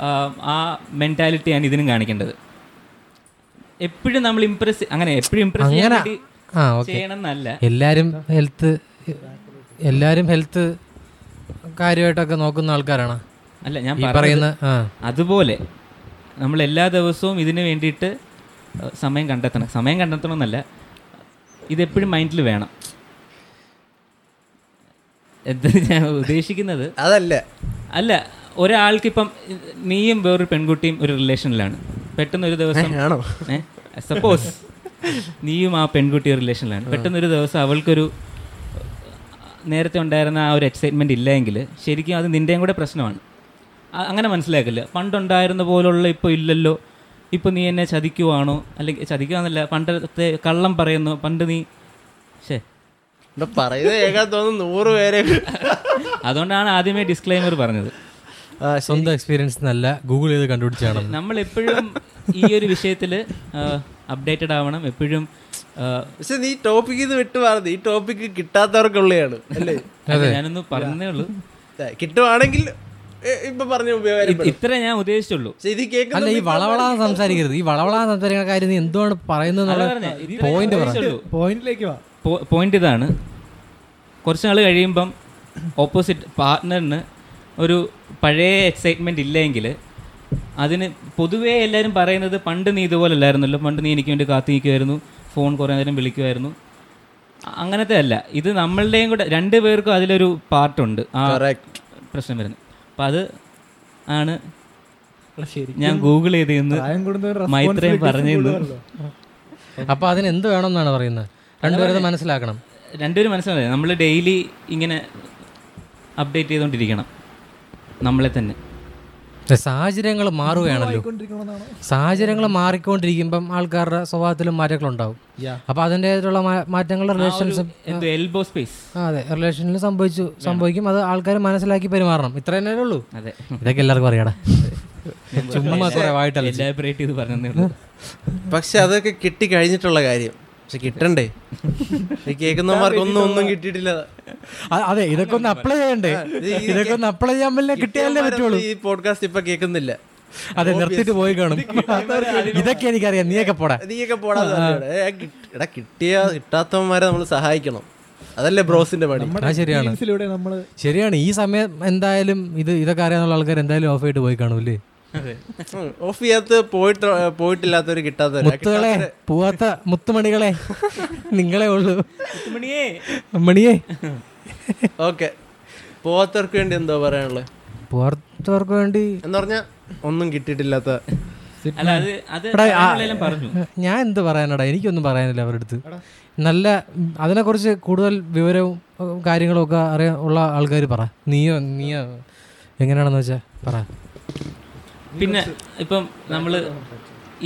[SPEAKER 1] ആ, ആ മെൻറ്റാലിറ്റിയാണ് ഇതിനും കാണിക്കേണ്ടത് എപ്പോഴും നമ്മൾ ഇംപ്രസ് അങ്ങനെ എപ്പോഴും ഇംപ്രസ് ചെയ്യാൻ
[SPEAKER 2] അങ്ങനെ
[SPEAKER 1] വേണ്ടി
[SPEAKER 2] ആ ഓക്കെ
[SPEAKER 1] ചെയ്യണം എന്നല്ല
[SPEAKER 2] എല്ലാരും ഹെൽത്ത് എല്ലാരും ഹെൽത്ത് കാര്യമായിട്ടൊക്കെ നോക്കുന്ന ആൾക്കാരാണ്
[SPEAKER 1] അല്ല ഞാൻ
[SPEAKER 2] ഈ
[SPEAKER 1] പറഞ്ഞത്
[SPEAKER 2] പറയുന്ന ആ
[SPEAKER 1] അതുപോലെ നമ്മൾ എല്ലാ ദിവസവും ഇതിന് വേണ്ടിയിട്ട് ആ, സമയം കണ്ടെത്തണം സമയം കണ്ടെത്തണം എന്നല്ല ഇതെപ്പോഴും മൈൻഡിൽ വേണം എന്താ ഞാൻ ഉദ്ദേശിക്കുന്നത്
[SPEAKER 3] അതല്ല
[SPEAKER 1] അല്ല ഒരാൾക്കിപ്പം നീയും വേറൊരു പെൺകുട്ടിയും ഒരു റിലേഷനിലാണ് പെട്ടെന്ന് ഒരു ദിവസം
[SPEAKER 3] ആണോ
[SPEAKER 1] സപ്പോസ് നീയും ആ പെൺകുട്ടി ഒരു റിലേഷനിലാണ് പെട്ടെന്ന് ഒരു ദിവസം അവൾക്കൊരു നേരത്തെ ഉണ്ടായിരുന്ന ആ ഒരു എക്സൈറ്റ്മെൻ്റ് ഇല്ലെങ്കിൽ ശരിക്കും അത് നിൻ്റെയും കൂടെ പ്രശ്നമാണ് അ- അങ്ങനെ മനസ്സിലാക്കില്ല പണ്ടുണ്ടായിരുന്ന പോലുള്ള ഇപ്പോൾ ഇല്ലല്ലോ ഇപ്പോൾ നീ എന്നെ ചതിക്കുവാണോ അല്ലെങ്കിൽ ചതിക്കുവാന്നല്ല പണ്ടത്തെ കള്ളം പറയുന്നു പണ്ട് നീ ശേ
[SPEAKER 3] ഇവിടെ പറയുന്നത് കേൾക്കാൻ തോന്നുന്നു നൂറ് പേരെ
[SPEAKER 1] അതുകൊണ്ടാണ് ആദ്യമേ ഡിസ്ക്ലൈമർ പറഞ്ഞത്
[SPEAKER 3] ആ,
[SPEAKER 2] സ്വന്തം എക്സ്പീരിയൻസ് നല്ല ഗൂഗിൾ ചെയ്ത് കണ്ടുപിടിച്ചാണ്
[SPEAKER 1] നമ്മൾ എപ്പോഴും ഈ ഒരു വിഷയത്തിൽ അപ്ഡേറ്റഡ് ആവണം എപ്പോഴും ആ,
[SPEAKER 3] പക്ഷെ നീ ടോപ്പിക്കിൽ നിന്ന് വിട്ടു മാറുന്നത് ഈ ടോപ്പിക്ക് കിട്ടാത്തവർക്കുള്ളതാണ് അല്ലേ
[SPEAKER 1] അത് ഞാനൊന്ന് പറഞ്ഞേ ഉള്ളൂ
[SPEAKER 3] ദേ, കിട്ടുവാണെങ്കിൽ ഏ, ഇപ്പൊ പറഞ്ഞ ഉപകാരം
[SPEAKER 1] ഇത് ഇത്ര ഞാൻ ഉദ്ദേശിച്ചുള്ളൂ
[SPEAKER 3] പക്ഷെ ഇത്
[SPEAKER 2] അല്ല ഈ
[SPEAKER 3] കേൾക്കുന്ന
[SPEAKER 2] വളവള സംസാരിക്കരുത് ഈ വളവള സംസാരിക്കുന്ന കാര്യം നീ എന്തുകൊണ്ട് പറയുന്നത്
[SPEAKER 1] പറഞ്ഞേ, ഇത്രേ
[SPEAKER 2] പോയിന്റ് പറ
[SPEAKER 1] ഉദ്ദേശിച്ചുള്ളൂ.
[SPEAKER 4] പോയിന്റിലേക്ക് വാ
[SPEAKER 1] പോ- പോയിന്റ് ഇതാണ് കുറച്ച് നാൾ കഴിയുമ്പം ഓപ്പോസിറ്റ് പാർട്ട്ണറിന് ഒരു പഴയ എക്സൈറ്റ്മെൻറ്റ് ഇല്ലെങ്കിൽ അതിന് പൊതുവേ എല്ലാവരും പറയുന്നത് പണ്ട് നീ ഇതുപോലെ അല്ലായിരുന്നല്ലോ പണ്ട് നീ എനിക്ക് വേണ്ടി കാത്തു നിൽക്കുമായിരുന്നു ഫോൺ കുറേ നേരം വിളിക്കുമായിരുന്നു അ- അങ്ങനത്തെ അല്ല ഇത് നമ്മളുടെയും കൂടെ രണ്ട് പേർക്കും അതിലൊരു പാർട്ടുണ്ട് ആ പ്രശ്നം വരുന്നത് അപ്പം അത് ആണ്
[SPEAKER 4] ശരി
[SPEAKER 1] ഞാൻ ഗൂഗിൾ ചെയ്തിരുന്നു
[SPEAKER 4] പ്രായം കൂടുന്നവരുടെ
[SPEAKER 1] മൈത്രേയൻ
[SPEAKER 4] responsibilities
[SPEAKER 1] പറഞ്ഞിരുന്നു.
[SPEAKER 4] കൂടുതലല്ലോ.
[SPEAKER 2] അപ്പൊ അതിന് എന്ത് വേണം എന്നാണ് പറയുന്നത് രണ്ടുപേരും അത് മനസ്സിലാക്കണം
[SPEAKER 1] രണ്ടുപേരും മനസ്സിലായി നമ്മൾ ഡെയിലി ഇങ്ങനെ അപ്ഡേറ്റ് ചെയ്തുകൊണ്ടിരിക്കണം നമ്മളെ തന്നെ
[SPEAKER 2] സാഹചര്യങ്ങൾ മാറുകയാണല്ലോ
[SPEAKER 4] ആയിക്കൊണ്ടിരിക്കണമെന്നാണോ?
[SPEAKER 2] സാഹചര്യങ്ങൾ മാറിക്കൊണ്ടിരിക്കുമ്പം ആൾക്കാരുടെ സ്വഭാവത്തിലും മാറ്റങ്ങളുണ്ടാവും അപ്പൊ അതിൻ്റെതായിട്ടുള്ള മാറ്റങ്ങളുടെ റിലേഷൻസും
[SPEAKER 1] എന്തോ എൽബോ സ്പേസ്
[SPEAKER 2] ആ, അതെ റിലേഷനിൽ സംഭവിച്ചു സംഭവിക്കും അത് ആൾക്കാർ മനസ്സിലാക്കി പെരുമാറണം ഇത്ര തന്നെ ഉള്ളൂ
[SPEAKER 1] അതെ
[SPEAKER 2] ഇതൊക്കെ എല്ലാവർക്കും (laughs) അറിയടാ ചുമ്മാ കുറെ വായിട്ടല്ല
[SPEAKER 1] എലാബറേറ്റ് ചെയ്ത് പറഞ്ഞു
[SPEAKER 2] (laughs)
[SPEAKER 3] പക്ഷെ അതൊക്കെ കിട്ടി കഴിഞ്ഞിട്ടുള്ള കാര്യം പക്ഷെ കിട്ടണ്ടേ ഈ കേൾക്കുന്നവന്മാർക്ക് ഒന്നും ഒന്നും കിട്ടിയിട്ടില്ല
[SPEAKER 2] അ- അതെ ഇതൊക്കെ ഒന്ന് അപ്ലൈ ചെയ്യണ്ടേ ഇതൊക്കെ ഒന്ന് അപ്ലൈ ചെയ്യാൻ പറ്റില്ല കിട്ടിയാലേ പറ്റുള്ളൂ
[SPEAKER 3] ഈ പോഡ്കാസ്റ്റ് ഇപ്പൊ കേൾക്കുന്നില്ല
[SPEAKER 2] അതെ നിർത്തിയിട്ട് പോയി കാണും (laughs) ഇതൊക്കെ എനിക്കറിയാം നീയൊക്കെ പോടാ
[SPEAKER 3] നീയൊക്കെ പോടാതെ പറഞ്ഞോടെ. ഏ, കിട്ട- എടാ കിട്ടിയ കിട്ടാത്തവന്മാരെ നമ്മൾ സഹായിക്കണം അതല്ലേ ബ്രോസിന്റെ പണി
[SPEAKER 2] ആ ശരിയാണ്
[SPEAKER 4] ഇതിലൂടെ നമ്മള്
[SPEAKER 2] ശരിയാണ് ഈ സമയം എന്തായാലും ഇത് ഇതൊക്കെ അറിയാനുള്ള ആൾക്കാർ എന്തായാലും ഓഫ് ആയിട്ട് പോയി കാണൂല്ലേ
[SPEAKER 3] ഓഫ് ചെയ്യാത്ത പോയിട്ട് പോയിട്ടില്ലാത്തവര് കിട്ടാത്തവര്
[SPEAKER 2] മുത്തുകളെ പൂവാത്ത മുത്തുമണികളെ നിങ്ങളെ ഉള്ളൂ
[SPEAKER 1] മണിയേ
[SPEAKER 2] (laughs) മണിയെ
[SPEAKER 3] ഓക്കെ പോവാത്തവർക്ക് വേണ്ടി എന്തോ പറയാനുള്ളത്
[SPEAKER 2] പുറത്തവർക്ക് വേണ്ടി
[SPEAKER 3] എന്ന് പറഞ്ഞാൽ ഒന്നും കിട്ടിയിട്ടില്ലാത്ത
[SPEAKER 1] അല്ല അത് അത്
[SPEAKER 2] എടാ, ആ-
[SPEAKER 1] നമ്മളെല്ലാം പറഞ്ഞു
[SPEAKER 2] ഞാൻ എന്ത് പറയാനടാ എനിക്കൊന്നും പറയാനില്ല അവരുടെ അടുത്ത് നല്ല ഉം, അതിനെക്കുറിച്ച് കൂടുതൽ വിവരവും ഉം, കാര്യങ്ങളും ഒക്കെ അറിയാൻ ഉള്ള ആൾക്കാർ പറ നീയോ നീയോ എങ്ങനെയാണെന്ന് വെച്ചാൽ പറ
[SPEAKER 1] പിന്നെ ഇപ്പം നമ്മൾ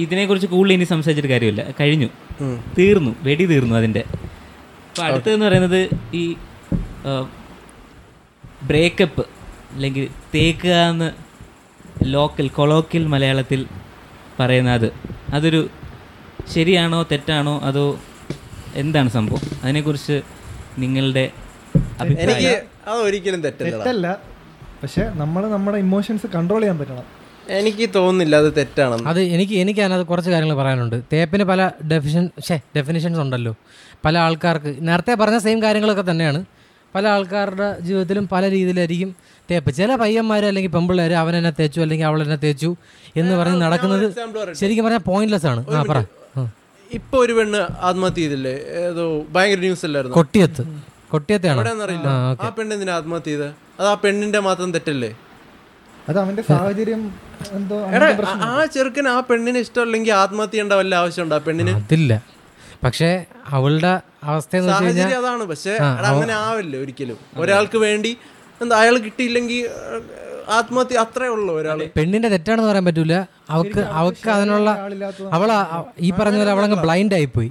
[SPEAKER 1] ഇതിനെക്കുറിച്ച് കൂടുതൽ ഇനി സംസാരിച്ചിട്ട് കാര്യമില്ല കഴിഞ്ഞു തീർന്നു വെടി തീർന്നു അതിൻ്റെ അപ്പം അടുത്തതെന്ന് പറയുന്നത് ഈ ബ്രേക്കപ്പ് അല്ലെങ്കിൽ തേക്കുക എന്ന് ലോക്കൽ കൊളോക്കിൽ മലയാളത്തിൽ പറയുന്ന അത് അതൊരു ശരിയാണോ തെറ്റാണോ അതോ എന്താണ് സംഭവം അതിനെക്കുറിച്ച് നിങ്ങളുടെ അഭിപ്രായം
[SPEAKER 3] എനിക്ക് അത് ഒരിക്കലും തെറ്റല്ല
[SPEAKER 4] തെറ്റല്ല പക്ഷെ നമ്മൾ നമ്മുടെ ഇമോഷൻസ് കൺട്രോൾ ചെയ്യാൻ പറ്റണം
[SPEAKER 3] എനിക്ക് തോന്നുന്നില്ല അത് തെറ്റാണെന്ന്
[SPEAKER 2] അത് എനിക്ക് എനിക്ക് അതിനകത്ത് കുറച്ച് കാര്യങ്ങൾ പറയാനുണ്ട് തേപ്പിന് പല ഡെഫിഷൻ ഷേ ഡെഫിനിഷൻസ് ഉണ്ടല്ലോ പല ആൾക്കാർക്ക് നേരത്തെ പറഞ്ഞ സെയിം കാര്യങ്ങളൊക്കെ തന്നെയാണ് പല ആൾക്കാരുടെ ജീവിതത്തിലും പല രീതിയിലായിരിക്കും തേപ്പ് ചില പയ്യന്മാർ അല്ലെങ്കിൽ പെമ്പിള്ളേർ അവൻ എന്നെ തേച്ചു അല്ലെങ്കിൽ അവൾ എന്നെ തേച്ചു എന്ന് പറഞ്ഞ് നടക്കുന്നത്
[SPEAKER 3] എക്സാമ്പിൾ പറയട്ടെ
[SPEAKER 2] ശരിക്കും പറഞ്ഞാൽ പോയിന്റ്ലെസ് ആണ് ആ പറ ആ.
[SPEAKER 3] ഇപ്പൊ ഒരു പെണ്ണ് ആത്മഹത്യ ചെയ്തില്ലേ ഏതോ ഭയങ്കര ന്യൂസ് അല്ലായിരുന്നു
[SPEAKER 2] കൊട്ടിയത്ത് കൊട്ടിയത്തെയാണോ
[SPEAKER 3] എവിടെയെന്നറിയില്ല
[SPEAKER 2] ആ
[SPEAKER 3] ആ പെണ്ണ് എന്തിനാ ആത്മഹത്യ ചെയ്ത് അത് ആ പെണ്ണിന്റെ മാത്രം തെറ്റല്ലേ
[SPEAKER 4] അത് അവന്റെ സാഹചര്യം എന്തോ
[SPEAKER 3] എടാ ആ- ആ ചെറുക്കൻ ആ പെണ്ണിനെ ഇഷ്ടമല്ലെങ്കിൽ ആത്മഹത്യ ചെയ്യേണ്ട വല്ല ആവശ്യമുണ്ടോ ആ പെണ്ണിന്
[SPEAKER 2] അതില്ല പക്ഷേ അവളുടെ അവസ്ഥ എന്ന് വെച്ച് കഴിഞ്ഞാൽ
[SPEAKER 3] സാഹചര്യം അതാണ് പക്ഷെ എടാ, അങ്ങനെ ആവില്ല ഒരിക്കലും ഒരാൾക്ക് വേണ്ടി എന്താ അയാൾ കിട്ടിയില്ലെങ്കിൽ ഏഹ്, ആത്മഹത്യ അത്രേ ഉള്ളൂ ഒരാള്
[SPEAKER 2] പെണ്ണിന്റെ തെറ്റാണെന്ന് പറയാൻ പറ്റൂല അവക്ക് അവക്ക് അതിനുള്ള അവൾ ഈ പറഞ്ഞ പോലെ അവളങ്ങ് ബ്ലൈൻഡ് ആയിപ്പോയി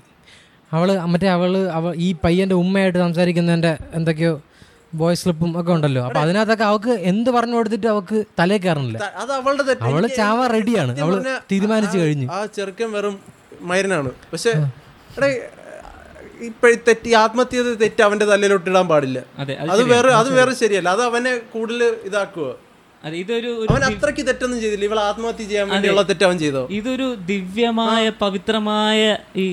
[SPEAKER 2] അവള് മറ്റേ അവള് അവ ഈ പയ്യന്റെ ഉമ്മയായിട്ട് സംസാരിക്കുന്നതിന്റെ എന്തൊക്കെയോ വോയിസ് ക്ലിപ്പും ഒക്കെ ഉണ്ടല്ലോ അപ്പൊ അതിനകത്തൊക്കെ അവക്ക് എന്ത് പറഞ്ഞു കൊടുത്തിട്ട് അവക്ക് തലേ കയറണില്ല
[SPEAKER 3] ത- അത് അവളുടെ തെറ്റ്
[SPEAKER 2] അവള് ചാവാൻ റെഡിയാണ് അവള് തീരുമാനിച്ചു കഴിഞ്ഞു
[SPEAKER 3] ആ ചെറുക്കൻ വെറും മൈരനാണ് പക്ഷെ എടേ ഇപ്പൊ തെറ്റി ആത്മഹത്യ ചെയ്ത തെറ്റ് അവന്റെ തലയിലോട്ട് ഇടാൻ പാടില്ല
[SPEAKER 1] അതെ
[SPEAKER 3] അത് വേറെ അത് വേറെ ശരിയല്ല അത് അവനെ കൂടുതൽ ഇതാക്കുക
[SPEAKER 1] അത് ഇതൊരു ഒരു
[SPEAKER 3] അവൻ അത്രയ്ക്ക് തെറ്റൊന്നും ചെയ്തില്ല ഇവൾ ആത്മഹത്യ ചെയ്യാൻ വേണ്ടിയുള്ള തെറ്റ് അവൻ ചെയ്തോ
[SPEAKER 1] ഇതൊരു ദിവ്യമായ പവിത്രമായ ഈ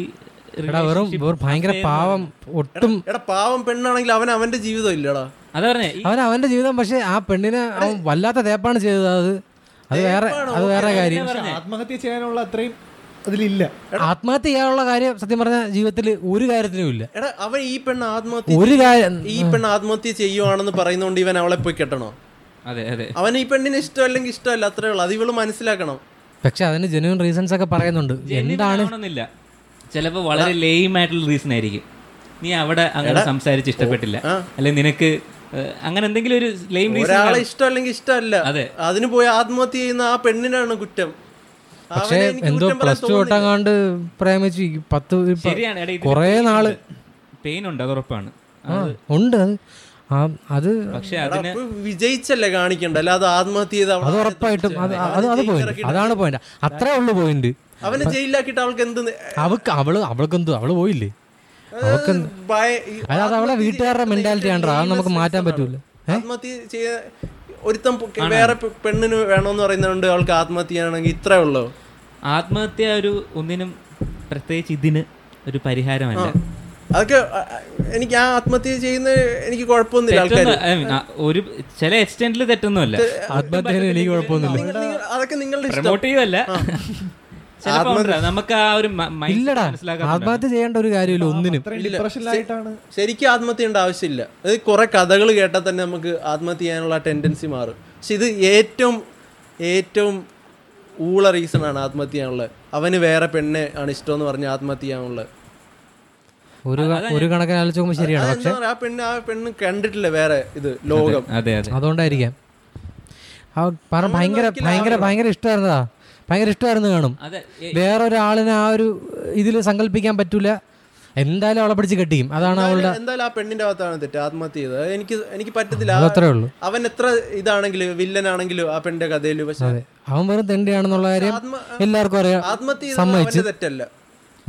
[SPEAKER 2] എടാ വെറും വെറും ഭയങ്കര പാവം ഒട്ടും
[SPEAKER 3] എടാ പാവം പെണ്ണാണെങ്കിൽ അവൻ അവന്റെ ജീവിതം ഇല്ലടാ
[SPEAKER 1] അതാ പറഞ്ഞേ ഈ-
[SPEAKER 2] അവൻ അവന്റെ ജീവിതം പക്ഷെ ആ പെണ്ണിനെ അവൻ വല്ലാത്ത തേപ്പാണ് ചെയ്തത് അത് അത് വേറെ അത് വേറെ കാര്യം
[SPEAKER 4] ആത്മഹത്യ ചെയ്യാനുള്ള അത്രയും അതിലില്ല
[SPEAKER 2] ആത്മഹത്യ ചെയ്യാനുള്ള കാര്യം സത്യം പറഞ്ഞ ജീവിതത്തിൽ ഒരു കാര്യത്തിനും ഇല്ല
[SPEAKER 3] എടാ അവൻ ഈ പെണ്ണ് ആത്മഹത്യ
[SPEAKER 2] ഒരു കാര്യം
[SPEAKER 3] ഈ പെണ്ണ് ആത്മഹത്യ ചെയ്യുവാണെന്ന് പറയുന്നോണ്ട് ഇവൻ അവളെ പോയി കെട്ടണോ
[SPEAKER 1] അതെ അതെ
[SPEAKER 3] അവൻ ഈ പെണ്ണിന് ഇഷ്ടമല്ലെങ്കിൽ ഇഷ്ടമല്ല അത്രേ ഉള്ളൂ അത് ഇവള് മനസ്സിലാക്കണം
[SPEAKER 2] പക്ഷെ അതിന് ജെന്യൂൻ റീസൺസ് ഒക്കെ പറയുന്നുണ്ട് എന്താണ്
[SPEAKER 1] എന്താണ് ചിലപ്പോ വളരെ ലെയിം ആയിട്ടുള്ള റീസൺ ആയിരിക്കും നീ അവിടെ അങ്ങനെ സംസാരിച്ച് ഇഷ്ടപ്പെട്ടില്ല അല്ലെ നിനക്ക് ഏഹ്, അങ്ങനെ എന്തെങ്കിലും ഒരു ലെയിം റീസൺ
[SPEAKER 3] ഒരാളെ ഇഷ്ടമല്ലെങ്കിൽ ഇഷ്ടമല്ല
[SPEAKER 1] അതെ.
[SPEAKER 3] അതിന് പോയി ആത്മഹത്യ ചെയ്യുന്ന ആ പെണ്ണിനാണ് കുറ്റം
[SPEAKER 2] പക്ഷെ എന്തോ പ്ലസ് ടു തൊട്ടങ്ങാണ്ട് പ്രേമിച്ച് ഈ പത്ത് ഇപ്പ-
[SPEAKER 1] ശരിയാണ് എടാ, ഇതിന്
[SPEAKER 2] കുറേ
[SPEAKER 1] pain
[SPEAKER 2] നാള്
[SPEAKER 1] ഉണ്ട്. പെയിൻ ഉണ്ട് അത് ഉറപ്പാണ്
[SPEAKER 2] ആ ഉണ്ട് അത് ആ, അത്
[SPEAKER 1] പക്ഷെ അതിന്
[SPEAKER 3] വിജയിച്ചല്ലേ കാണിക്കണ്ട അല്ലാതെ ആത്മഹത്യ ചെയ്ത
[SPEAKER 2] അത് ഉറപ്പായിട്ടും അത് അത് അത് പോയിന്റ് അതാണ് പോയിന്റ് അത്രേ ഉള്ളു പോയിന്റ്
[SPEAKER 3] അവനെ ജയിലിലാക്കിയിട്ട് അവൾക്ക് എന്ത് നെ-
[SPEAKER 2] അവൾക്ക് അവള് അവൾക്കെന്ത് അവള് പോയില്ലേ അവൾക്ക്
[SPEAKER 3] ഭയ- ഈ
[SPEAKER 2] അതായത് അവളെ
[SPEAKER 3] ആത്മഹത്യ
[SPEAKER 2] വീട്ടുകാരുടെ
[SPEAKER 3] ചെയ്യുന്ന
[SPEAKER 2] മെന്റാലിറ്റി ആണോ അത് നമുക്ക് മാറ്റാൻ
[SPEAKER 3] reasons
[SPEAKER 2] പറ്റൂല
[SPEAKER 3] ആണ്. ആത്മഹത്യ ചെയ്യ ഒരുത്തം പൊ- വേറെ പെ- പെണ്ണിന് വേണമെന്ന് പറയുന്നതുകൊണ്ട് അവൾക്ക് ആത്മഹത്യ ചെയ്യണമെങ്കിൽ ഇത്രേ ഉള്ളൂ
[SPEAKER 1] ആത്മഹത്യ ഒരു ഒന്നിനും പ്രത്യേകിച്ച് ഇതിന് ഒരു പരിഹാരമല്ല
[SPEAKER 3] അതൊക്കെ അ- അ- എനിക്ക് ആ ആത്മഹത്യ ചെയ്യുന്ന എനിക്ക് കുഴപ്പമൊന്നുമില്ല ആൾക്കാർ
[SPEAKER 1] തെറ്റൊന്നും- I mean, ആ, ഒരു ചില എക്സ്റ്റെന്റിൽ തെറ്റൊന്നുമല്ല
[SPEAKER 2] ആത്മഹത്യന് എനിക്ക് കുഴപ്പമൊന്നുമില്ല
[SPEAKER 3] അതൊക്കെ നിങ്ങളുടെ ഇഷ്ടം
[SPEAKER 1] പ്രൊമോട്ട് ചെയ്യുമല്ല ചിലപ്പോ ഉണ്ടല്ലോ, നമുക്ക് ആ ഒരു മ- mind
[SPEAKER 2] ഇല്ലടാ
[SPEAKER 1] മനസ്സിലാക്കാൻ
[SPEAKER 2] ആത്മഹത്യ ചെയ്യേണ്ട ഒരു കാര്യമില്ല ഒന്നിനും
[SPEAKER 4] അത്രയും ഡിപ്രഷനിലായിട്ടാണ്
[SPEAKER 3] ശരിക്കും ആത്മഹത്യ ചെയ്യേണ്ട ആവശ്യമില്ല അത് കുറെ കഥകൾ കേട്ടാൽ തന്നെ നമുക്ക് ആത്മഹത്യ ചെയ്യാനുള്ള ടെൻഡൻസി മാറും പക്ഷെ ഇത് ഏറ്റവും ഏറ്റവും ഊള റീസൺ ആണ് ആത്മഹത്യ ചെയ്യാനുള്ളത് അവന് വേറെ പെണ്ണെ ആണ് ഇഷ്ടമെന്ന് പറഞ്ഞ് ആത്മഹത്യ ചെയ്യാനുള്ളത്
[SPEAKER 2] ഒരു ഒരു കണക്കിന് ആലോചിച്ച് നോക്കുമ്പോൾ ശരിയാണ്
[SPEAKER 3] അതെന്താ
[SPEAKER 2] പക്ഷെ
[SPEAKER 3] പറയാ, ആ പെണ്ണ് ആ പെണ്ണ് കണ്ടിട്ടില്ല വേറെ ഇത് ലോകം
[SPEAKER 1] അതെ അതെ
[SPEAKER 2] അതുകൊണ്ടായിരിക്കാം ആ പറഞ്ഞ ഭയങ്കര ഭയങ്കര ഭയങ്കര ഇഷ്ടമായിരുന്നതാ ഭയങ്കര ഇഷ്ടമായിരുന്നു കാണും
[SPEAKER 1] അതെ എ-
[SPEAKER 2] വേറൊരാളിനെ ആ ഒരു ഇതിൽ സങ്കല്പിക്കാൻ പറ്റൂല എന്തായാലും അവളെ പിടിച്ച് കെട്ടിക്കും അതാണ് അവളുടെ
[SPEAKER 3] എന്തായാലും ആ പെണ്ണിന്റെ ഭാഗത്താണ് തെറ്റ് ആത്മഹത്യ ചെയ്തത് അത് എനിക്ക് എനിക്ക് പറ്റത്തില്ല ആ-
[SPEAKER 2] അതത്രേ ഉള്ളൂ
[SPEAKER 3] അവൻ എത്ര ഇതാണെങ്കിലും വില്ലനാണെങ്കിലും ആ പെണ്ണിന്റെ കഥയിൽ പക്ഷെ
[SPEAKER 2] അതെ അവൻ വെറും തെണ്ടിയാണെന്നുള്ള കാര്യം
[SPEAKER 3] ആത്മ
[SPEAKER 2] എല്ലാവർക്കും അറിയാം
[SPEAKER 3] ആത്മഹത്യ ചെയ്തത്
[SPEAKER 2] സമ്മതിച്ചു.
[SPEAKER 3] അവന്റെ തെറ്റല്ല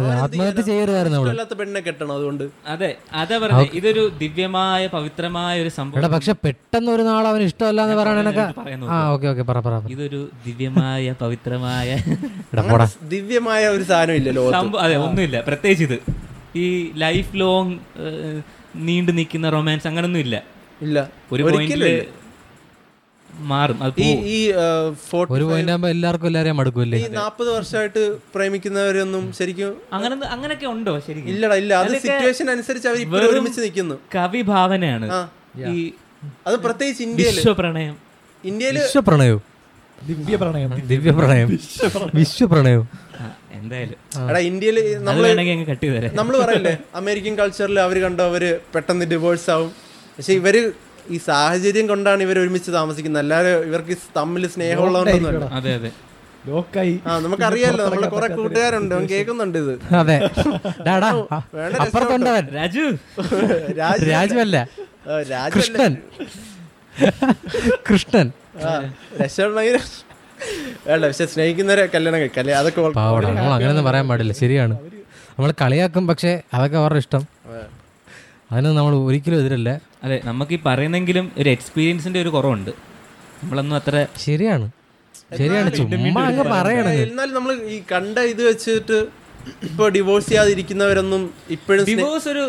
[SPEAKER 2] അതെ
[SPEAKER 3] അവനെന്ത്
[SPEAKER 2] ആത്മഹത്യ
[SPEAKER 3] ചെയ്യാനാ?
[SPEAKER 2] ചെയ്യരുതായിരുന്നു അവള്
[SPEAKER 3] ഇഷ്ടമില്ലാത്ത പെണ്ണിനെ കെട്ടണം അതുകൊണ്ട്
[SPEAKER 1] അതെ അതാ പറഞ്ഞത് ഇതൊരു ദിവ്യമായ പവിത്രമായ ഒരു സംഭവം
[SPEAKER 2] എടാ പക്ഷെ പെട്ടെന്ന് ഒരു നാൾ അവന് ഇഷ്ടമല്ല എന്ന് പറയണൊക്കെ
[SPEAKER 1] പറയാൻ
[SPEAKER 2] ആ ഓക്കെ ഓക്കെ പറ പറ പറ.
[SPEAKER 1] ഇതൊരു ദിവ്യമായ പവിത്രമായ
[SPEAKER 2] എടാ പോടാ
[SPEAKER 3] ദിവ്യമായ ഒരു സാധനം ഇല്ല ലോകത്ത്
[SPEAKER 1] സംഭവം അതെ ഒന്നുമില്ല പ്രത്യേകിച്ച് ഇത് ഈ ലൈഫ് ലോങ് നീണ്ടു നിൽക്കുന്ന റൊമാൻസ് അങ്ങനൊന്നും ഇല്ല
[SPEAKER 3] ഇല്ല
[SPEAKER 1] ഒരു
[SPEAKER 3] ഒരിക്കലും
[SPEAKER 1] പോയിന്റില്
[SPEAKER 3] ഇല്ല.
[SPEAKER 1] മാറും അത്
[SPEAKER 3] ഈ
[SPEAKER 1] പോവും.
[SPEAKER 3] ഈ ഫോട്ടോ
[SPEAKER 2] ഒരു പോയിന്റ് ആകുമ്പോ എല്ലാവർക്കും എല്ലാരെയും മടുക്കൂല്ലേ
[SPEAKER 3] ഈ നാപ്പത് വർഷമായിട്ട് പ്രേമിക്കുന്നവരൊന്നും ശരിക്കും
[SPEAKER 1] അങ്ങനെ അങ്ങനൊക്കെ ഉണ്ടോ ശരിക്കും
[SPEAKER 3] ഇല്ലടാ ഇല്ല അത് സിറ്റുവേഷൻ അനുസരിച്ച് അവർ ഇപ്പോഴും
[SPEAKER 1] വെറും-
[SPEAKER 3] ഒരുമിച്ച് നിൽക്കുന്നു
[SPEAKER 1] കവി ഭാവനയാണ് ഈ
[SPEAKER 3] അത് പ്രത്യേകിച്ച് ഇന്ത്യയിൽ
[SPEAKER 1] വിശ്വപ്രണയം
[SPEAKER 3] ഇന്ത്യയിൽ
[SPEAKER 2] വിശ്വപ്രണയവും
[SPEAKER 4] ദിവ്യ പ്രണയം
[SPEAKER 2] ദിവ്യപ്രണയം വിശ്വപ്രണയവും
[SPEAKER 1] ആ, എന്തായാലും
[SPEAKER 3] എടാ ഇന്ത്യയിൽ
[SPEAKER 1] അത്
[SPEAKER 3] നമ്മൾ
[SPEAKER 1] വേണമെങ്കിൽ അങ്ങ് കട്ട് ചെയ്ത് തരാം
[SPEAKER 3] നമ്മൾ പറയല്ലേ അമേരിക്കൻ കൾച്ചറിൽ അവർ കണ്ടോ അവര് പെട്ടെന്ന് ഡിവോഴ്സ് ആവും പക്ഷെ ഇവര് ഈ സാഹചര്യം കൊണ്ടാണ് ഇവർ ഒരുമിച്ച് താമസിക്കുന്നത് അല്ലാതെ ഇവർക്ക് ഈ തമ്മിൽ സ്നേഹമുള്ളതുകൊണ്ടൊന്നുമല്ല
[SPEAKER 1] അതെ അതെ
[SPEAKER 4] ലോക്കായി
[SPEAKER 3] ആ നമുക്കറിയാലോ നമ്മളെ കുറെ കൂട്ടുകാരുണ്ട് അവൻ കേൾക്കുന്നുണ്ട് ഇത്
[SPEAKER 2] അതെ ഡാ, ഡാ, അ-
[SPEAKER 3] വേണ്ട
[SPEAKER 2] അപ്പുറത്തുണ്ടവൻ
[SPEAKER 1] രാജു
[SPEAKER 3] രാജ
[SPEAKER 2] രാജുവല്ല
[SPEAKER 3] ആ, രാജ
[SPEAKER 2] കൃഷ്ണൻ കൃഷ്ണൻ
[SPEAKER 3] ആ, രക്ഷപ്പെടണമെങ്കിൽ രക്ഷ- വേണ്ട പക്ഷെ സ്നേഹിക്കുന്നവരെ കല്യാണം കഴിക്കാം അല്ലേ അതൊക്കെ ഓൾ-
[SPEAKER 2] പാവട നമ്മൾ അങ്ങനെയൊന്നും പറയാൻ പാടില്ല ശരിയാണ് നമ്മൾ കളിയാക്കും പക്ഷേ അതൊക്കെ അവരുടെ ഇഷ്ടം അതിനൊന്നും നമ്മൾ ഒരിക്കലും എതിരല്ല
[SPEAKER 1] അതെ നമുക്ക് ഈ പറയുന്നെങ്കിലും ഒരു എക്സ്പീരിയൻസിന്റെ ഒരു കുറവുണ്ട് നമ്മളൊന്നും അത്ര
[SPEAKER 2] ശരിയാണ് ശരിയാണ് ചുമ്മാ അങ്ങ് പറയണത്
[SPEAKER 3] എന്നാലും നമ്മൾ ഈ കണ്ട ഇത് വെച്ചിട്ട് ഇപ്പൊ ഡിവോഴ്സ് ചെയ്യാതിരിക്കുന്നവരൊന്നും ഇപ്പോഴും
[SPEAKER 1] ഡിവോഴ്സ് ഒരു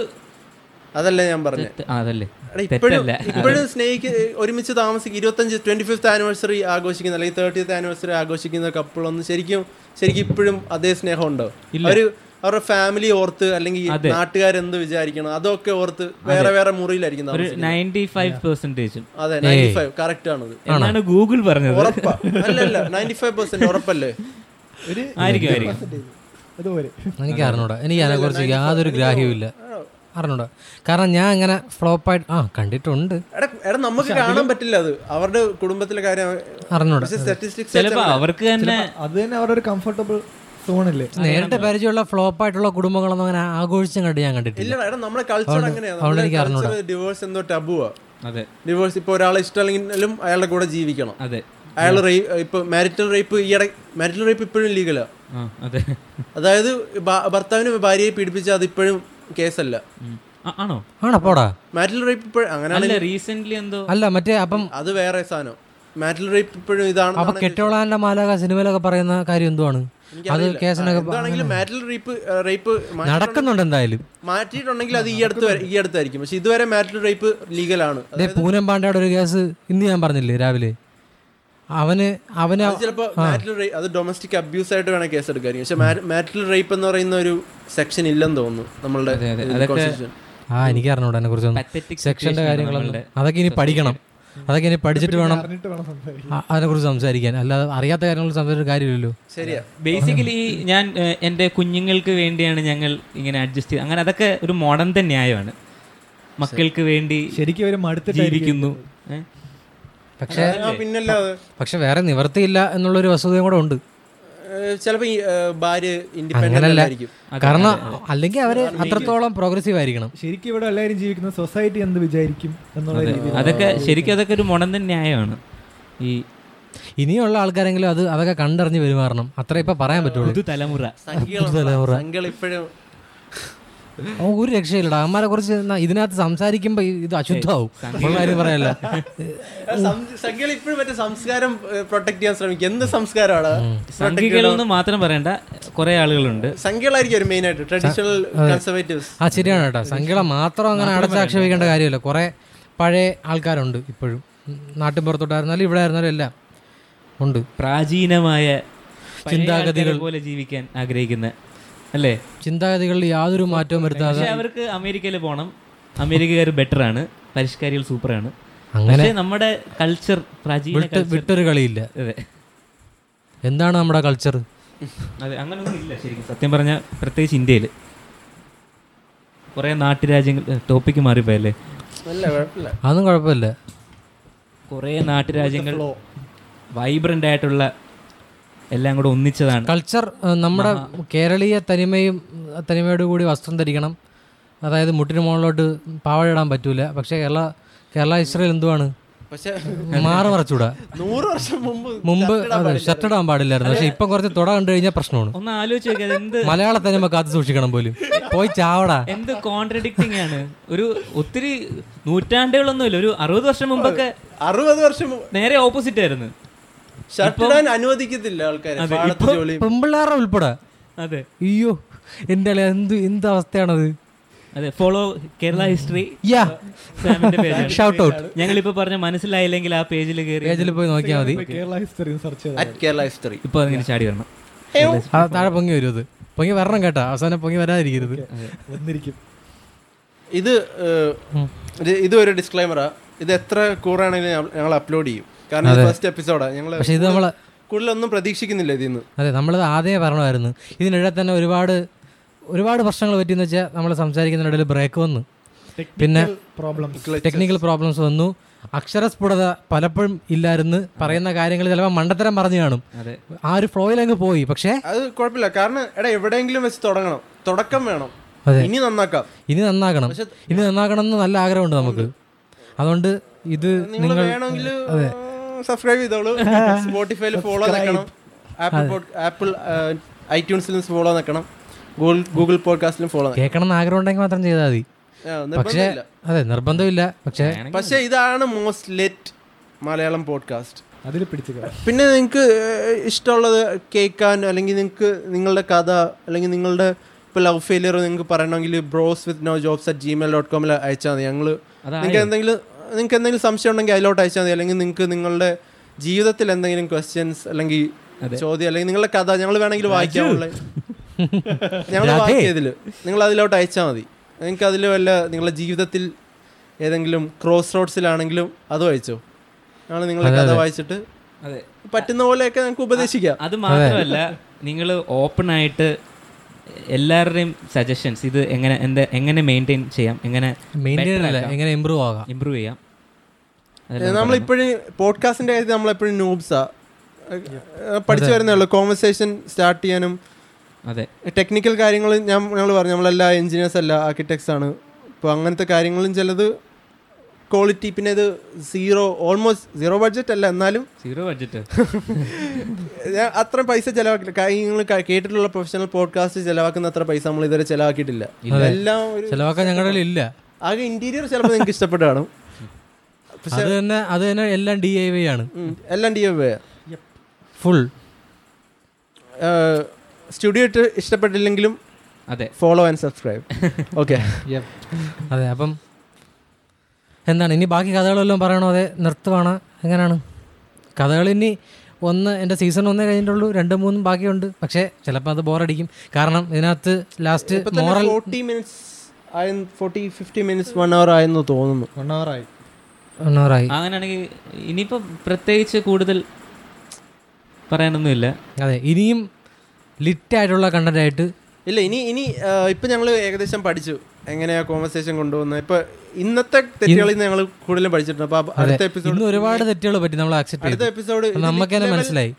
[SPEAKER 3] അതല്ല ഞാൻ പറഞ്ഞത്
[SPEAKER 1] ത- ആ, അതല്ലേ
[SPEAKER 3] ഇപ്പോഴും
[SPEAKER 1] തെറ്റല്ല
[SPEAKER 3] ഇപ്പോഴും സ്നേഹിക്ക ഒരുമിച്ച് താമസിക്കുക ഇരുപത്തഞ്ച് ട്വന്റി ഫിഫ്ത്ത് ആനിവേഴ്സറി ആഘോഷിക്കുന്ന അല്ലെങ്കിൽ തേർട്ടിയത്ത് ആനിവേഴ്സറി ആഘോഷിക്കുന്ന കപ്പിളൊന്നും ശരിക്കും ശരിക്കും ഇപ്പോഴും അതേ സ്നേഹം ഉണ്ടോ അവര് അവരുടെ ഫാമിലി ഓർത്ത് അല്ലെങ്കിൽ നാട്ടുകാരെന്ത് വിചാരിക്കണം അതൊക്കെ ഓർത്ത് വേറെ വേറെ മുറിയിലായിരിക്കും
[SPEAKER 1] ഒരു
[SPEAKER 3] താമസിക്കുന്നത്.
[SPEAKER 1] നയൻറ്റി ഫൈവ് പെർസെന്റേജും
[SPEAKER 3] അതെ നയൻറ്റി ഫൈവ് കറക്റ്റ് ആണത്
[SPEAKER 1] എന്നാണ് ഗൂഗിൾ പറഞ്ഞത്
[SPEAKER 3] ഉറപ്പാ അല്ലല്ല നയൻറ്റി ഫൈവ് പെർസെന്റ് ഉറപ്പല്ലേ
[SPEAKER 4] ഒരു
[SPEAKER 1] ആയിരിക്കും ആയിരിക്കും
[SPEAKER 4] അതുപോലെ
[SPEAKER 2] എനിക്ക് അറിഞ്ഞൂടാ എനിക്ക് അതിനെക്കുറിച്ച് യാതൊരു ഗ്രാഹ്യവുമില്ല അറിഞ്ഞൂടാ കാരണം ഞാൻ അങ്ങനെ ഫ്ലോപ്പായിട്ട് ആ കണ്ടിട്ടുണ്ട്
[SPEAKER 3] എടാ എടാ നമുക്ക് കാണാൻ പറ്റില്ല അത് അവരുടെ കുടുംബത്തിലെ കാര്യം
[SPEAKER 2] അറിഞ്ഞൂടാ
[SPEAKER 3] പക്ഷെ സ്റ്റാറ്റിസ്റ്റിക്സ്
[SPEAKER 1] ചിലപ്പോ അവർക്ക് തന്നെ
[SPEAKER 4] അത് തന്നെ അവരുടെ ഒരു കംഫർട്ടബിൾ സോണല്ലേ
[SPEAKER 2] നേരിട്ട് പരിചയമുള്ള ഫ്ലോപ്പായിട്ടുള്ള കുടുംബങ്ങളൊന്നും അങ്ങനെ ആഘോഷിച്ചും കണ്ട് ഞാൻ കണ്ടിട്ടില്ല
[SPEAKER 3] ഇല്ല എടാ നമ്മുടെ കൾച്ചർ അങ്ങനെയാണ്
[SPEAKER 2] അതുകൊണ്ട് എനിക്ക് അറിഞ്ഞൂടാ
[SPEAKER 3] ഡിവോഴ്സ് എന്തോ ടബുവാ
[SPEAKER 1] അതെ
[SPEAKER 3] ഡിവോഴ്സ് ഇപ്പോൾ ഒരാളെ ഇഷ്ടമല്ലെങ്കിലും അയാളുടെ കൂടെ ജീവിക്കണം
[SPEAKER 1] അതെ
[SPEAKER 3] അയാൾ ഇപ്പോൾ മാരിറ്റൽ റേപ്പ് ഈയിടെ മാരിറ്റൽ റേപ്പ് ഇപ്പോഴും ലീഗലാണ്
[SPEAKER 1] ആ അതെ
[SPEAKER 3] അതായത് ഭ- ഭർത്താവിന് ഭാര്യയെ പീഡിപ്പിച്ചാൽ അത് ഇപ്പോഴും കേസല്ല
[SPEAKER 1] ഉം. ആ, ആണോ
[SPEAKER 2] ആണോ പോടാ
[SPEAKER 3] മാരിറ്റൽ റേപ്പ് ഇപ്പോഴും അങ്ങനെയാണ്
[SPEAKER 1] അല്ല റീസെന്റ് എന്തോ
[SPEAKER 2] അല്ല മറ്റേ അപ്പം
[SPEAKER 3] അത് വേറെ സാധനം മാരിറ്റൽ റേപ്പ് ഇപ്പോഴും ഇതാണ്
[SPEAKER 2] അപ്പൊ കെട്ടോളാന്റെ മാലാക സിനിമയിലൊക്കെ പറയുന്ന കാര്യം എന്തുവാണ് അത് കേസിനൊക്കെ
[SPEAKER 3] എന്താണെങ്കിലും മാരിറ്റൽ റേപ്പ് റേപ്പ്
[SPEAKER 2] നടക്കുന്നുണ്ട് എന്തായാലും
[SPEAKER 3] മാറ്റിയിട്ടുണ്ടെങ്കിൽ അത് ഈ അടുത്ത് വരെ- ഈ അടുത്തായിരിക്കും പക്ഷെ ഇതുവരെ മാരിറ്റൽ റേപ്പ് ലീഗലാണ്
[SPEAKER 2] അതേ പൂനം പാണ്ഡയുടെ ഒരു കേസ് ഇന്ന് ഞാൻ പറഞ്ഞില്ലേ രാവിലെ അവന് അവന്
[SPEAKER 3] ചിലപ്പോൾ മാരിറ്റൽ റേപ്പ് അത് ഡൊമസ്റ്റിക് അബ്യൂസ് ആയിട്ട് വേണേൽ കേസ് എടുക്കായിരിക്കും പക്ഷെ മാരിറ്റൽ റേപ്പ് എന്ന് പറയുന്ന ഒരു സെക്ഷൻ ഇല്ലെന്ന് തോന്നുന്നു നമ്മളുടെ constitution.
[SPEAKER 2] ആ എനിക്ക് അറിഞ്ഞൂടാ അതിനെ കുറിച്ചൊന്നും
[SPEAKER 1] Pathetic
[SPEAKER 2] സെക്ഷന്റെ
[SPEAKER 1] situation ആണ്
[SPEAKER 2] കാര്യങ്ങളൊന്നും
[SPEAKER 1] നമ്മളുടെ.
[SPEAKER 2] അതൊക്കെ ഇനി പഠിക്കണം അതൊക്കെ ഇനി പഠിച്ചിട്ട് വേണം
[SPEAKER 4] പറഞ്ഞിട്ട് വേണം സംസാരിക്കാൻ
[SPEAKER 2] ആ- അതിനെക്കുറിച്ച് സംസാരിക്കാൻ അല്ലാതെ അറിയാത്ത കാര്യങ്ങൾ സംസാരിച്ചിട്ട് കാര്യമില്ലല്ലോ
[SPEAKER 3] ശരിയാ
[SPEAKER 1] ബേസിക്കലി ഞാൻ ഏഹ്, എൻ്റെ കുഞ്ഞുങ്ങൾക്ക് വേണ്ടിയാണ് ഞങ്ങൾ ഇങ്ങനെ അഡ്ജസ്റ്റ് ചെയ്ത് അങ്ങനെ അതൊക്കെ ഒരു മോഡേൺ ന്യായമാണ് മക്കൾക്ക് വേണ്ടി
[SPEAKER 4] ശരിക്കും അവര് മടുത്തിട്ടായിരിക്കും
[SPEAKER 1] ജീവിക്കുന്നു ഏ?
[SPEAKER 2] പക്ഷെ
[SPEAKER 3] ആ, പിന്നല്ലാതെ
[SPEAKER 2] പക്ഷെ വേറെ നിവർത്തിയില്ല എന്നുള്ളൊരു വസ്തുതയും കൂടെ ഉണ്ട്
[SPEAKER 3] ചിലപ്പോ ഭാര്യ ഇൻഡിപെൻഡന്റ് ആയിരിക്കും
[SPEAKER 2] കാരണം അല്ലെങ്കിൽ അവര് അത്രത്തോളം പ്രോഗ്രസീവ് ആയിരിക്കണം
[SPEAKER 4] ശരിക്കും ഇവിടെ എല്ലാവരും ജീവിക്കുന്ന സൊസൈറ്റി എന്ത് വിചാരിക്കും എന്നുള്ള രീതിയിൽ
[SPEAKER 1] അതൊക്കെ ശരിക്കും അതൊക്കെ ഒരു മോഡേൺ ന്യായമാണ് ഈ
[SPEAKER 2] ഇനിയുള്ള ആൾക്കാരെങ്കിലും അത് അതൊക്കെ കണ്ടറിഞ്ഞ് പെരുമാറണം അത്ര ഇപ്പം പറയാൻ പറ്റുള്ളൂ
[SPEAKER 1] തലമുറ
[SPEAKER 2] തലമുറ.
[SPEAKER 3] സംഖ്യകൾ ഇപ്പോഴും
[SPEAKER 2] അവൻ ഒരു രക്ഷയില്ലടാ അവന്മാരെ കുറിച്ച് ന- ഇതിനകത്ത് സംസാരിക്കുമ്പോൾ ഇത് അശുദ്ധമാവും ഉള്ള കാര്യം പറയല്ല
[SPEAKER 3] സംഖ്യകൾ ഇപ്പോഴും മറ്റേ സംസ്കാരം പ്രൊട്ടക്ട് ചെയ്യാൻ ശ്രമിക്കും എന്ത് സംസ്കാരമാണ്
[SPEAKER 1] സംഘികളെന്ന് മാത്രം പറയണ്ട കുറേ ആളുകളുണ്ട്
[SPEAKER 3] സംഖ്യകളായിരിക്കും ഒരു മെയിൻ ആയിട്ട് ട്രഡീഷണൽ കൺസർവേറ്റീവ്സ്
[SPEAKER 2] ആ ശരിയാണ് കേട്ടോ സംഖ്യകളെ മാത്രം അങ്ങനെ അടച്ചാക്ഷേപിക്കേണ്ട കാര്യമില്ല കുറേ പഴയ ആൾക്കാരുണ്ട് ഇപ്പോഴും നാട്ടിൻ പുറത്തോട്ടായിരുന്നാലും ഇവിടെ ആയിരുന്നാലും എല്ലാം ഉണ്ട്
[SPEAKER 1] പ്രാചീനമായ പഴയ
[SPEAKER 2] ചിന്താഗതികൾ.
[SPEAKER 1] ആൾക്കാരെ പോലെ ജീവിക്കാൻ ആഗ്രഹിക്കുന്ന അല്ലേ
[SPEAKER 2] ചിന്താഗതികളിൽ യാതൊരു മാറ്റവും വരുത്താതെ
[SPEAKER 1] പക്ഷെ അവർക്ക് അമേരിക്കയിൽ പോകണം അമേരിക്കക്കാർ ബെറ്റർ ആണ് പരിഷ്കാരികൾ സൂപ്പറാണ്
[SPEAKER 2] അങ്ങനെ
[SPEAKER 1] പക്ഷേ നമ്മുടെ കൾച്ചർ പ്രാചീന
[SPEAKER 2] വിട്ട്
[SPEAKER 1] culture-
[SPEAKER 2] വിട്ടൊരു കളിയില്ല
[SPEAKER 1] അതെ
[SPEAKER 2] എന്താണ് നമ്മുടെ കൾച്ചർ
[SPEAKER 1] അതെ അങ്ങനൊന്നും ഇല്ല ശരിക്കും സത്യം പറഞ്ഞാൽ പ്രത്യേകിച്ച് ഇന്ത്യയിൽ കുറേ നാട്ടുരാജ്യങ്ങൾ ടോപ്പിക്ക് മാറിപ്പോയല്ലേ
[SPEAKER 3] നല്ല കുഴപ്പമില്ല
[SPEAKER 2] അതൊന്നും കുഴപ്പമില്ല
[SPEAKER 1] കുറേ നാട്ടുരാജ്യങ്ങൾ വൈബ്രന്റ് ആയിട്ടുള്ള എല്ലാം കൂടെ ഒന്നിച്ചതാണ്
[SPEAKER 2] കൾച്ചർ ഏഹ്, നമ്മുടെ കേരളീയ തനിമയും തനിമയോട് കൂടി വസ്ത്രം ധരിക്കണം അതായത് മുട്ടിന് മുകളിലോട്ട് പാവഴിടാൻ പറ്റൂല പക്ഷേ കേരള കേരള ഇസ്രയേൽ എന്തുവാണ്
[SPEAKER 3] പക്ഷെ
[SPEAKER 2] മാറി മറച്ചൂടാ
[SPEAKER 3] നൂറ് വർഷം മുമ്പ്
[SPEAKER 2] മുമ്പ് അതെ ഷർട്ട് ഇടാൻ പാടില്ലായിരുന്നു പക്ഷെ ഇപ്പം കുറച്ച് തുട കണ്ടു കഴിഞ്ഞാൽ പ്രശ്നമാണ്
[SPEAKER 1] ഒന്ന് ആലോചിച്ച് നോക്കിയത് എന്ത്
[SPEAKER 2] മലയാള തനിമ കാത്തു സൂക്ഷിക്കണം പോലും പോയി ചാവടാ
[SPEAKER 1] എന്ത് കോൺട്രഡിക്റ്റിംഗ് ആണ് ഒരു ഒത്തിരി നൂറ്റാണ്ടുകളൊന്നുമില്ല ഒരു അറുപത് വർഷം മുമ്പൊക്കെ
[SPEAKER 3] അറുപത് വർഷം മുമ്പ്
[SPEAKER 1] നേരെ ഓപ്പോസിറ്റ് ആയിരുന്നു
[SPEAKER 3] ഷർട്ട് ഇടാൻ അനുവദിക്കത്തില്ല ആൾക്കാരെ
[SPEAKER 1] അതെ,
[SPEAKER 3] പാടത്ത്
[SPEAKER 1] ഇപ്പൊ-
[SPEAKER 3] ജോലി
[SPEAKER 2] പെമ്പിള്ളാരുടെ ഉൾപ്പെടെ
[SPEAKER 1] അതെ
[SPEAKER 2] അയ്യോ എൻ്റെ അളിയാ, എന്ത് എന്ത് അവസ്ഥയാണത്
[SPEAKER 1] അതെ ഫോളോ കേരള ഹിസ്റ്ററി
[SPEAKER 2] യാ
[SPEAKER 1] സാമിന്റെ പേജ്
[SPEAKER 2] ഷൗട്ട് ഔട്ട്
[SPEAKER 1] ഞങ്ങളിപ്പോ പറഞ്ഞ മനസ്സിലായില്ലെങ്കിൽ ആ പേജിൽ കയറി
[SPEAKER 2] പേജിൽ പോയി നോക്കിയാൽ മതി
[SPEAKER 4] കേരള ഹിസ്റ്ററി സെർച്ച് ചെയ്താൽ
[SPEAKER 3] അറ്റ് കേരള ഹിസ്റ്ററി
[SPEAKER 1] ഇപ്പൊ അതിങ്ങനെ ചാടി വരണം
[SPEAKER 2] ആ താഴെ പൊങ്ങി വരും അത് പൊങ്ങി വരണം കേട്ടോ അവസാനം പൊങ്ങി വരാതിരിക്കരുത്
[SPEAKER 4] വന്നിരിക്കും
[SPEAKER 3] ഇത് ഏഹ്, ഇത് ഇതും ഒരു ഡിസ്ക്ലൈമറാ ഇത് എത്ര കൂറാണെങ്കിലും ഞങ്ങൾ- ഞങ്ങൾ അപ്ലോഡ് ചെയ്യും കാരണം ഇത് ഫസ്റ്റ് എപ്പിസോഡാണ് ഞങ്ങൾ
[SPEAKER 2] പക്ഷെ ഇത് നമ്മള്
[SPEAKER 3] കൂടുതലൊന്നും പ്രതീക്ഷിക്കുന്നില്ല ഇതിൽ നിന്ന്
[SPEAKER 2] അതെ നമ്മളിത് ആദ്യമേ പറഞ്ഞമായിരുന്നു ഇതിനിടെ തന്നെ ഒരുപാട് ഒരുപാട് പ്രശ്നങ്ങൾ പറ്റിയെന്ന് വെച്ചാൽ നമ്മൾ സംസാരിക്കുന്നതിനിടയിൽ ബ്രേക്ക് വന്നു പിന്നെ
[SPEAKER 4] പ്രോബ്ലംസ്
[SPEAKER 2] ടെക്നിക്കൽ പ്രോബ്ലംസ് വന്നു അക്ഷരസ്ഫുടത പലപ്പോഴും ഇല്ലായിരുന്നു പറയുന്ന കാര്യങ്ങൾ ചിലപ്പോൾ മണ്ടത്തരം പറഞ്ഞു കാണും
[SPEAKER 1] അതെ.
[SPEAKER 2] ആ ഒരു ഫ്ലോയിൽ അങ്ങ് പോയി പക്ഷേ
[SPEAKER 3] അത് കുഴപ്പമില്ല കാരണം എടാ എവിടെയെങ്കിലും വെച്ച് തുടങ്ങണം തുടക്കം വേണം
[SPEAKER 2] അതെ.
[SPEAKER 3] ഇനി നന്നാക്കാം
[SPEAKER 2] ഇനി നന്നാക്കണം ഇനി നന്നാക്കണം എന്ന് നല്ല ആഗ്രഹമുണ്ട് നമുക്ക് അതുകൊണ്ട് ഇത്
[SPEAKER 3] നിങ്ങൾ വേണമെങ്കിൽ സബ്സ്ക്രൈബ് ചെയ്തോളൂ സ്പോട്ടിഫൈയിൽ ഫോളോ നിൽക്കണം ആപ്പിൾ ആപ്പിൾ ഐറ്റ്യൂൺസിലും ഫോളോ നിൽക്കണം ഗൂഗിൾ ഗൂഗിൾ പോഡ്കാസ്റ്റിലും ഫോളോ
[SPEAKER 2] കേൾക്കണം എന്ന് ആഗ്രഹം ഉണ്ടെങ്കിൽ മാത്രം ചെയ്താൽ മതി പക്ഷേ
[SPEAKER 3] നിർബന്ധമില്ല
[SPEAKER 2] അതെ നിർബന്ധമില്ല പക്ഷേ
[SPEAKER 3] പക്ഷേ ഇതാണ് മോസ്റ്റ് ലെറ്റ് മലയാളം പോഡ്കാസ്റ്റ്
[SPEAKER 4] അതിൽ പിടിച്ചു
[SPEAKER 3] പിന്നെ നിങ്ങൾക്ക് ഇഷ്ടമുള്ളത് കേൾക്കാൻ അല്ലെങ്കിൽ നിങ്ങൾക്ക് നിങ്ങളുടെ കഥ അല്ലെങ്കിൽ നിങ്ങളുടെ ഇപ്പോൾ ലവ് ഫെയിലിയർ നിങ്ങൾക്ക് പറയണമെങ്കിൽ bros with no jobs at Gmail dot കോമിൽ അയച്ചാൽ മതി ഞങ്ങൾ നിങ്ങൾക്ക് എന്തെങ്കിലും നിങ്ങൾക്ക് എന്തെങ്കിലും സംശയം ഉണ്ടെങ്കിൽ അതിലോട്ട് അയച്ചാൽ മതി അല്ലെങ്കിൽ നിങ്ങൾക്ക് നിങ്ങളുടെ ജീവിതത്തിൽ എന്തെങ്കിലും ക്വസ്റ്റ്യൻസ് അല്ലെങ്കിൽ ചോദ്യം അല്ലെങ്കിൽ നിങ്ങളുടെ കഥ ഞങ്ങൾ വേണമെങ്കിൽ വായിക്കാമുള്ള ഞങ്ങൾ വായിക്കിയതിൽ നിങ്ങൾ അതിലോട്ട് അയച്ചാൽ മതി നിങ്ങൾക്ക് അതിൽ വല്ല നിങ്ങളുടെ ജീവിതത്തിൽ ഏതെങ്കിലും ക്രോസ് റോഡ്സിലാണെങ്കിലും അതും അയച്ചോ ഞങ്ങൾ നിങ്ങളുടെ കഥ വായിച്ചിട്ട്
[SPEAKER 1] അതെ
[SPEAKER 3] പറ്റുന്ന പോലെയൊക്കെ നമുക്ക് ഉപദേശിക്കാം
[SPEAKER 1] അത് മാത്രമല്ല നിങ്ങൾ ഓപ്പൺ ആയിട്ട് എല്ലാവരുടെയും സജഷൻസ് ഇത് എങ്ങനെ എന്താ എങ്ങനെ മെയിൻറ്റെയിൻ ചെയ്യാം എങ്ങനെ
[SPEAKER 2] മെയിൻറ്റെയിൻ അല്ല എങ്ങനെ ഇമ്പ്രൂവ് ആകാം
[SPEAKER 1] ഇമ്പ്രൂവ് ചെയ്യാം
[SPEAKER 3] നമ്മളിപ്പോഴും പോഡ്കാസ്റ്റിന്റെ കാര്യത്തിൽ നമ്മളെപ്പോഴും നൂബ്സാ പഠിച്ചു വരുന്നേ ഉള്ളൂ കോൺവെർസേഷൻ സ്റ്റാർട്ട് ചെയ്യാനും
[SPEAKER 1] അതെ
[SPEAKER 3] ടെക്നിക്കൽ കാര്യങ്ങൾ ഞാൻ ഞങ്ങൾ പറഞ്ഞു നമ്മളെല്ലാ എഞ്ചിനീയേഴ്സ് അല്ല ആർക്കിടെക്ട്സ് ആണ് അപ്പോൾ അങ്ങനത്തെ കാര്യങ്ങളും ചിലത് ക്വാളിറ്റി പിന്നെ ഇത് സീറോ ഓൾമോസ്റ്റ് സീറോ ബഡ്ജറ്റ് അല്ല എന്നാലും
[SPEAKER 1] സീറോ ബഡ്ജറ്റ്
[SPEAKER 3] ഞാൻ അത്ര പൈസ ചിലവാക്കില്ല കാര്യങ്ങൾ കേട്ടിട്ടുള്ള പ്രൊഫഷണൽ പോഡ്കാസ്റ്റ് ചിലവാക്കുന്ന അത്ര പൈസ നമ്മൾ ഇതുവരെ ചിലവാക്കിയിട്ടില്ല എല്ലാം ഒരു
[SPEAKER 2] ചിലവാക്കാൻ ഞങ്ങളുടെ കയ്യിൽ ഇല്ല
[SPEAKER 3] ആകെ ഇന്റീരിയർ ചിലപ്പോൾ നിങ്ങൾക്ക് ഇഷ്ടപ്പെട്ട് കാണും
[SPEAKER 2] അത് തന്നെ അത് തന്നെ എല്ലാം ഡി ഐ വൈ ആണ്
[SPEAKER 3] ഉം. എല്ലാം ഡി എം
[SPEAKER 2] ഫുൾ
[SPEAKER 3] സ്റ്റുഡിയോ ഇട്ട് ഇഷ്ടപ്പെട്ടില്ലെങ്കിലും
[SPEAKER 1] അതെ
[SPEAKER 3] ഫോളോ ആൻഡ് സബ്സ്ക്രൈബ് ഓക്കെ
[SPEAKER 2] അതെ അപ്പം എന്താണ് ഇനി ബാക്കി കഥകളെല്ലാം പറയണോ അതെ നിർത്തുവാണ് എങ്ങനെയാണ് കഥകൾ ഇനി ഒന്ന് എൻ്റെ സീസൺ ഒന്നേ കഴിഞ്ഞിട്ടുള്ളൂ രണ്ട് മൂന്നും ബാക്കിയുണ്ട് പക്ഷേ ചിലപ്പോൾ അത് ബോറടിക്കും കാരണം ഇതിനകത്ത് ലാസ്റ്റ് മോറൽ
[SPEAKER 3] ഫോർട്ടി മിനിറ്റ്സ് ആയെന്ന് forty fifty minutes one hour ആയെന്ന് തോന്നുന്നു
[SPEAKER 4] വൺ അവർ ആയി
[SPEAKER 2] ഒന്നോറായി
[SPEAKER 1] അങ്ങനെയാണെങ്കിൽ ഇനിയിപ്പോ പ്രത്യേകിച്ച് കൂടുതൽ പറയാനൊന്നുമില്ല
[SPEAKER 2] അതെ ഇനിയും ലിറ്റായിട്ടുള്ള കണ്ടൻറ്റായിട്ട്
[SPEAKER 3] ഇല്ല ഇനി ഇനി ഇപ്പം ഞങ്ങൾ ഏകദേശം പഠിച്ചു എങ്ങനെയാ കോൺവെർസേഷൻ കൊണ്ടുപോകുന്നത് ഇപ്പം ഇന്നത്തെ തെറ്റുകളിൽ നിന്ന് ഞങ്ങൾ കൂടുതലും പഠിച്ചിട്ടുണ്ട് അപ്പോൾ അടുത്ത എപ്പിസോഡ്
[SPEAKER 2] ഇന്ന് ഒരുപാട് തെറ്റുകൾ പറ്റി നമ്മൾ ആക്സെപ്റ്റ്
[SPEAKER 3] അടുത്ത
[SPEAKER 2] ചെയ്തു
[SPEAKER 3] എപ്പിസോഡ്
[SPEAKER 2] അത് നമുക്ക് തന്നെ മനസ്സിലായി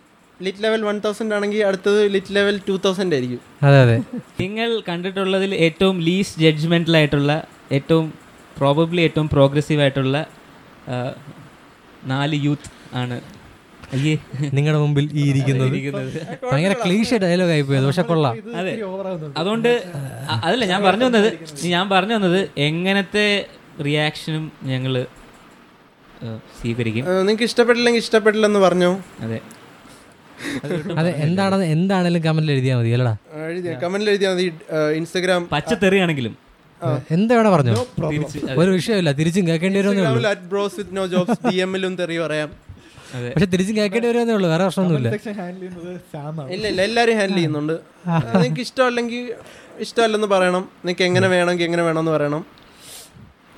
[SPEAKER 3] ലിറ്റ് ലെവൽ വൺ തൗസൻഡ് ആണെങ്കിൽ അടുത്തത് ലിറ്റ് ലെവൽ ടു തൗസൻഡ് ആയിരിക്കും
[SPEAKER 2] അതെ അതെ
[SPEAKER 1] നിങ്ങൾ കണ്ടിട്ടുള്ളതിൽ ഏറ്റവും ലീസ്റ്റ് ജഡ്ജ്മെൻറ്റലായിട്ടുള്ള ഏറ്റവും പ്രോബബ്ലി ഏറ്റവും പ്രോഗ്രസീവ് ആയിട്ടുള്ള ആ, നാല് യൂത്ത് ആണ് അയ്യേ
[SPEAKER 2] നിങ്ങളുടെ മുമ്പിൽ ഈ
[SPEAKER 1] (laughs)
[SPEAKER 2] ഇരിക്കുന്നത്
[SPEAKER 1] ഇരിക്കുന്നത്.
[SPEAKER 2] ഭയങ്കര ക്ലീഷ ഡയലോഗ് ആയി പോയത് പക്ഷെ കൊള്ളാം
[SPEAKER 1] അതെ
[SPEAKER 4] ഓവറാകുന്നുണ്ട്
[SPEAKER 1] അതുകൊണ്ട് അ- അതല്ല ഞാൻ പറഞ്ഞു വന്നത് ഞാൻ പറഞ്ഞു വന്നത് എങ്ങനത്തെ റിയാക്ഷനും ഞങ്ങൾ സ്വീകരിക്കും
[SPEAKER 3] നിങ്ങൾക്ക് ഇഷ്ടപ്പെട്ടില്ലെങ്കിൽ ഇഷ്ടപ്പെട്ടില്ലെന്ന് പറഞ്ഞോ
[SPEAKER 1] അതെ
[SPEAKER 2] അതെ എന്താണെന്ന് എന്താണേലും കമന്റിൽ എഴുതിയാൽ മതി അല്ലടാ
[SPEAKER 3] കമന്റിൽ എഴുതിയാൽ മതി ഇൻസ്റ്റഗ്രാം
[SPEAKER 1] പച്ചത്തെറിയാണെങ്കിലും
[SPEAKER 2] എന്താ വേണേ പറഞ്ഞു
[SPEAKER 1] തിരിച്ച്
[SPEAKER 2] ഒരു വിഷയമില്ല തിരിച്ചും കേൾക്കേണ്ടി വരുമെന്നേ ഉള്ളൂ
[SPEAKER 3] at bros with no jobs D എമ്മിലും തെറി പറയാം
[SPEAKER 1] അതെ
[SPEAKER 2] പക്ഷെ തിരിച്ചും കേൾക്കേണ്ടി വരുമെന്നേ ഉള്ളൂ വേറെ പ്രശ്നമൊന്നുമില്ല
[SPEAKER 4] സെക്ഷൻ ഹാൻഡിൽ ചെയ്യുന്നത് സാമാണ്
[SPEAKER 3] ഇല്ല ഇല്ല എല്ലാവരും ഹാൻഡിൽ ചെയ്യുന്നുണ്ട് നിങ്ങൾക്ക് ഇഷ്ടമല്ലെങ്കിൽ ഇഷ്ടമല്ലെന്ന് പറയണം നിങ്ങൾക്ക് എങ്ങനെ വേണമെങ്കിൽ എങ്ങനെ വേണമെന്ന് പറയണം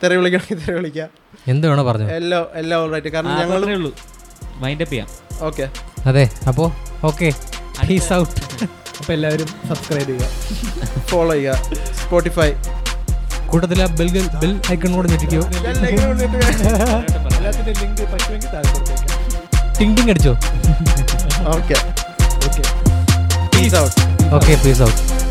[SPEAKER 3] തെറി വിളിക്കണമെങ്കിൽ തെറി വിളിക്കാം
[SPEAKER 2] എന്ത് വേണോ പറഞ്ഞു
[SPEAKER 3] എല്ലാം എല്ലാം ഓൾറൈറ്റ് കാരണം
[SPEAKER 1] ആ,
[SPEAKER 3] ഞങ്ങൾ
[SPEAKER 1] അത്രേ ഉള്ളൂ വൈൻഡപ്പ് ചെയ്യാം
[SPEAKER 3] ഓക്കെ
[SPEAKER 2] അതെ അപ്പോൾ ഓക്കെ പീസ് ഔട്ട്
[SPEAKER 4] അപ്പോൾ എല്ലാവരും സബ്സ്ക്രൈബ് ചെയ്യുക
[SPEAKER 3] (laughs) ഫോളോ ചെയ്യുക സ്പോട്ടിഫൈ
[SPEAKER 2] കൂട്ടത്തിൽ ആ ബെൽ ബെൽ ഐക്കൺ കൂടെ ഞെട്ടിക്കോ
[SPEAKER 4] എല്ലാത്തിൻ്റെ ലിങ്ക് പറ്റുമെങ്കിൽ താഴെ കൊടുത്തേക്കാം
[SPEAKER 2] ടിങ് ടിങ് അടിച്ചോ
[SPEAKER 3] okay okay peace out
[SPEAKER 2] okay peace out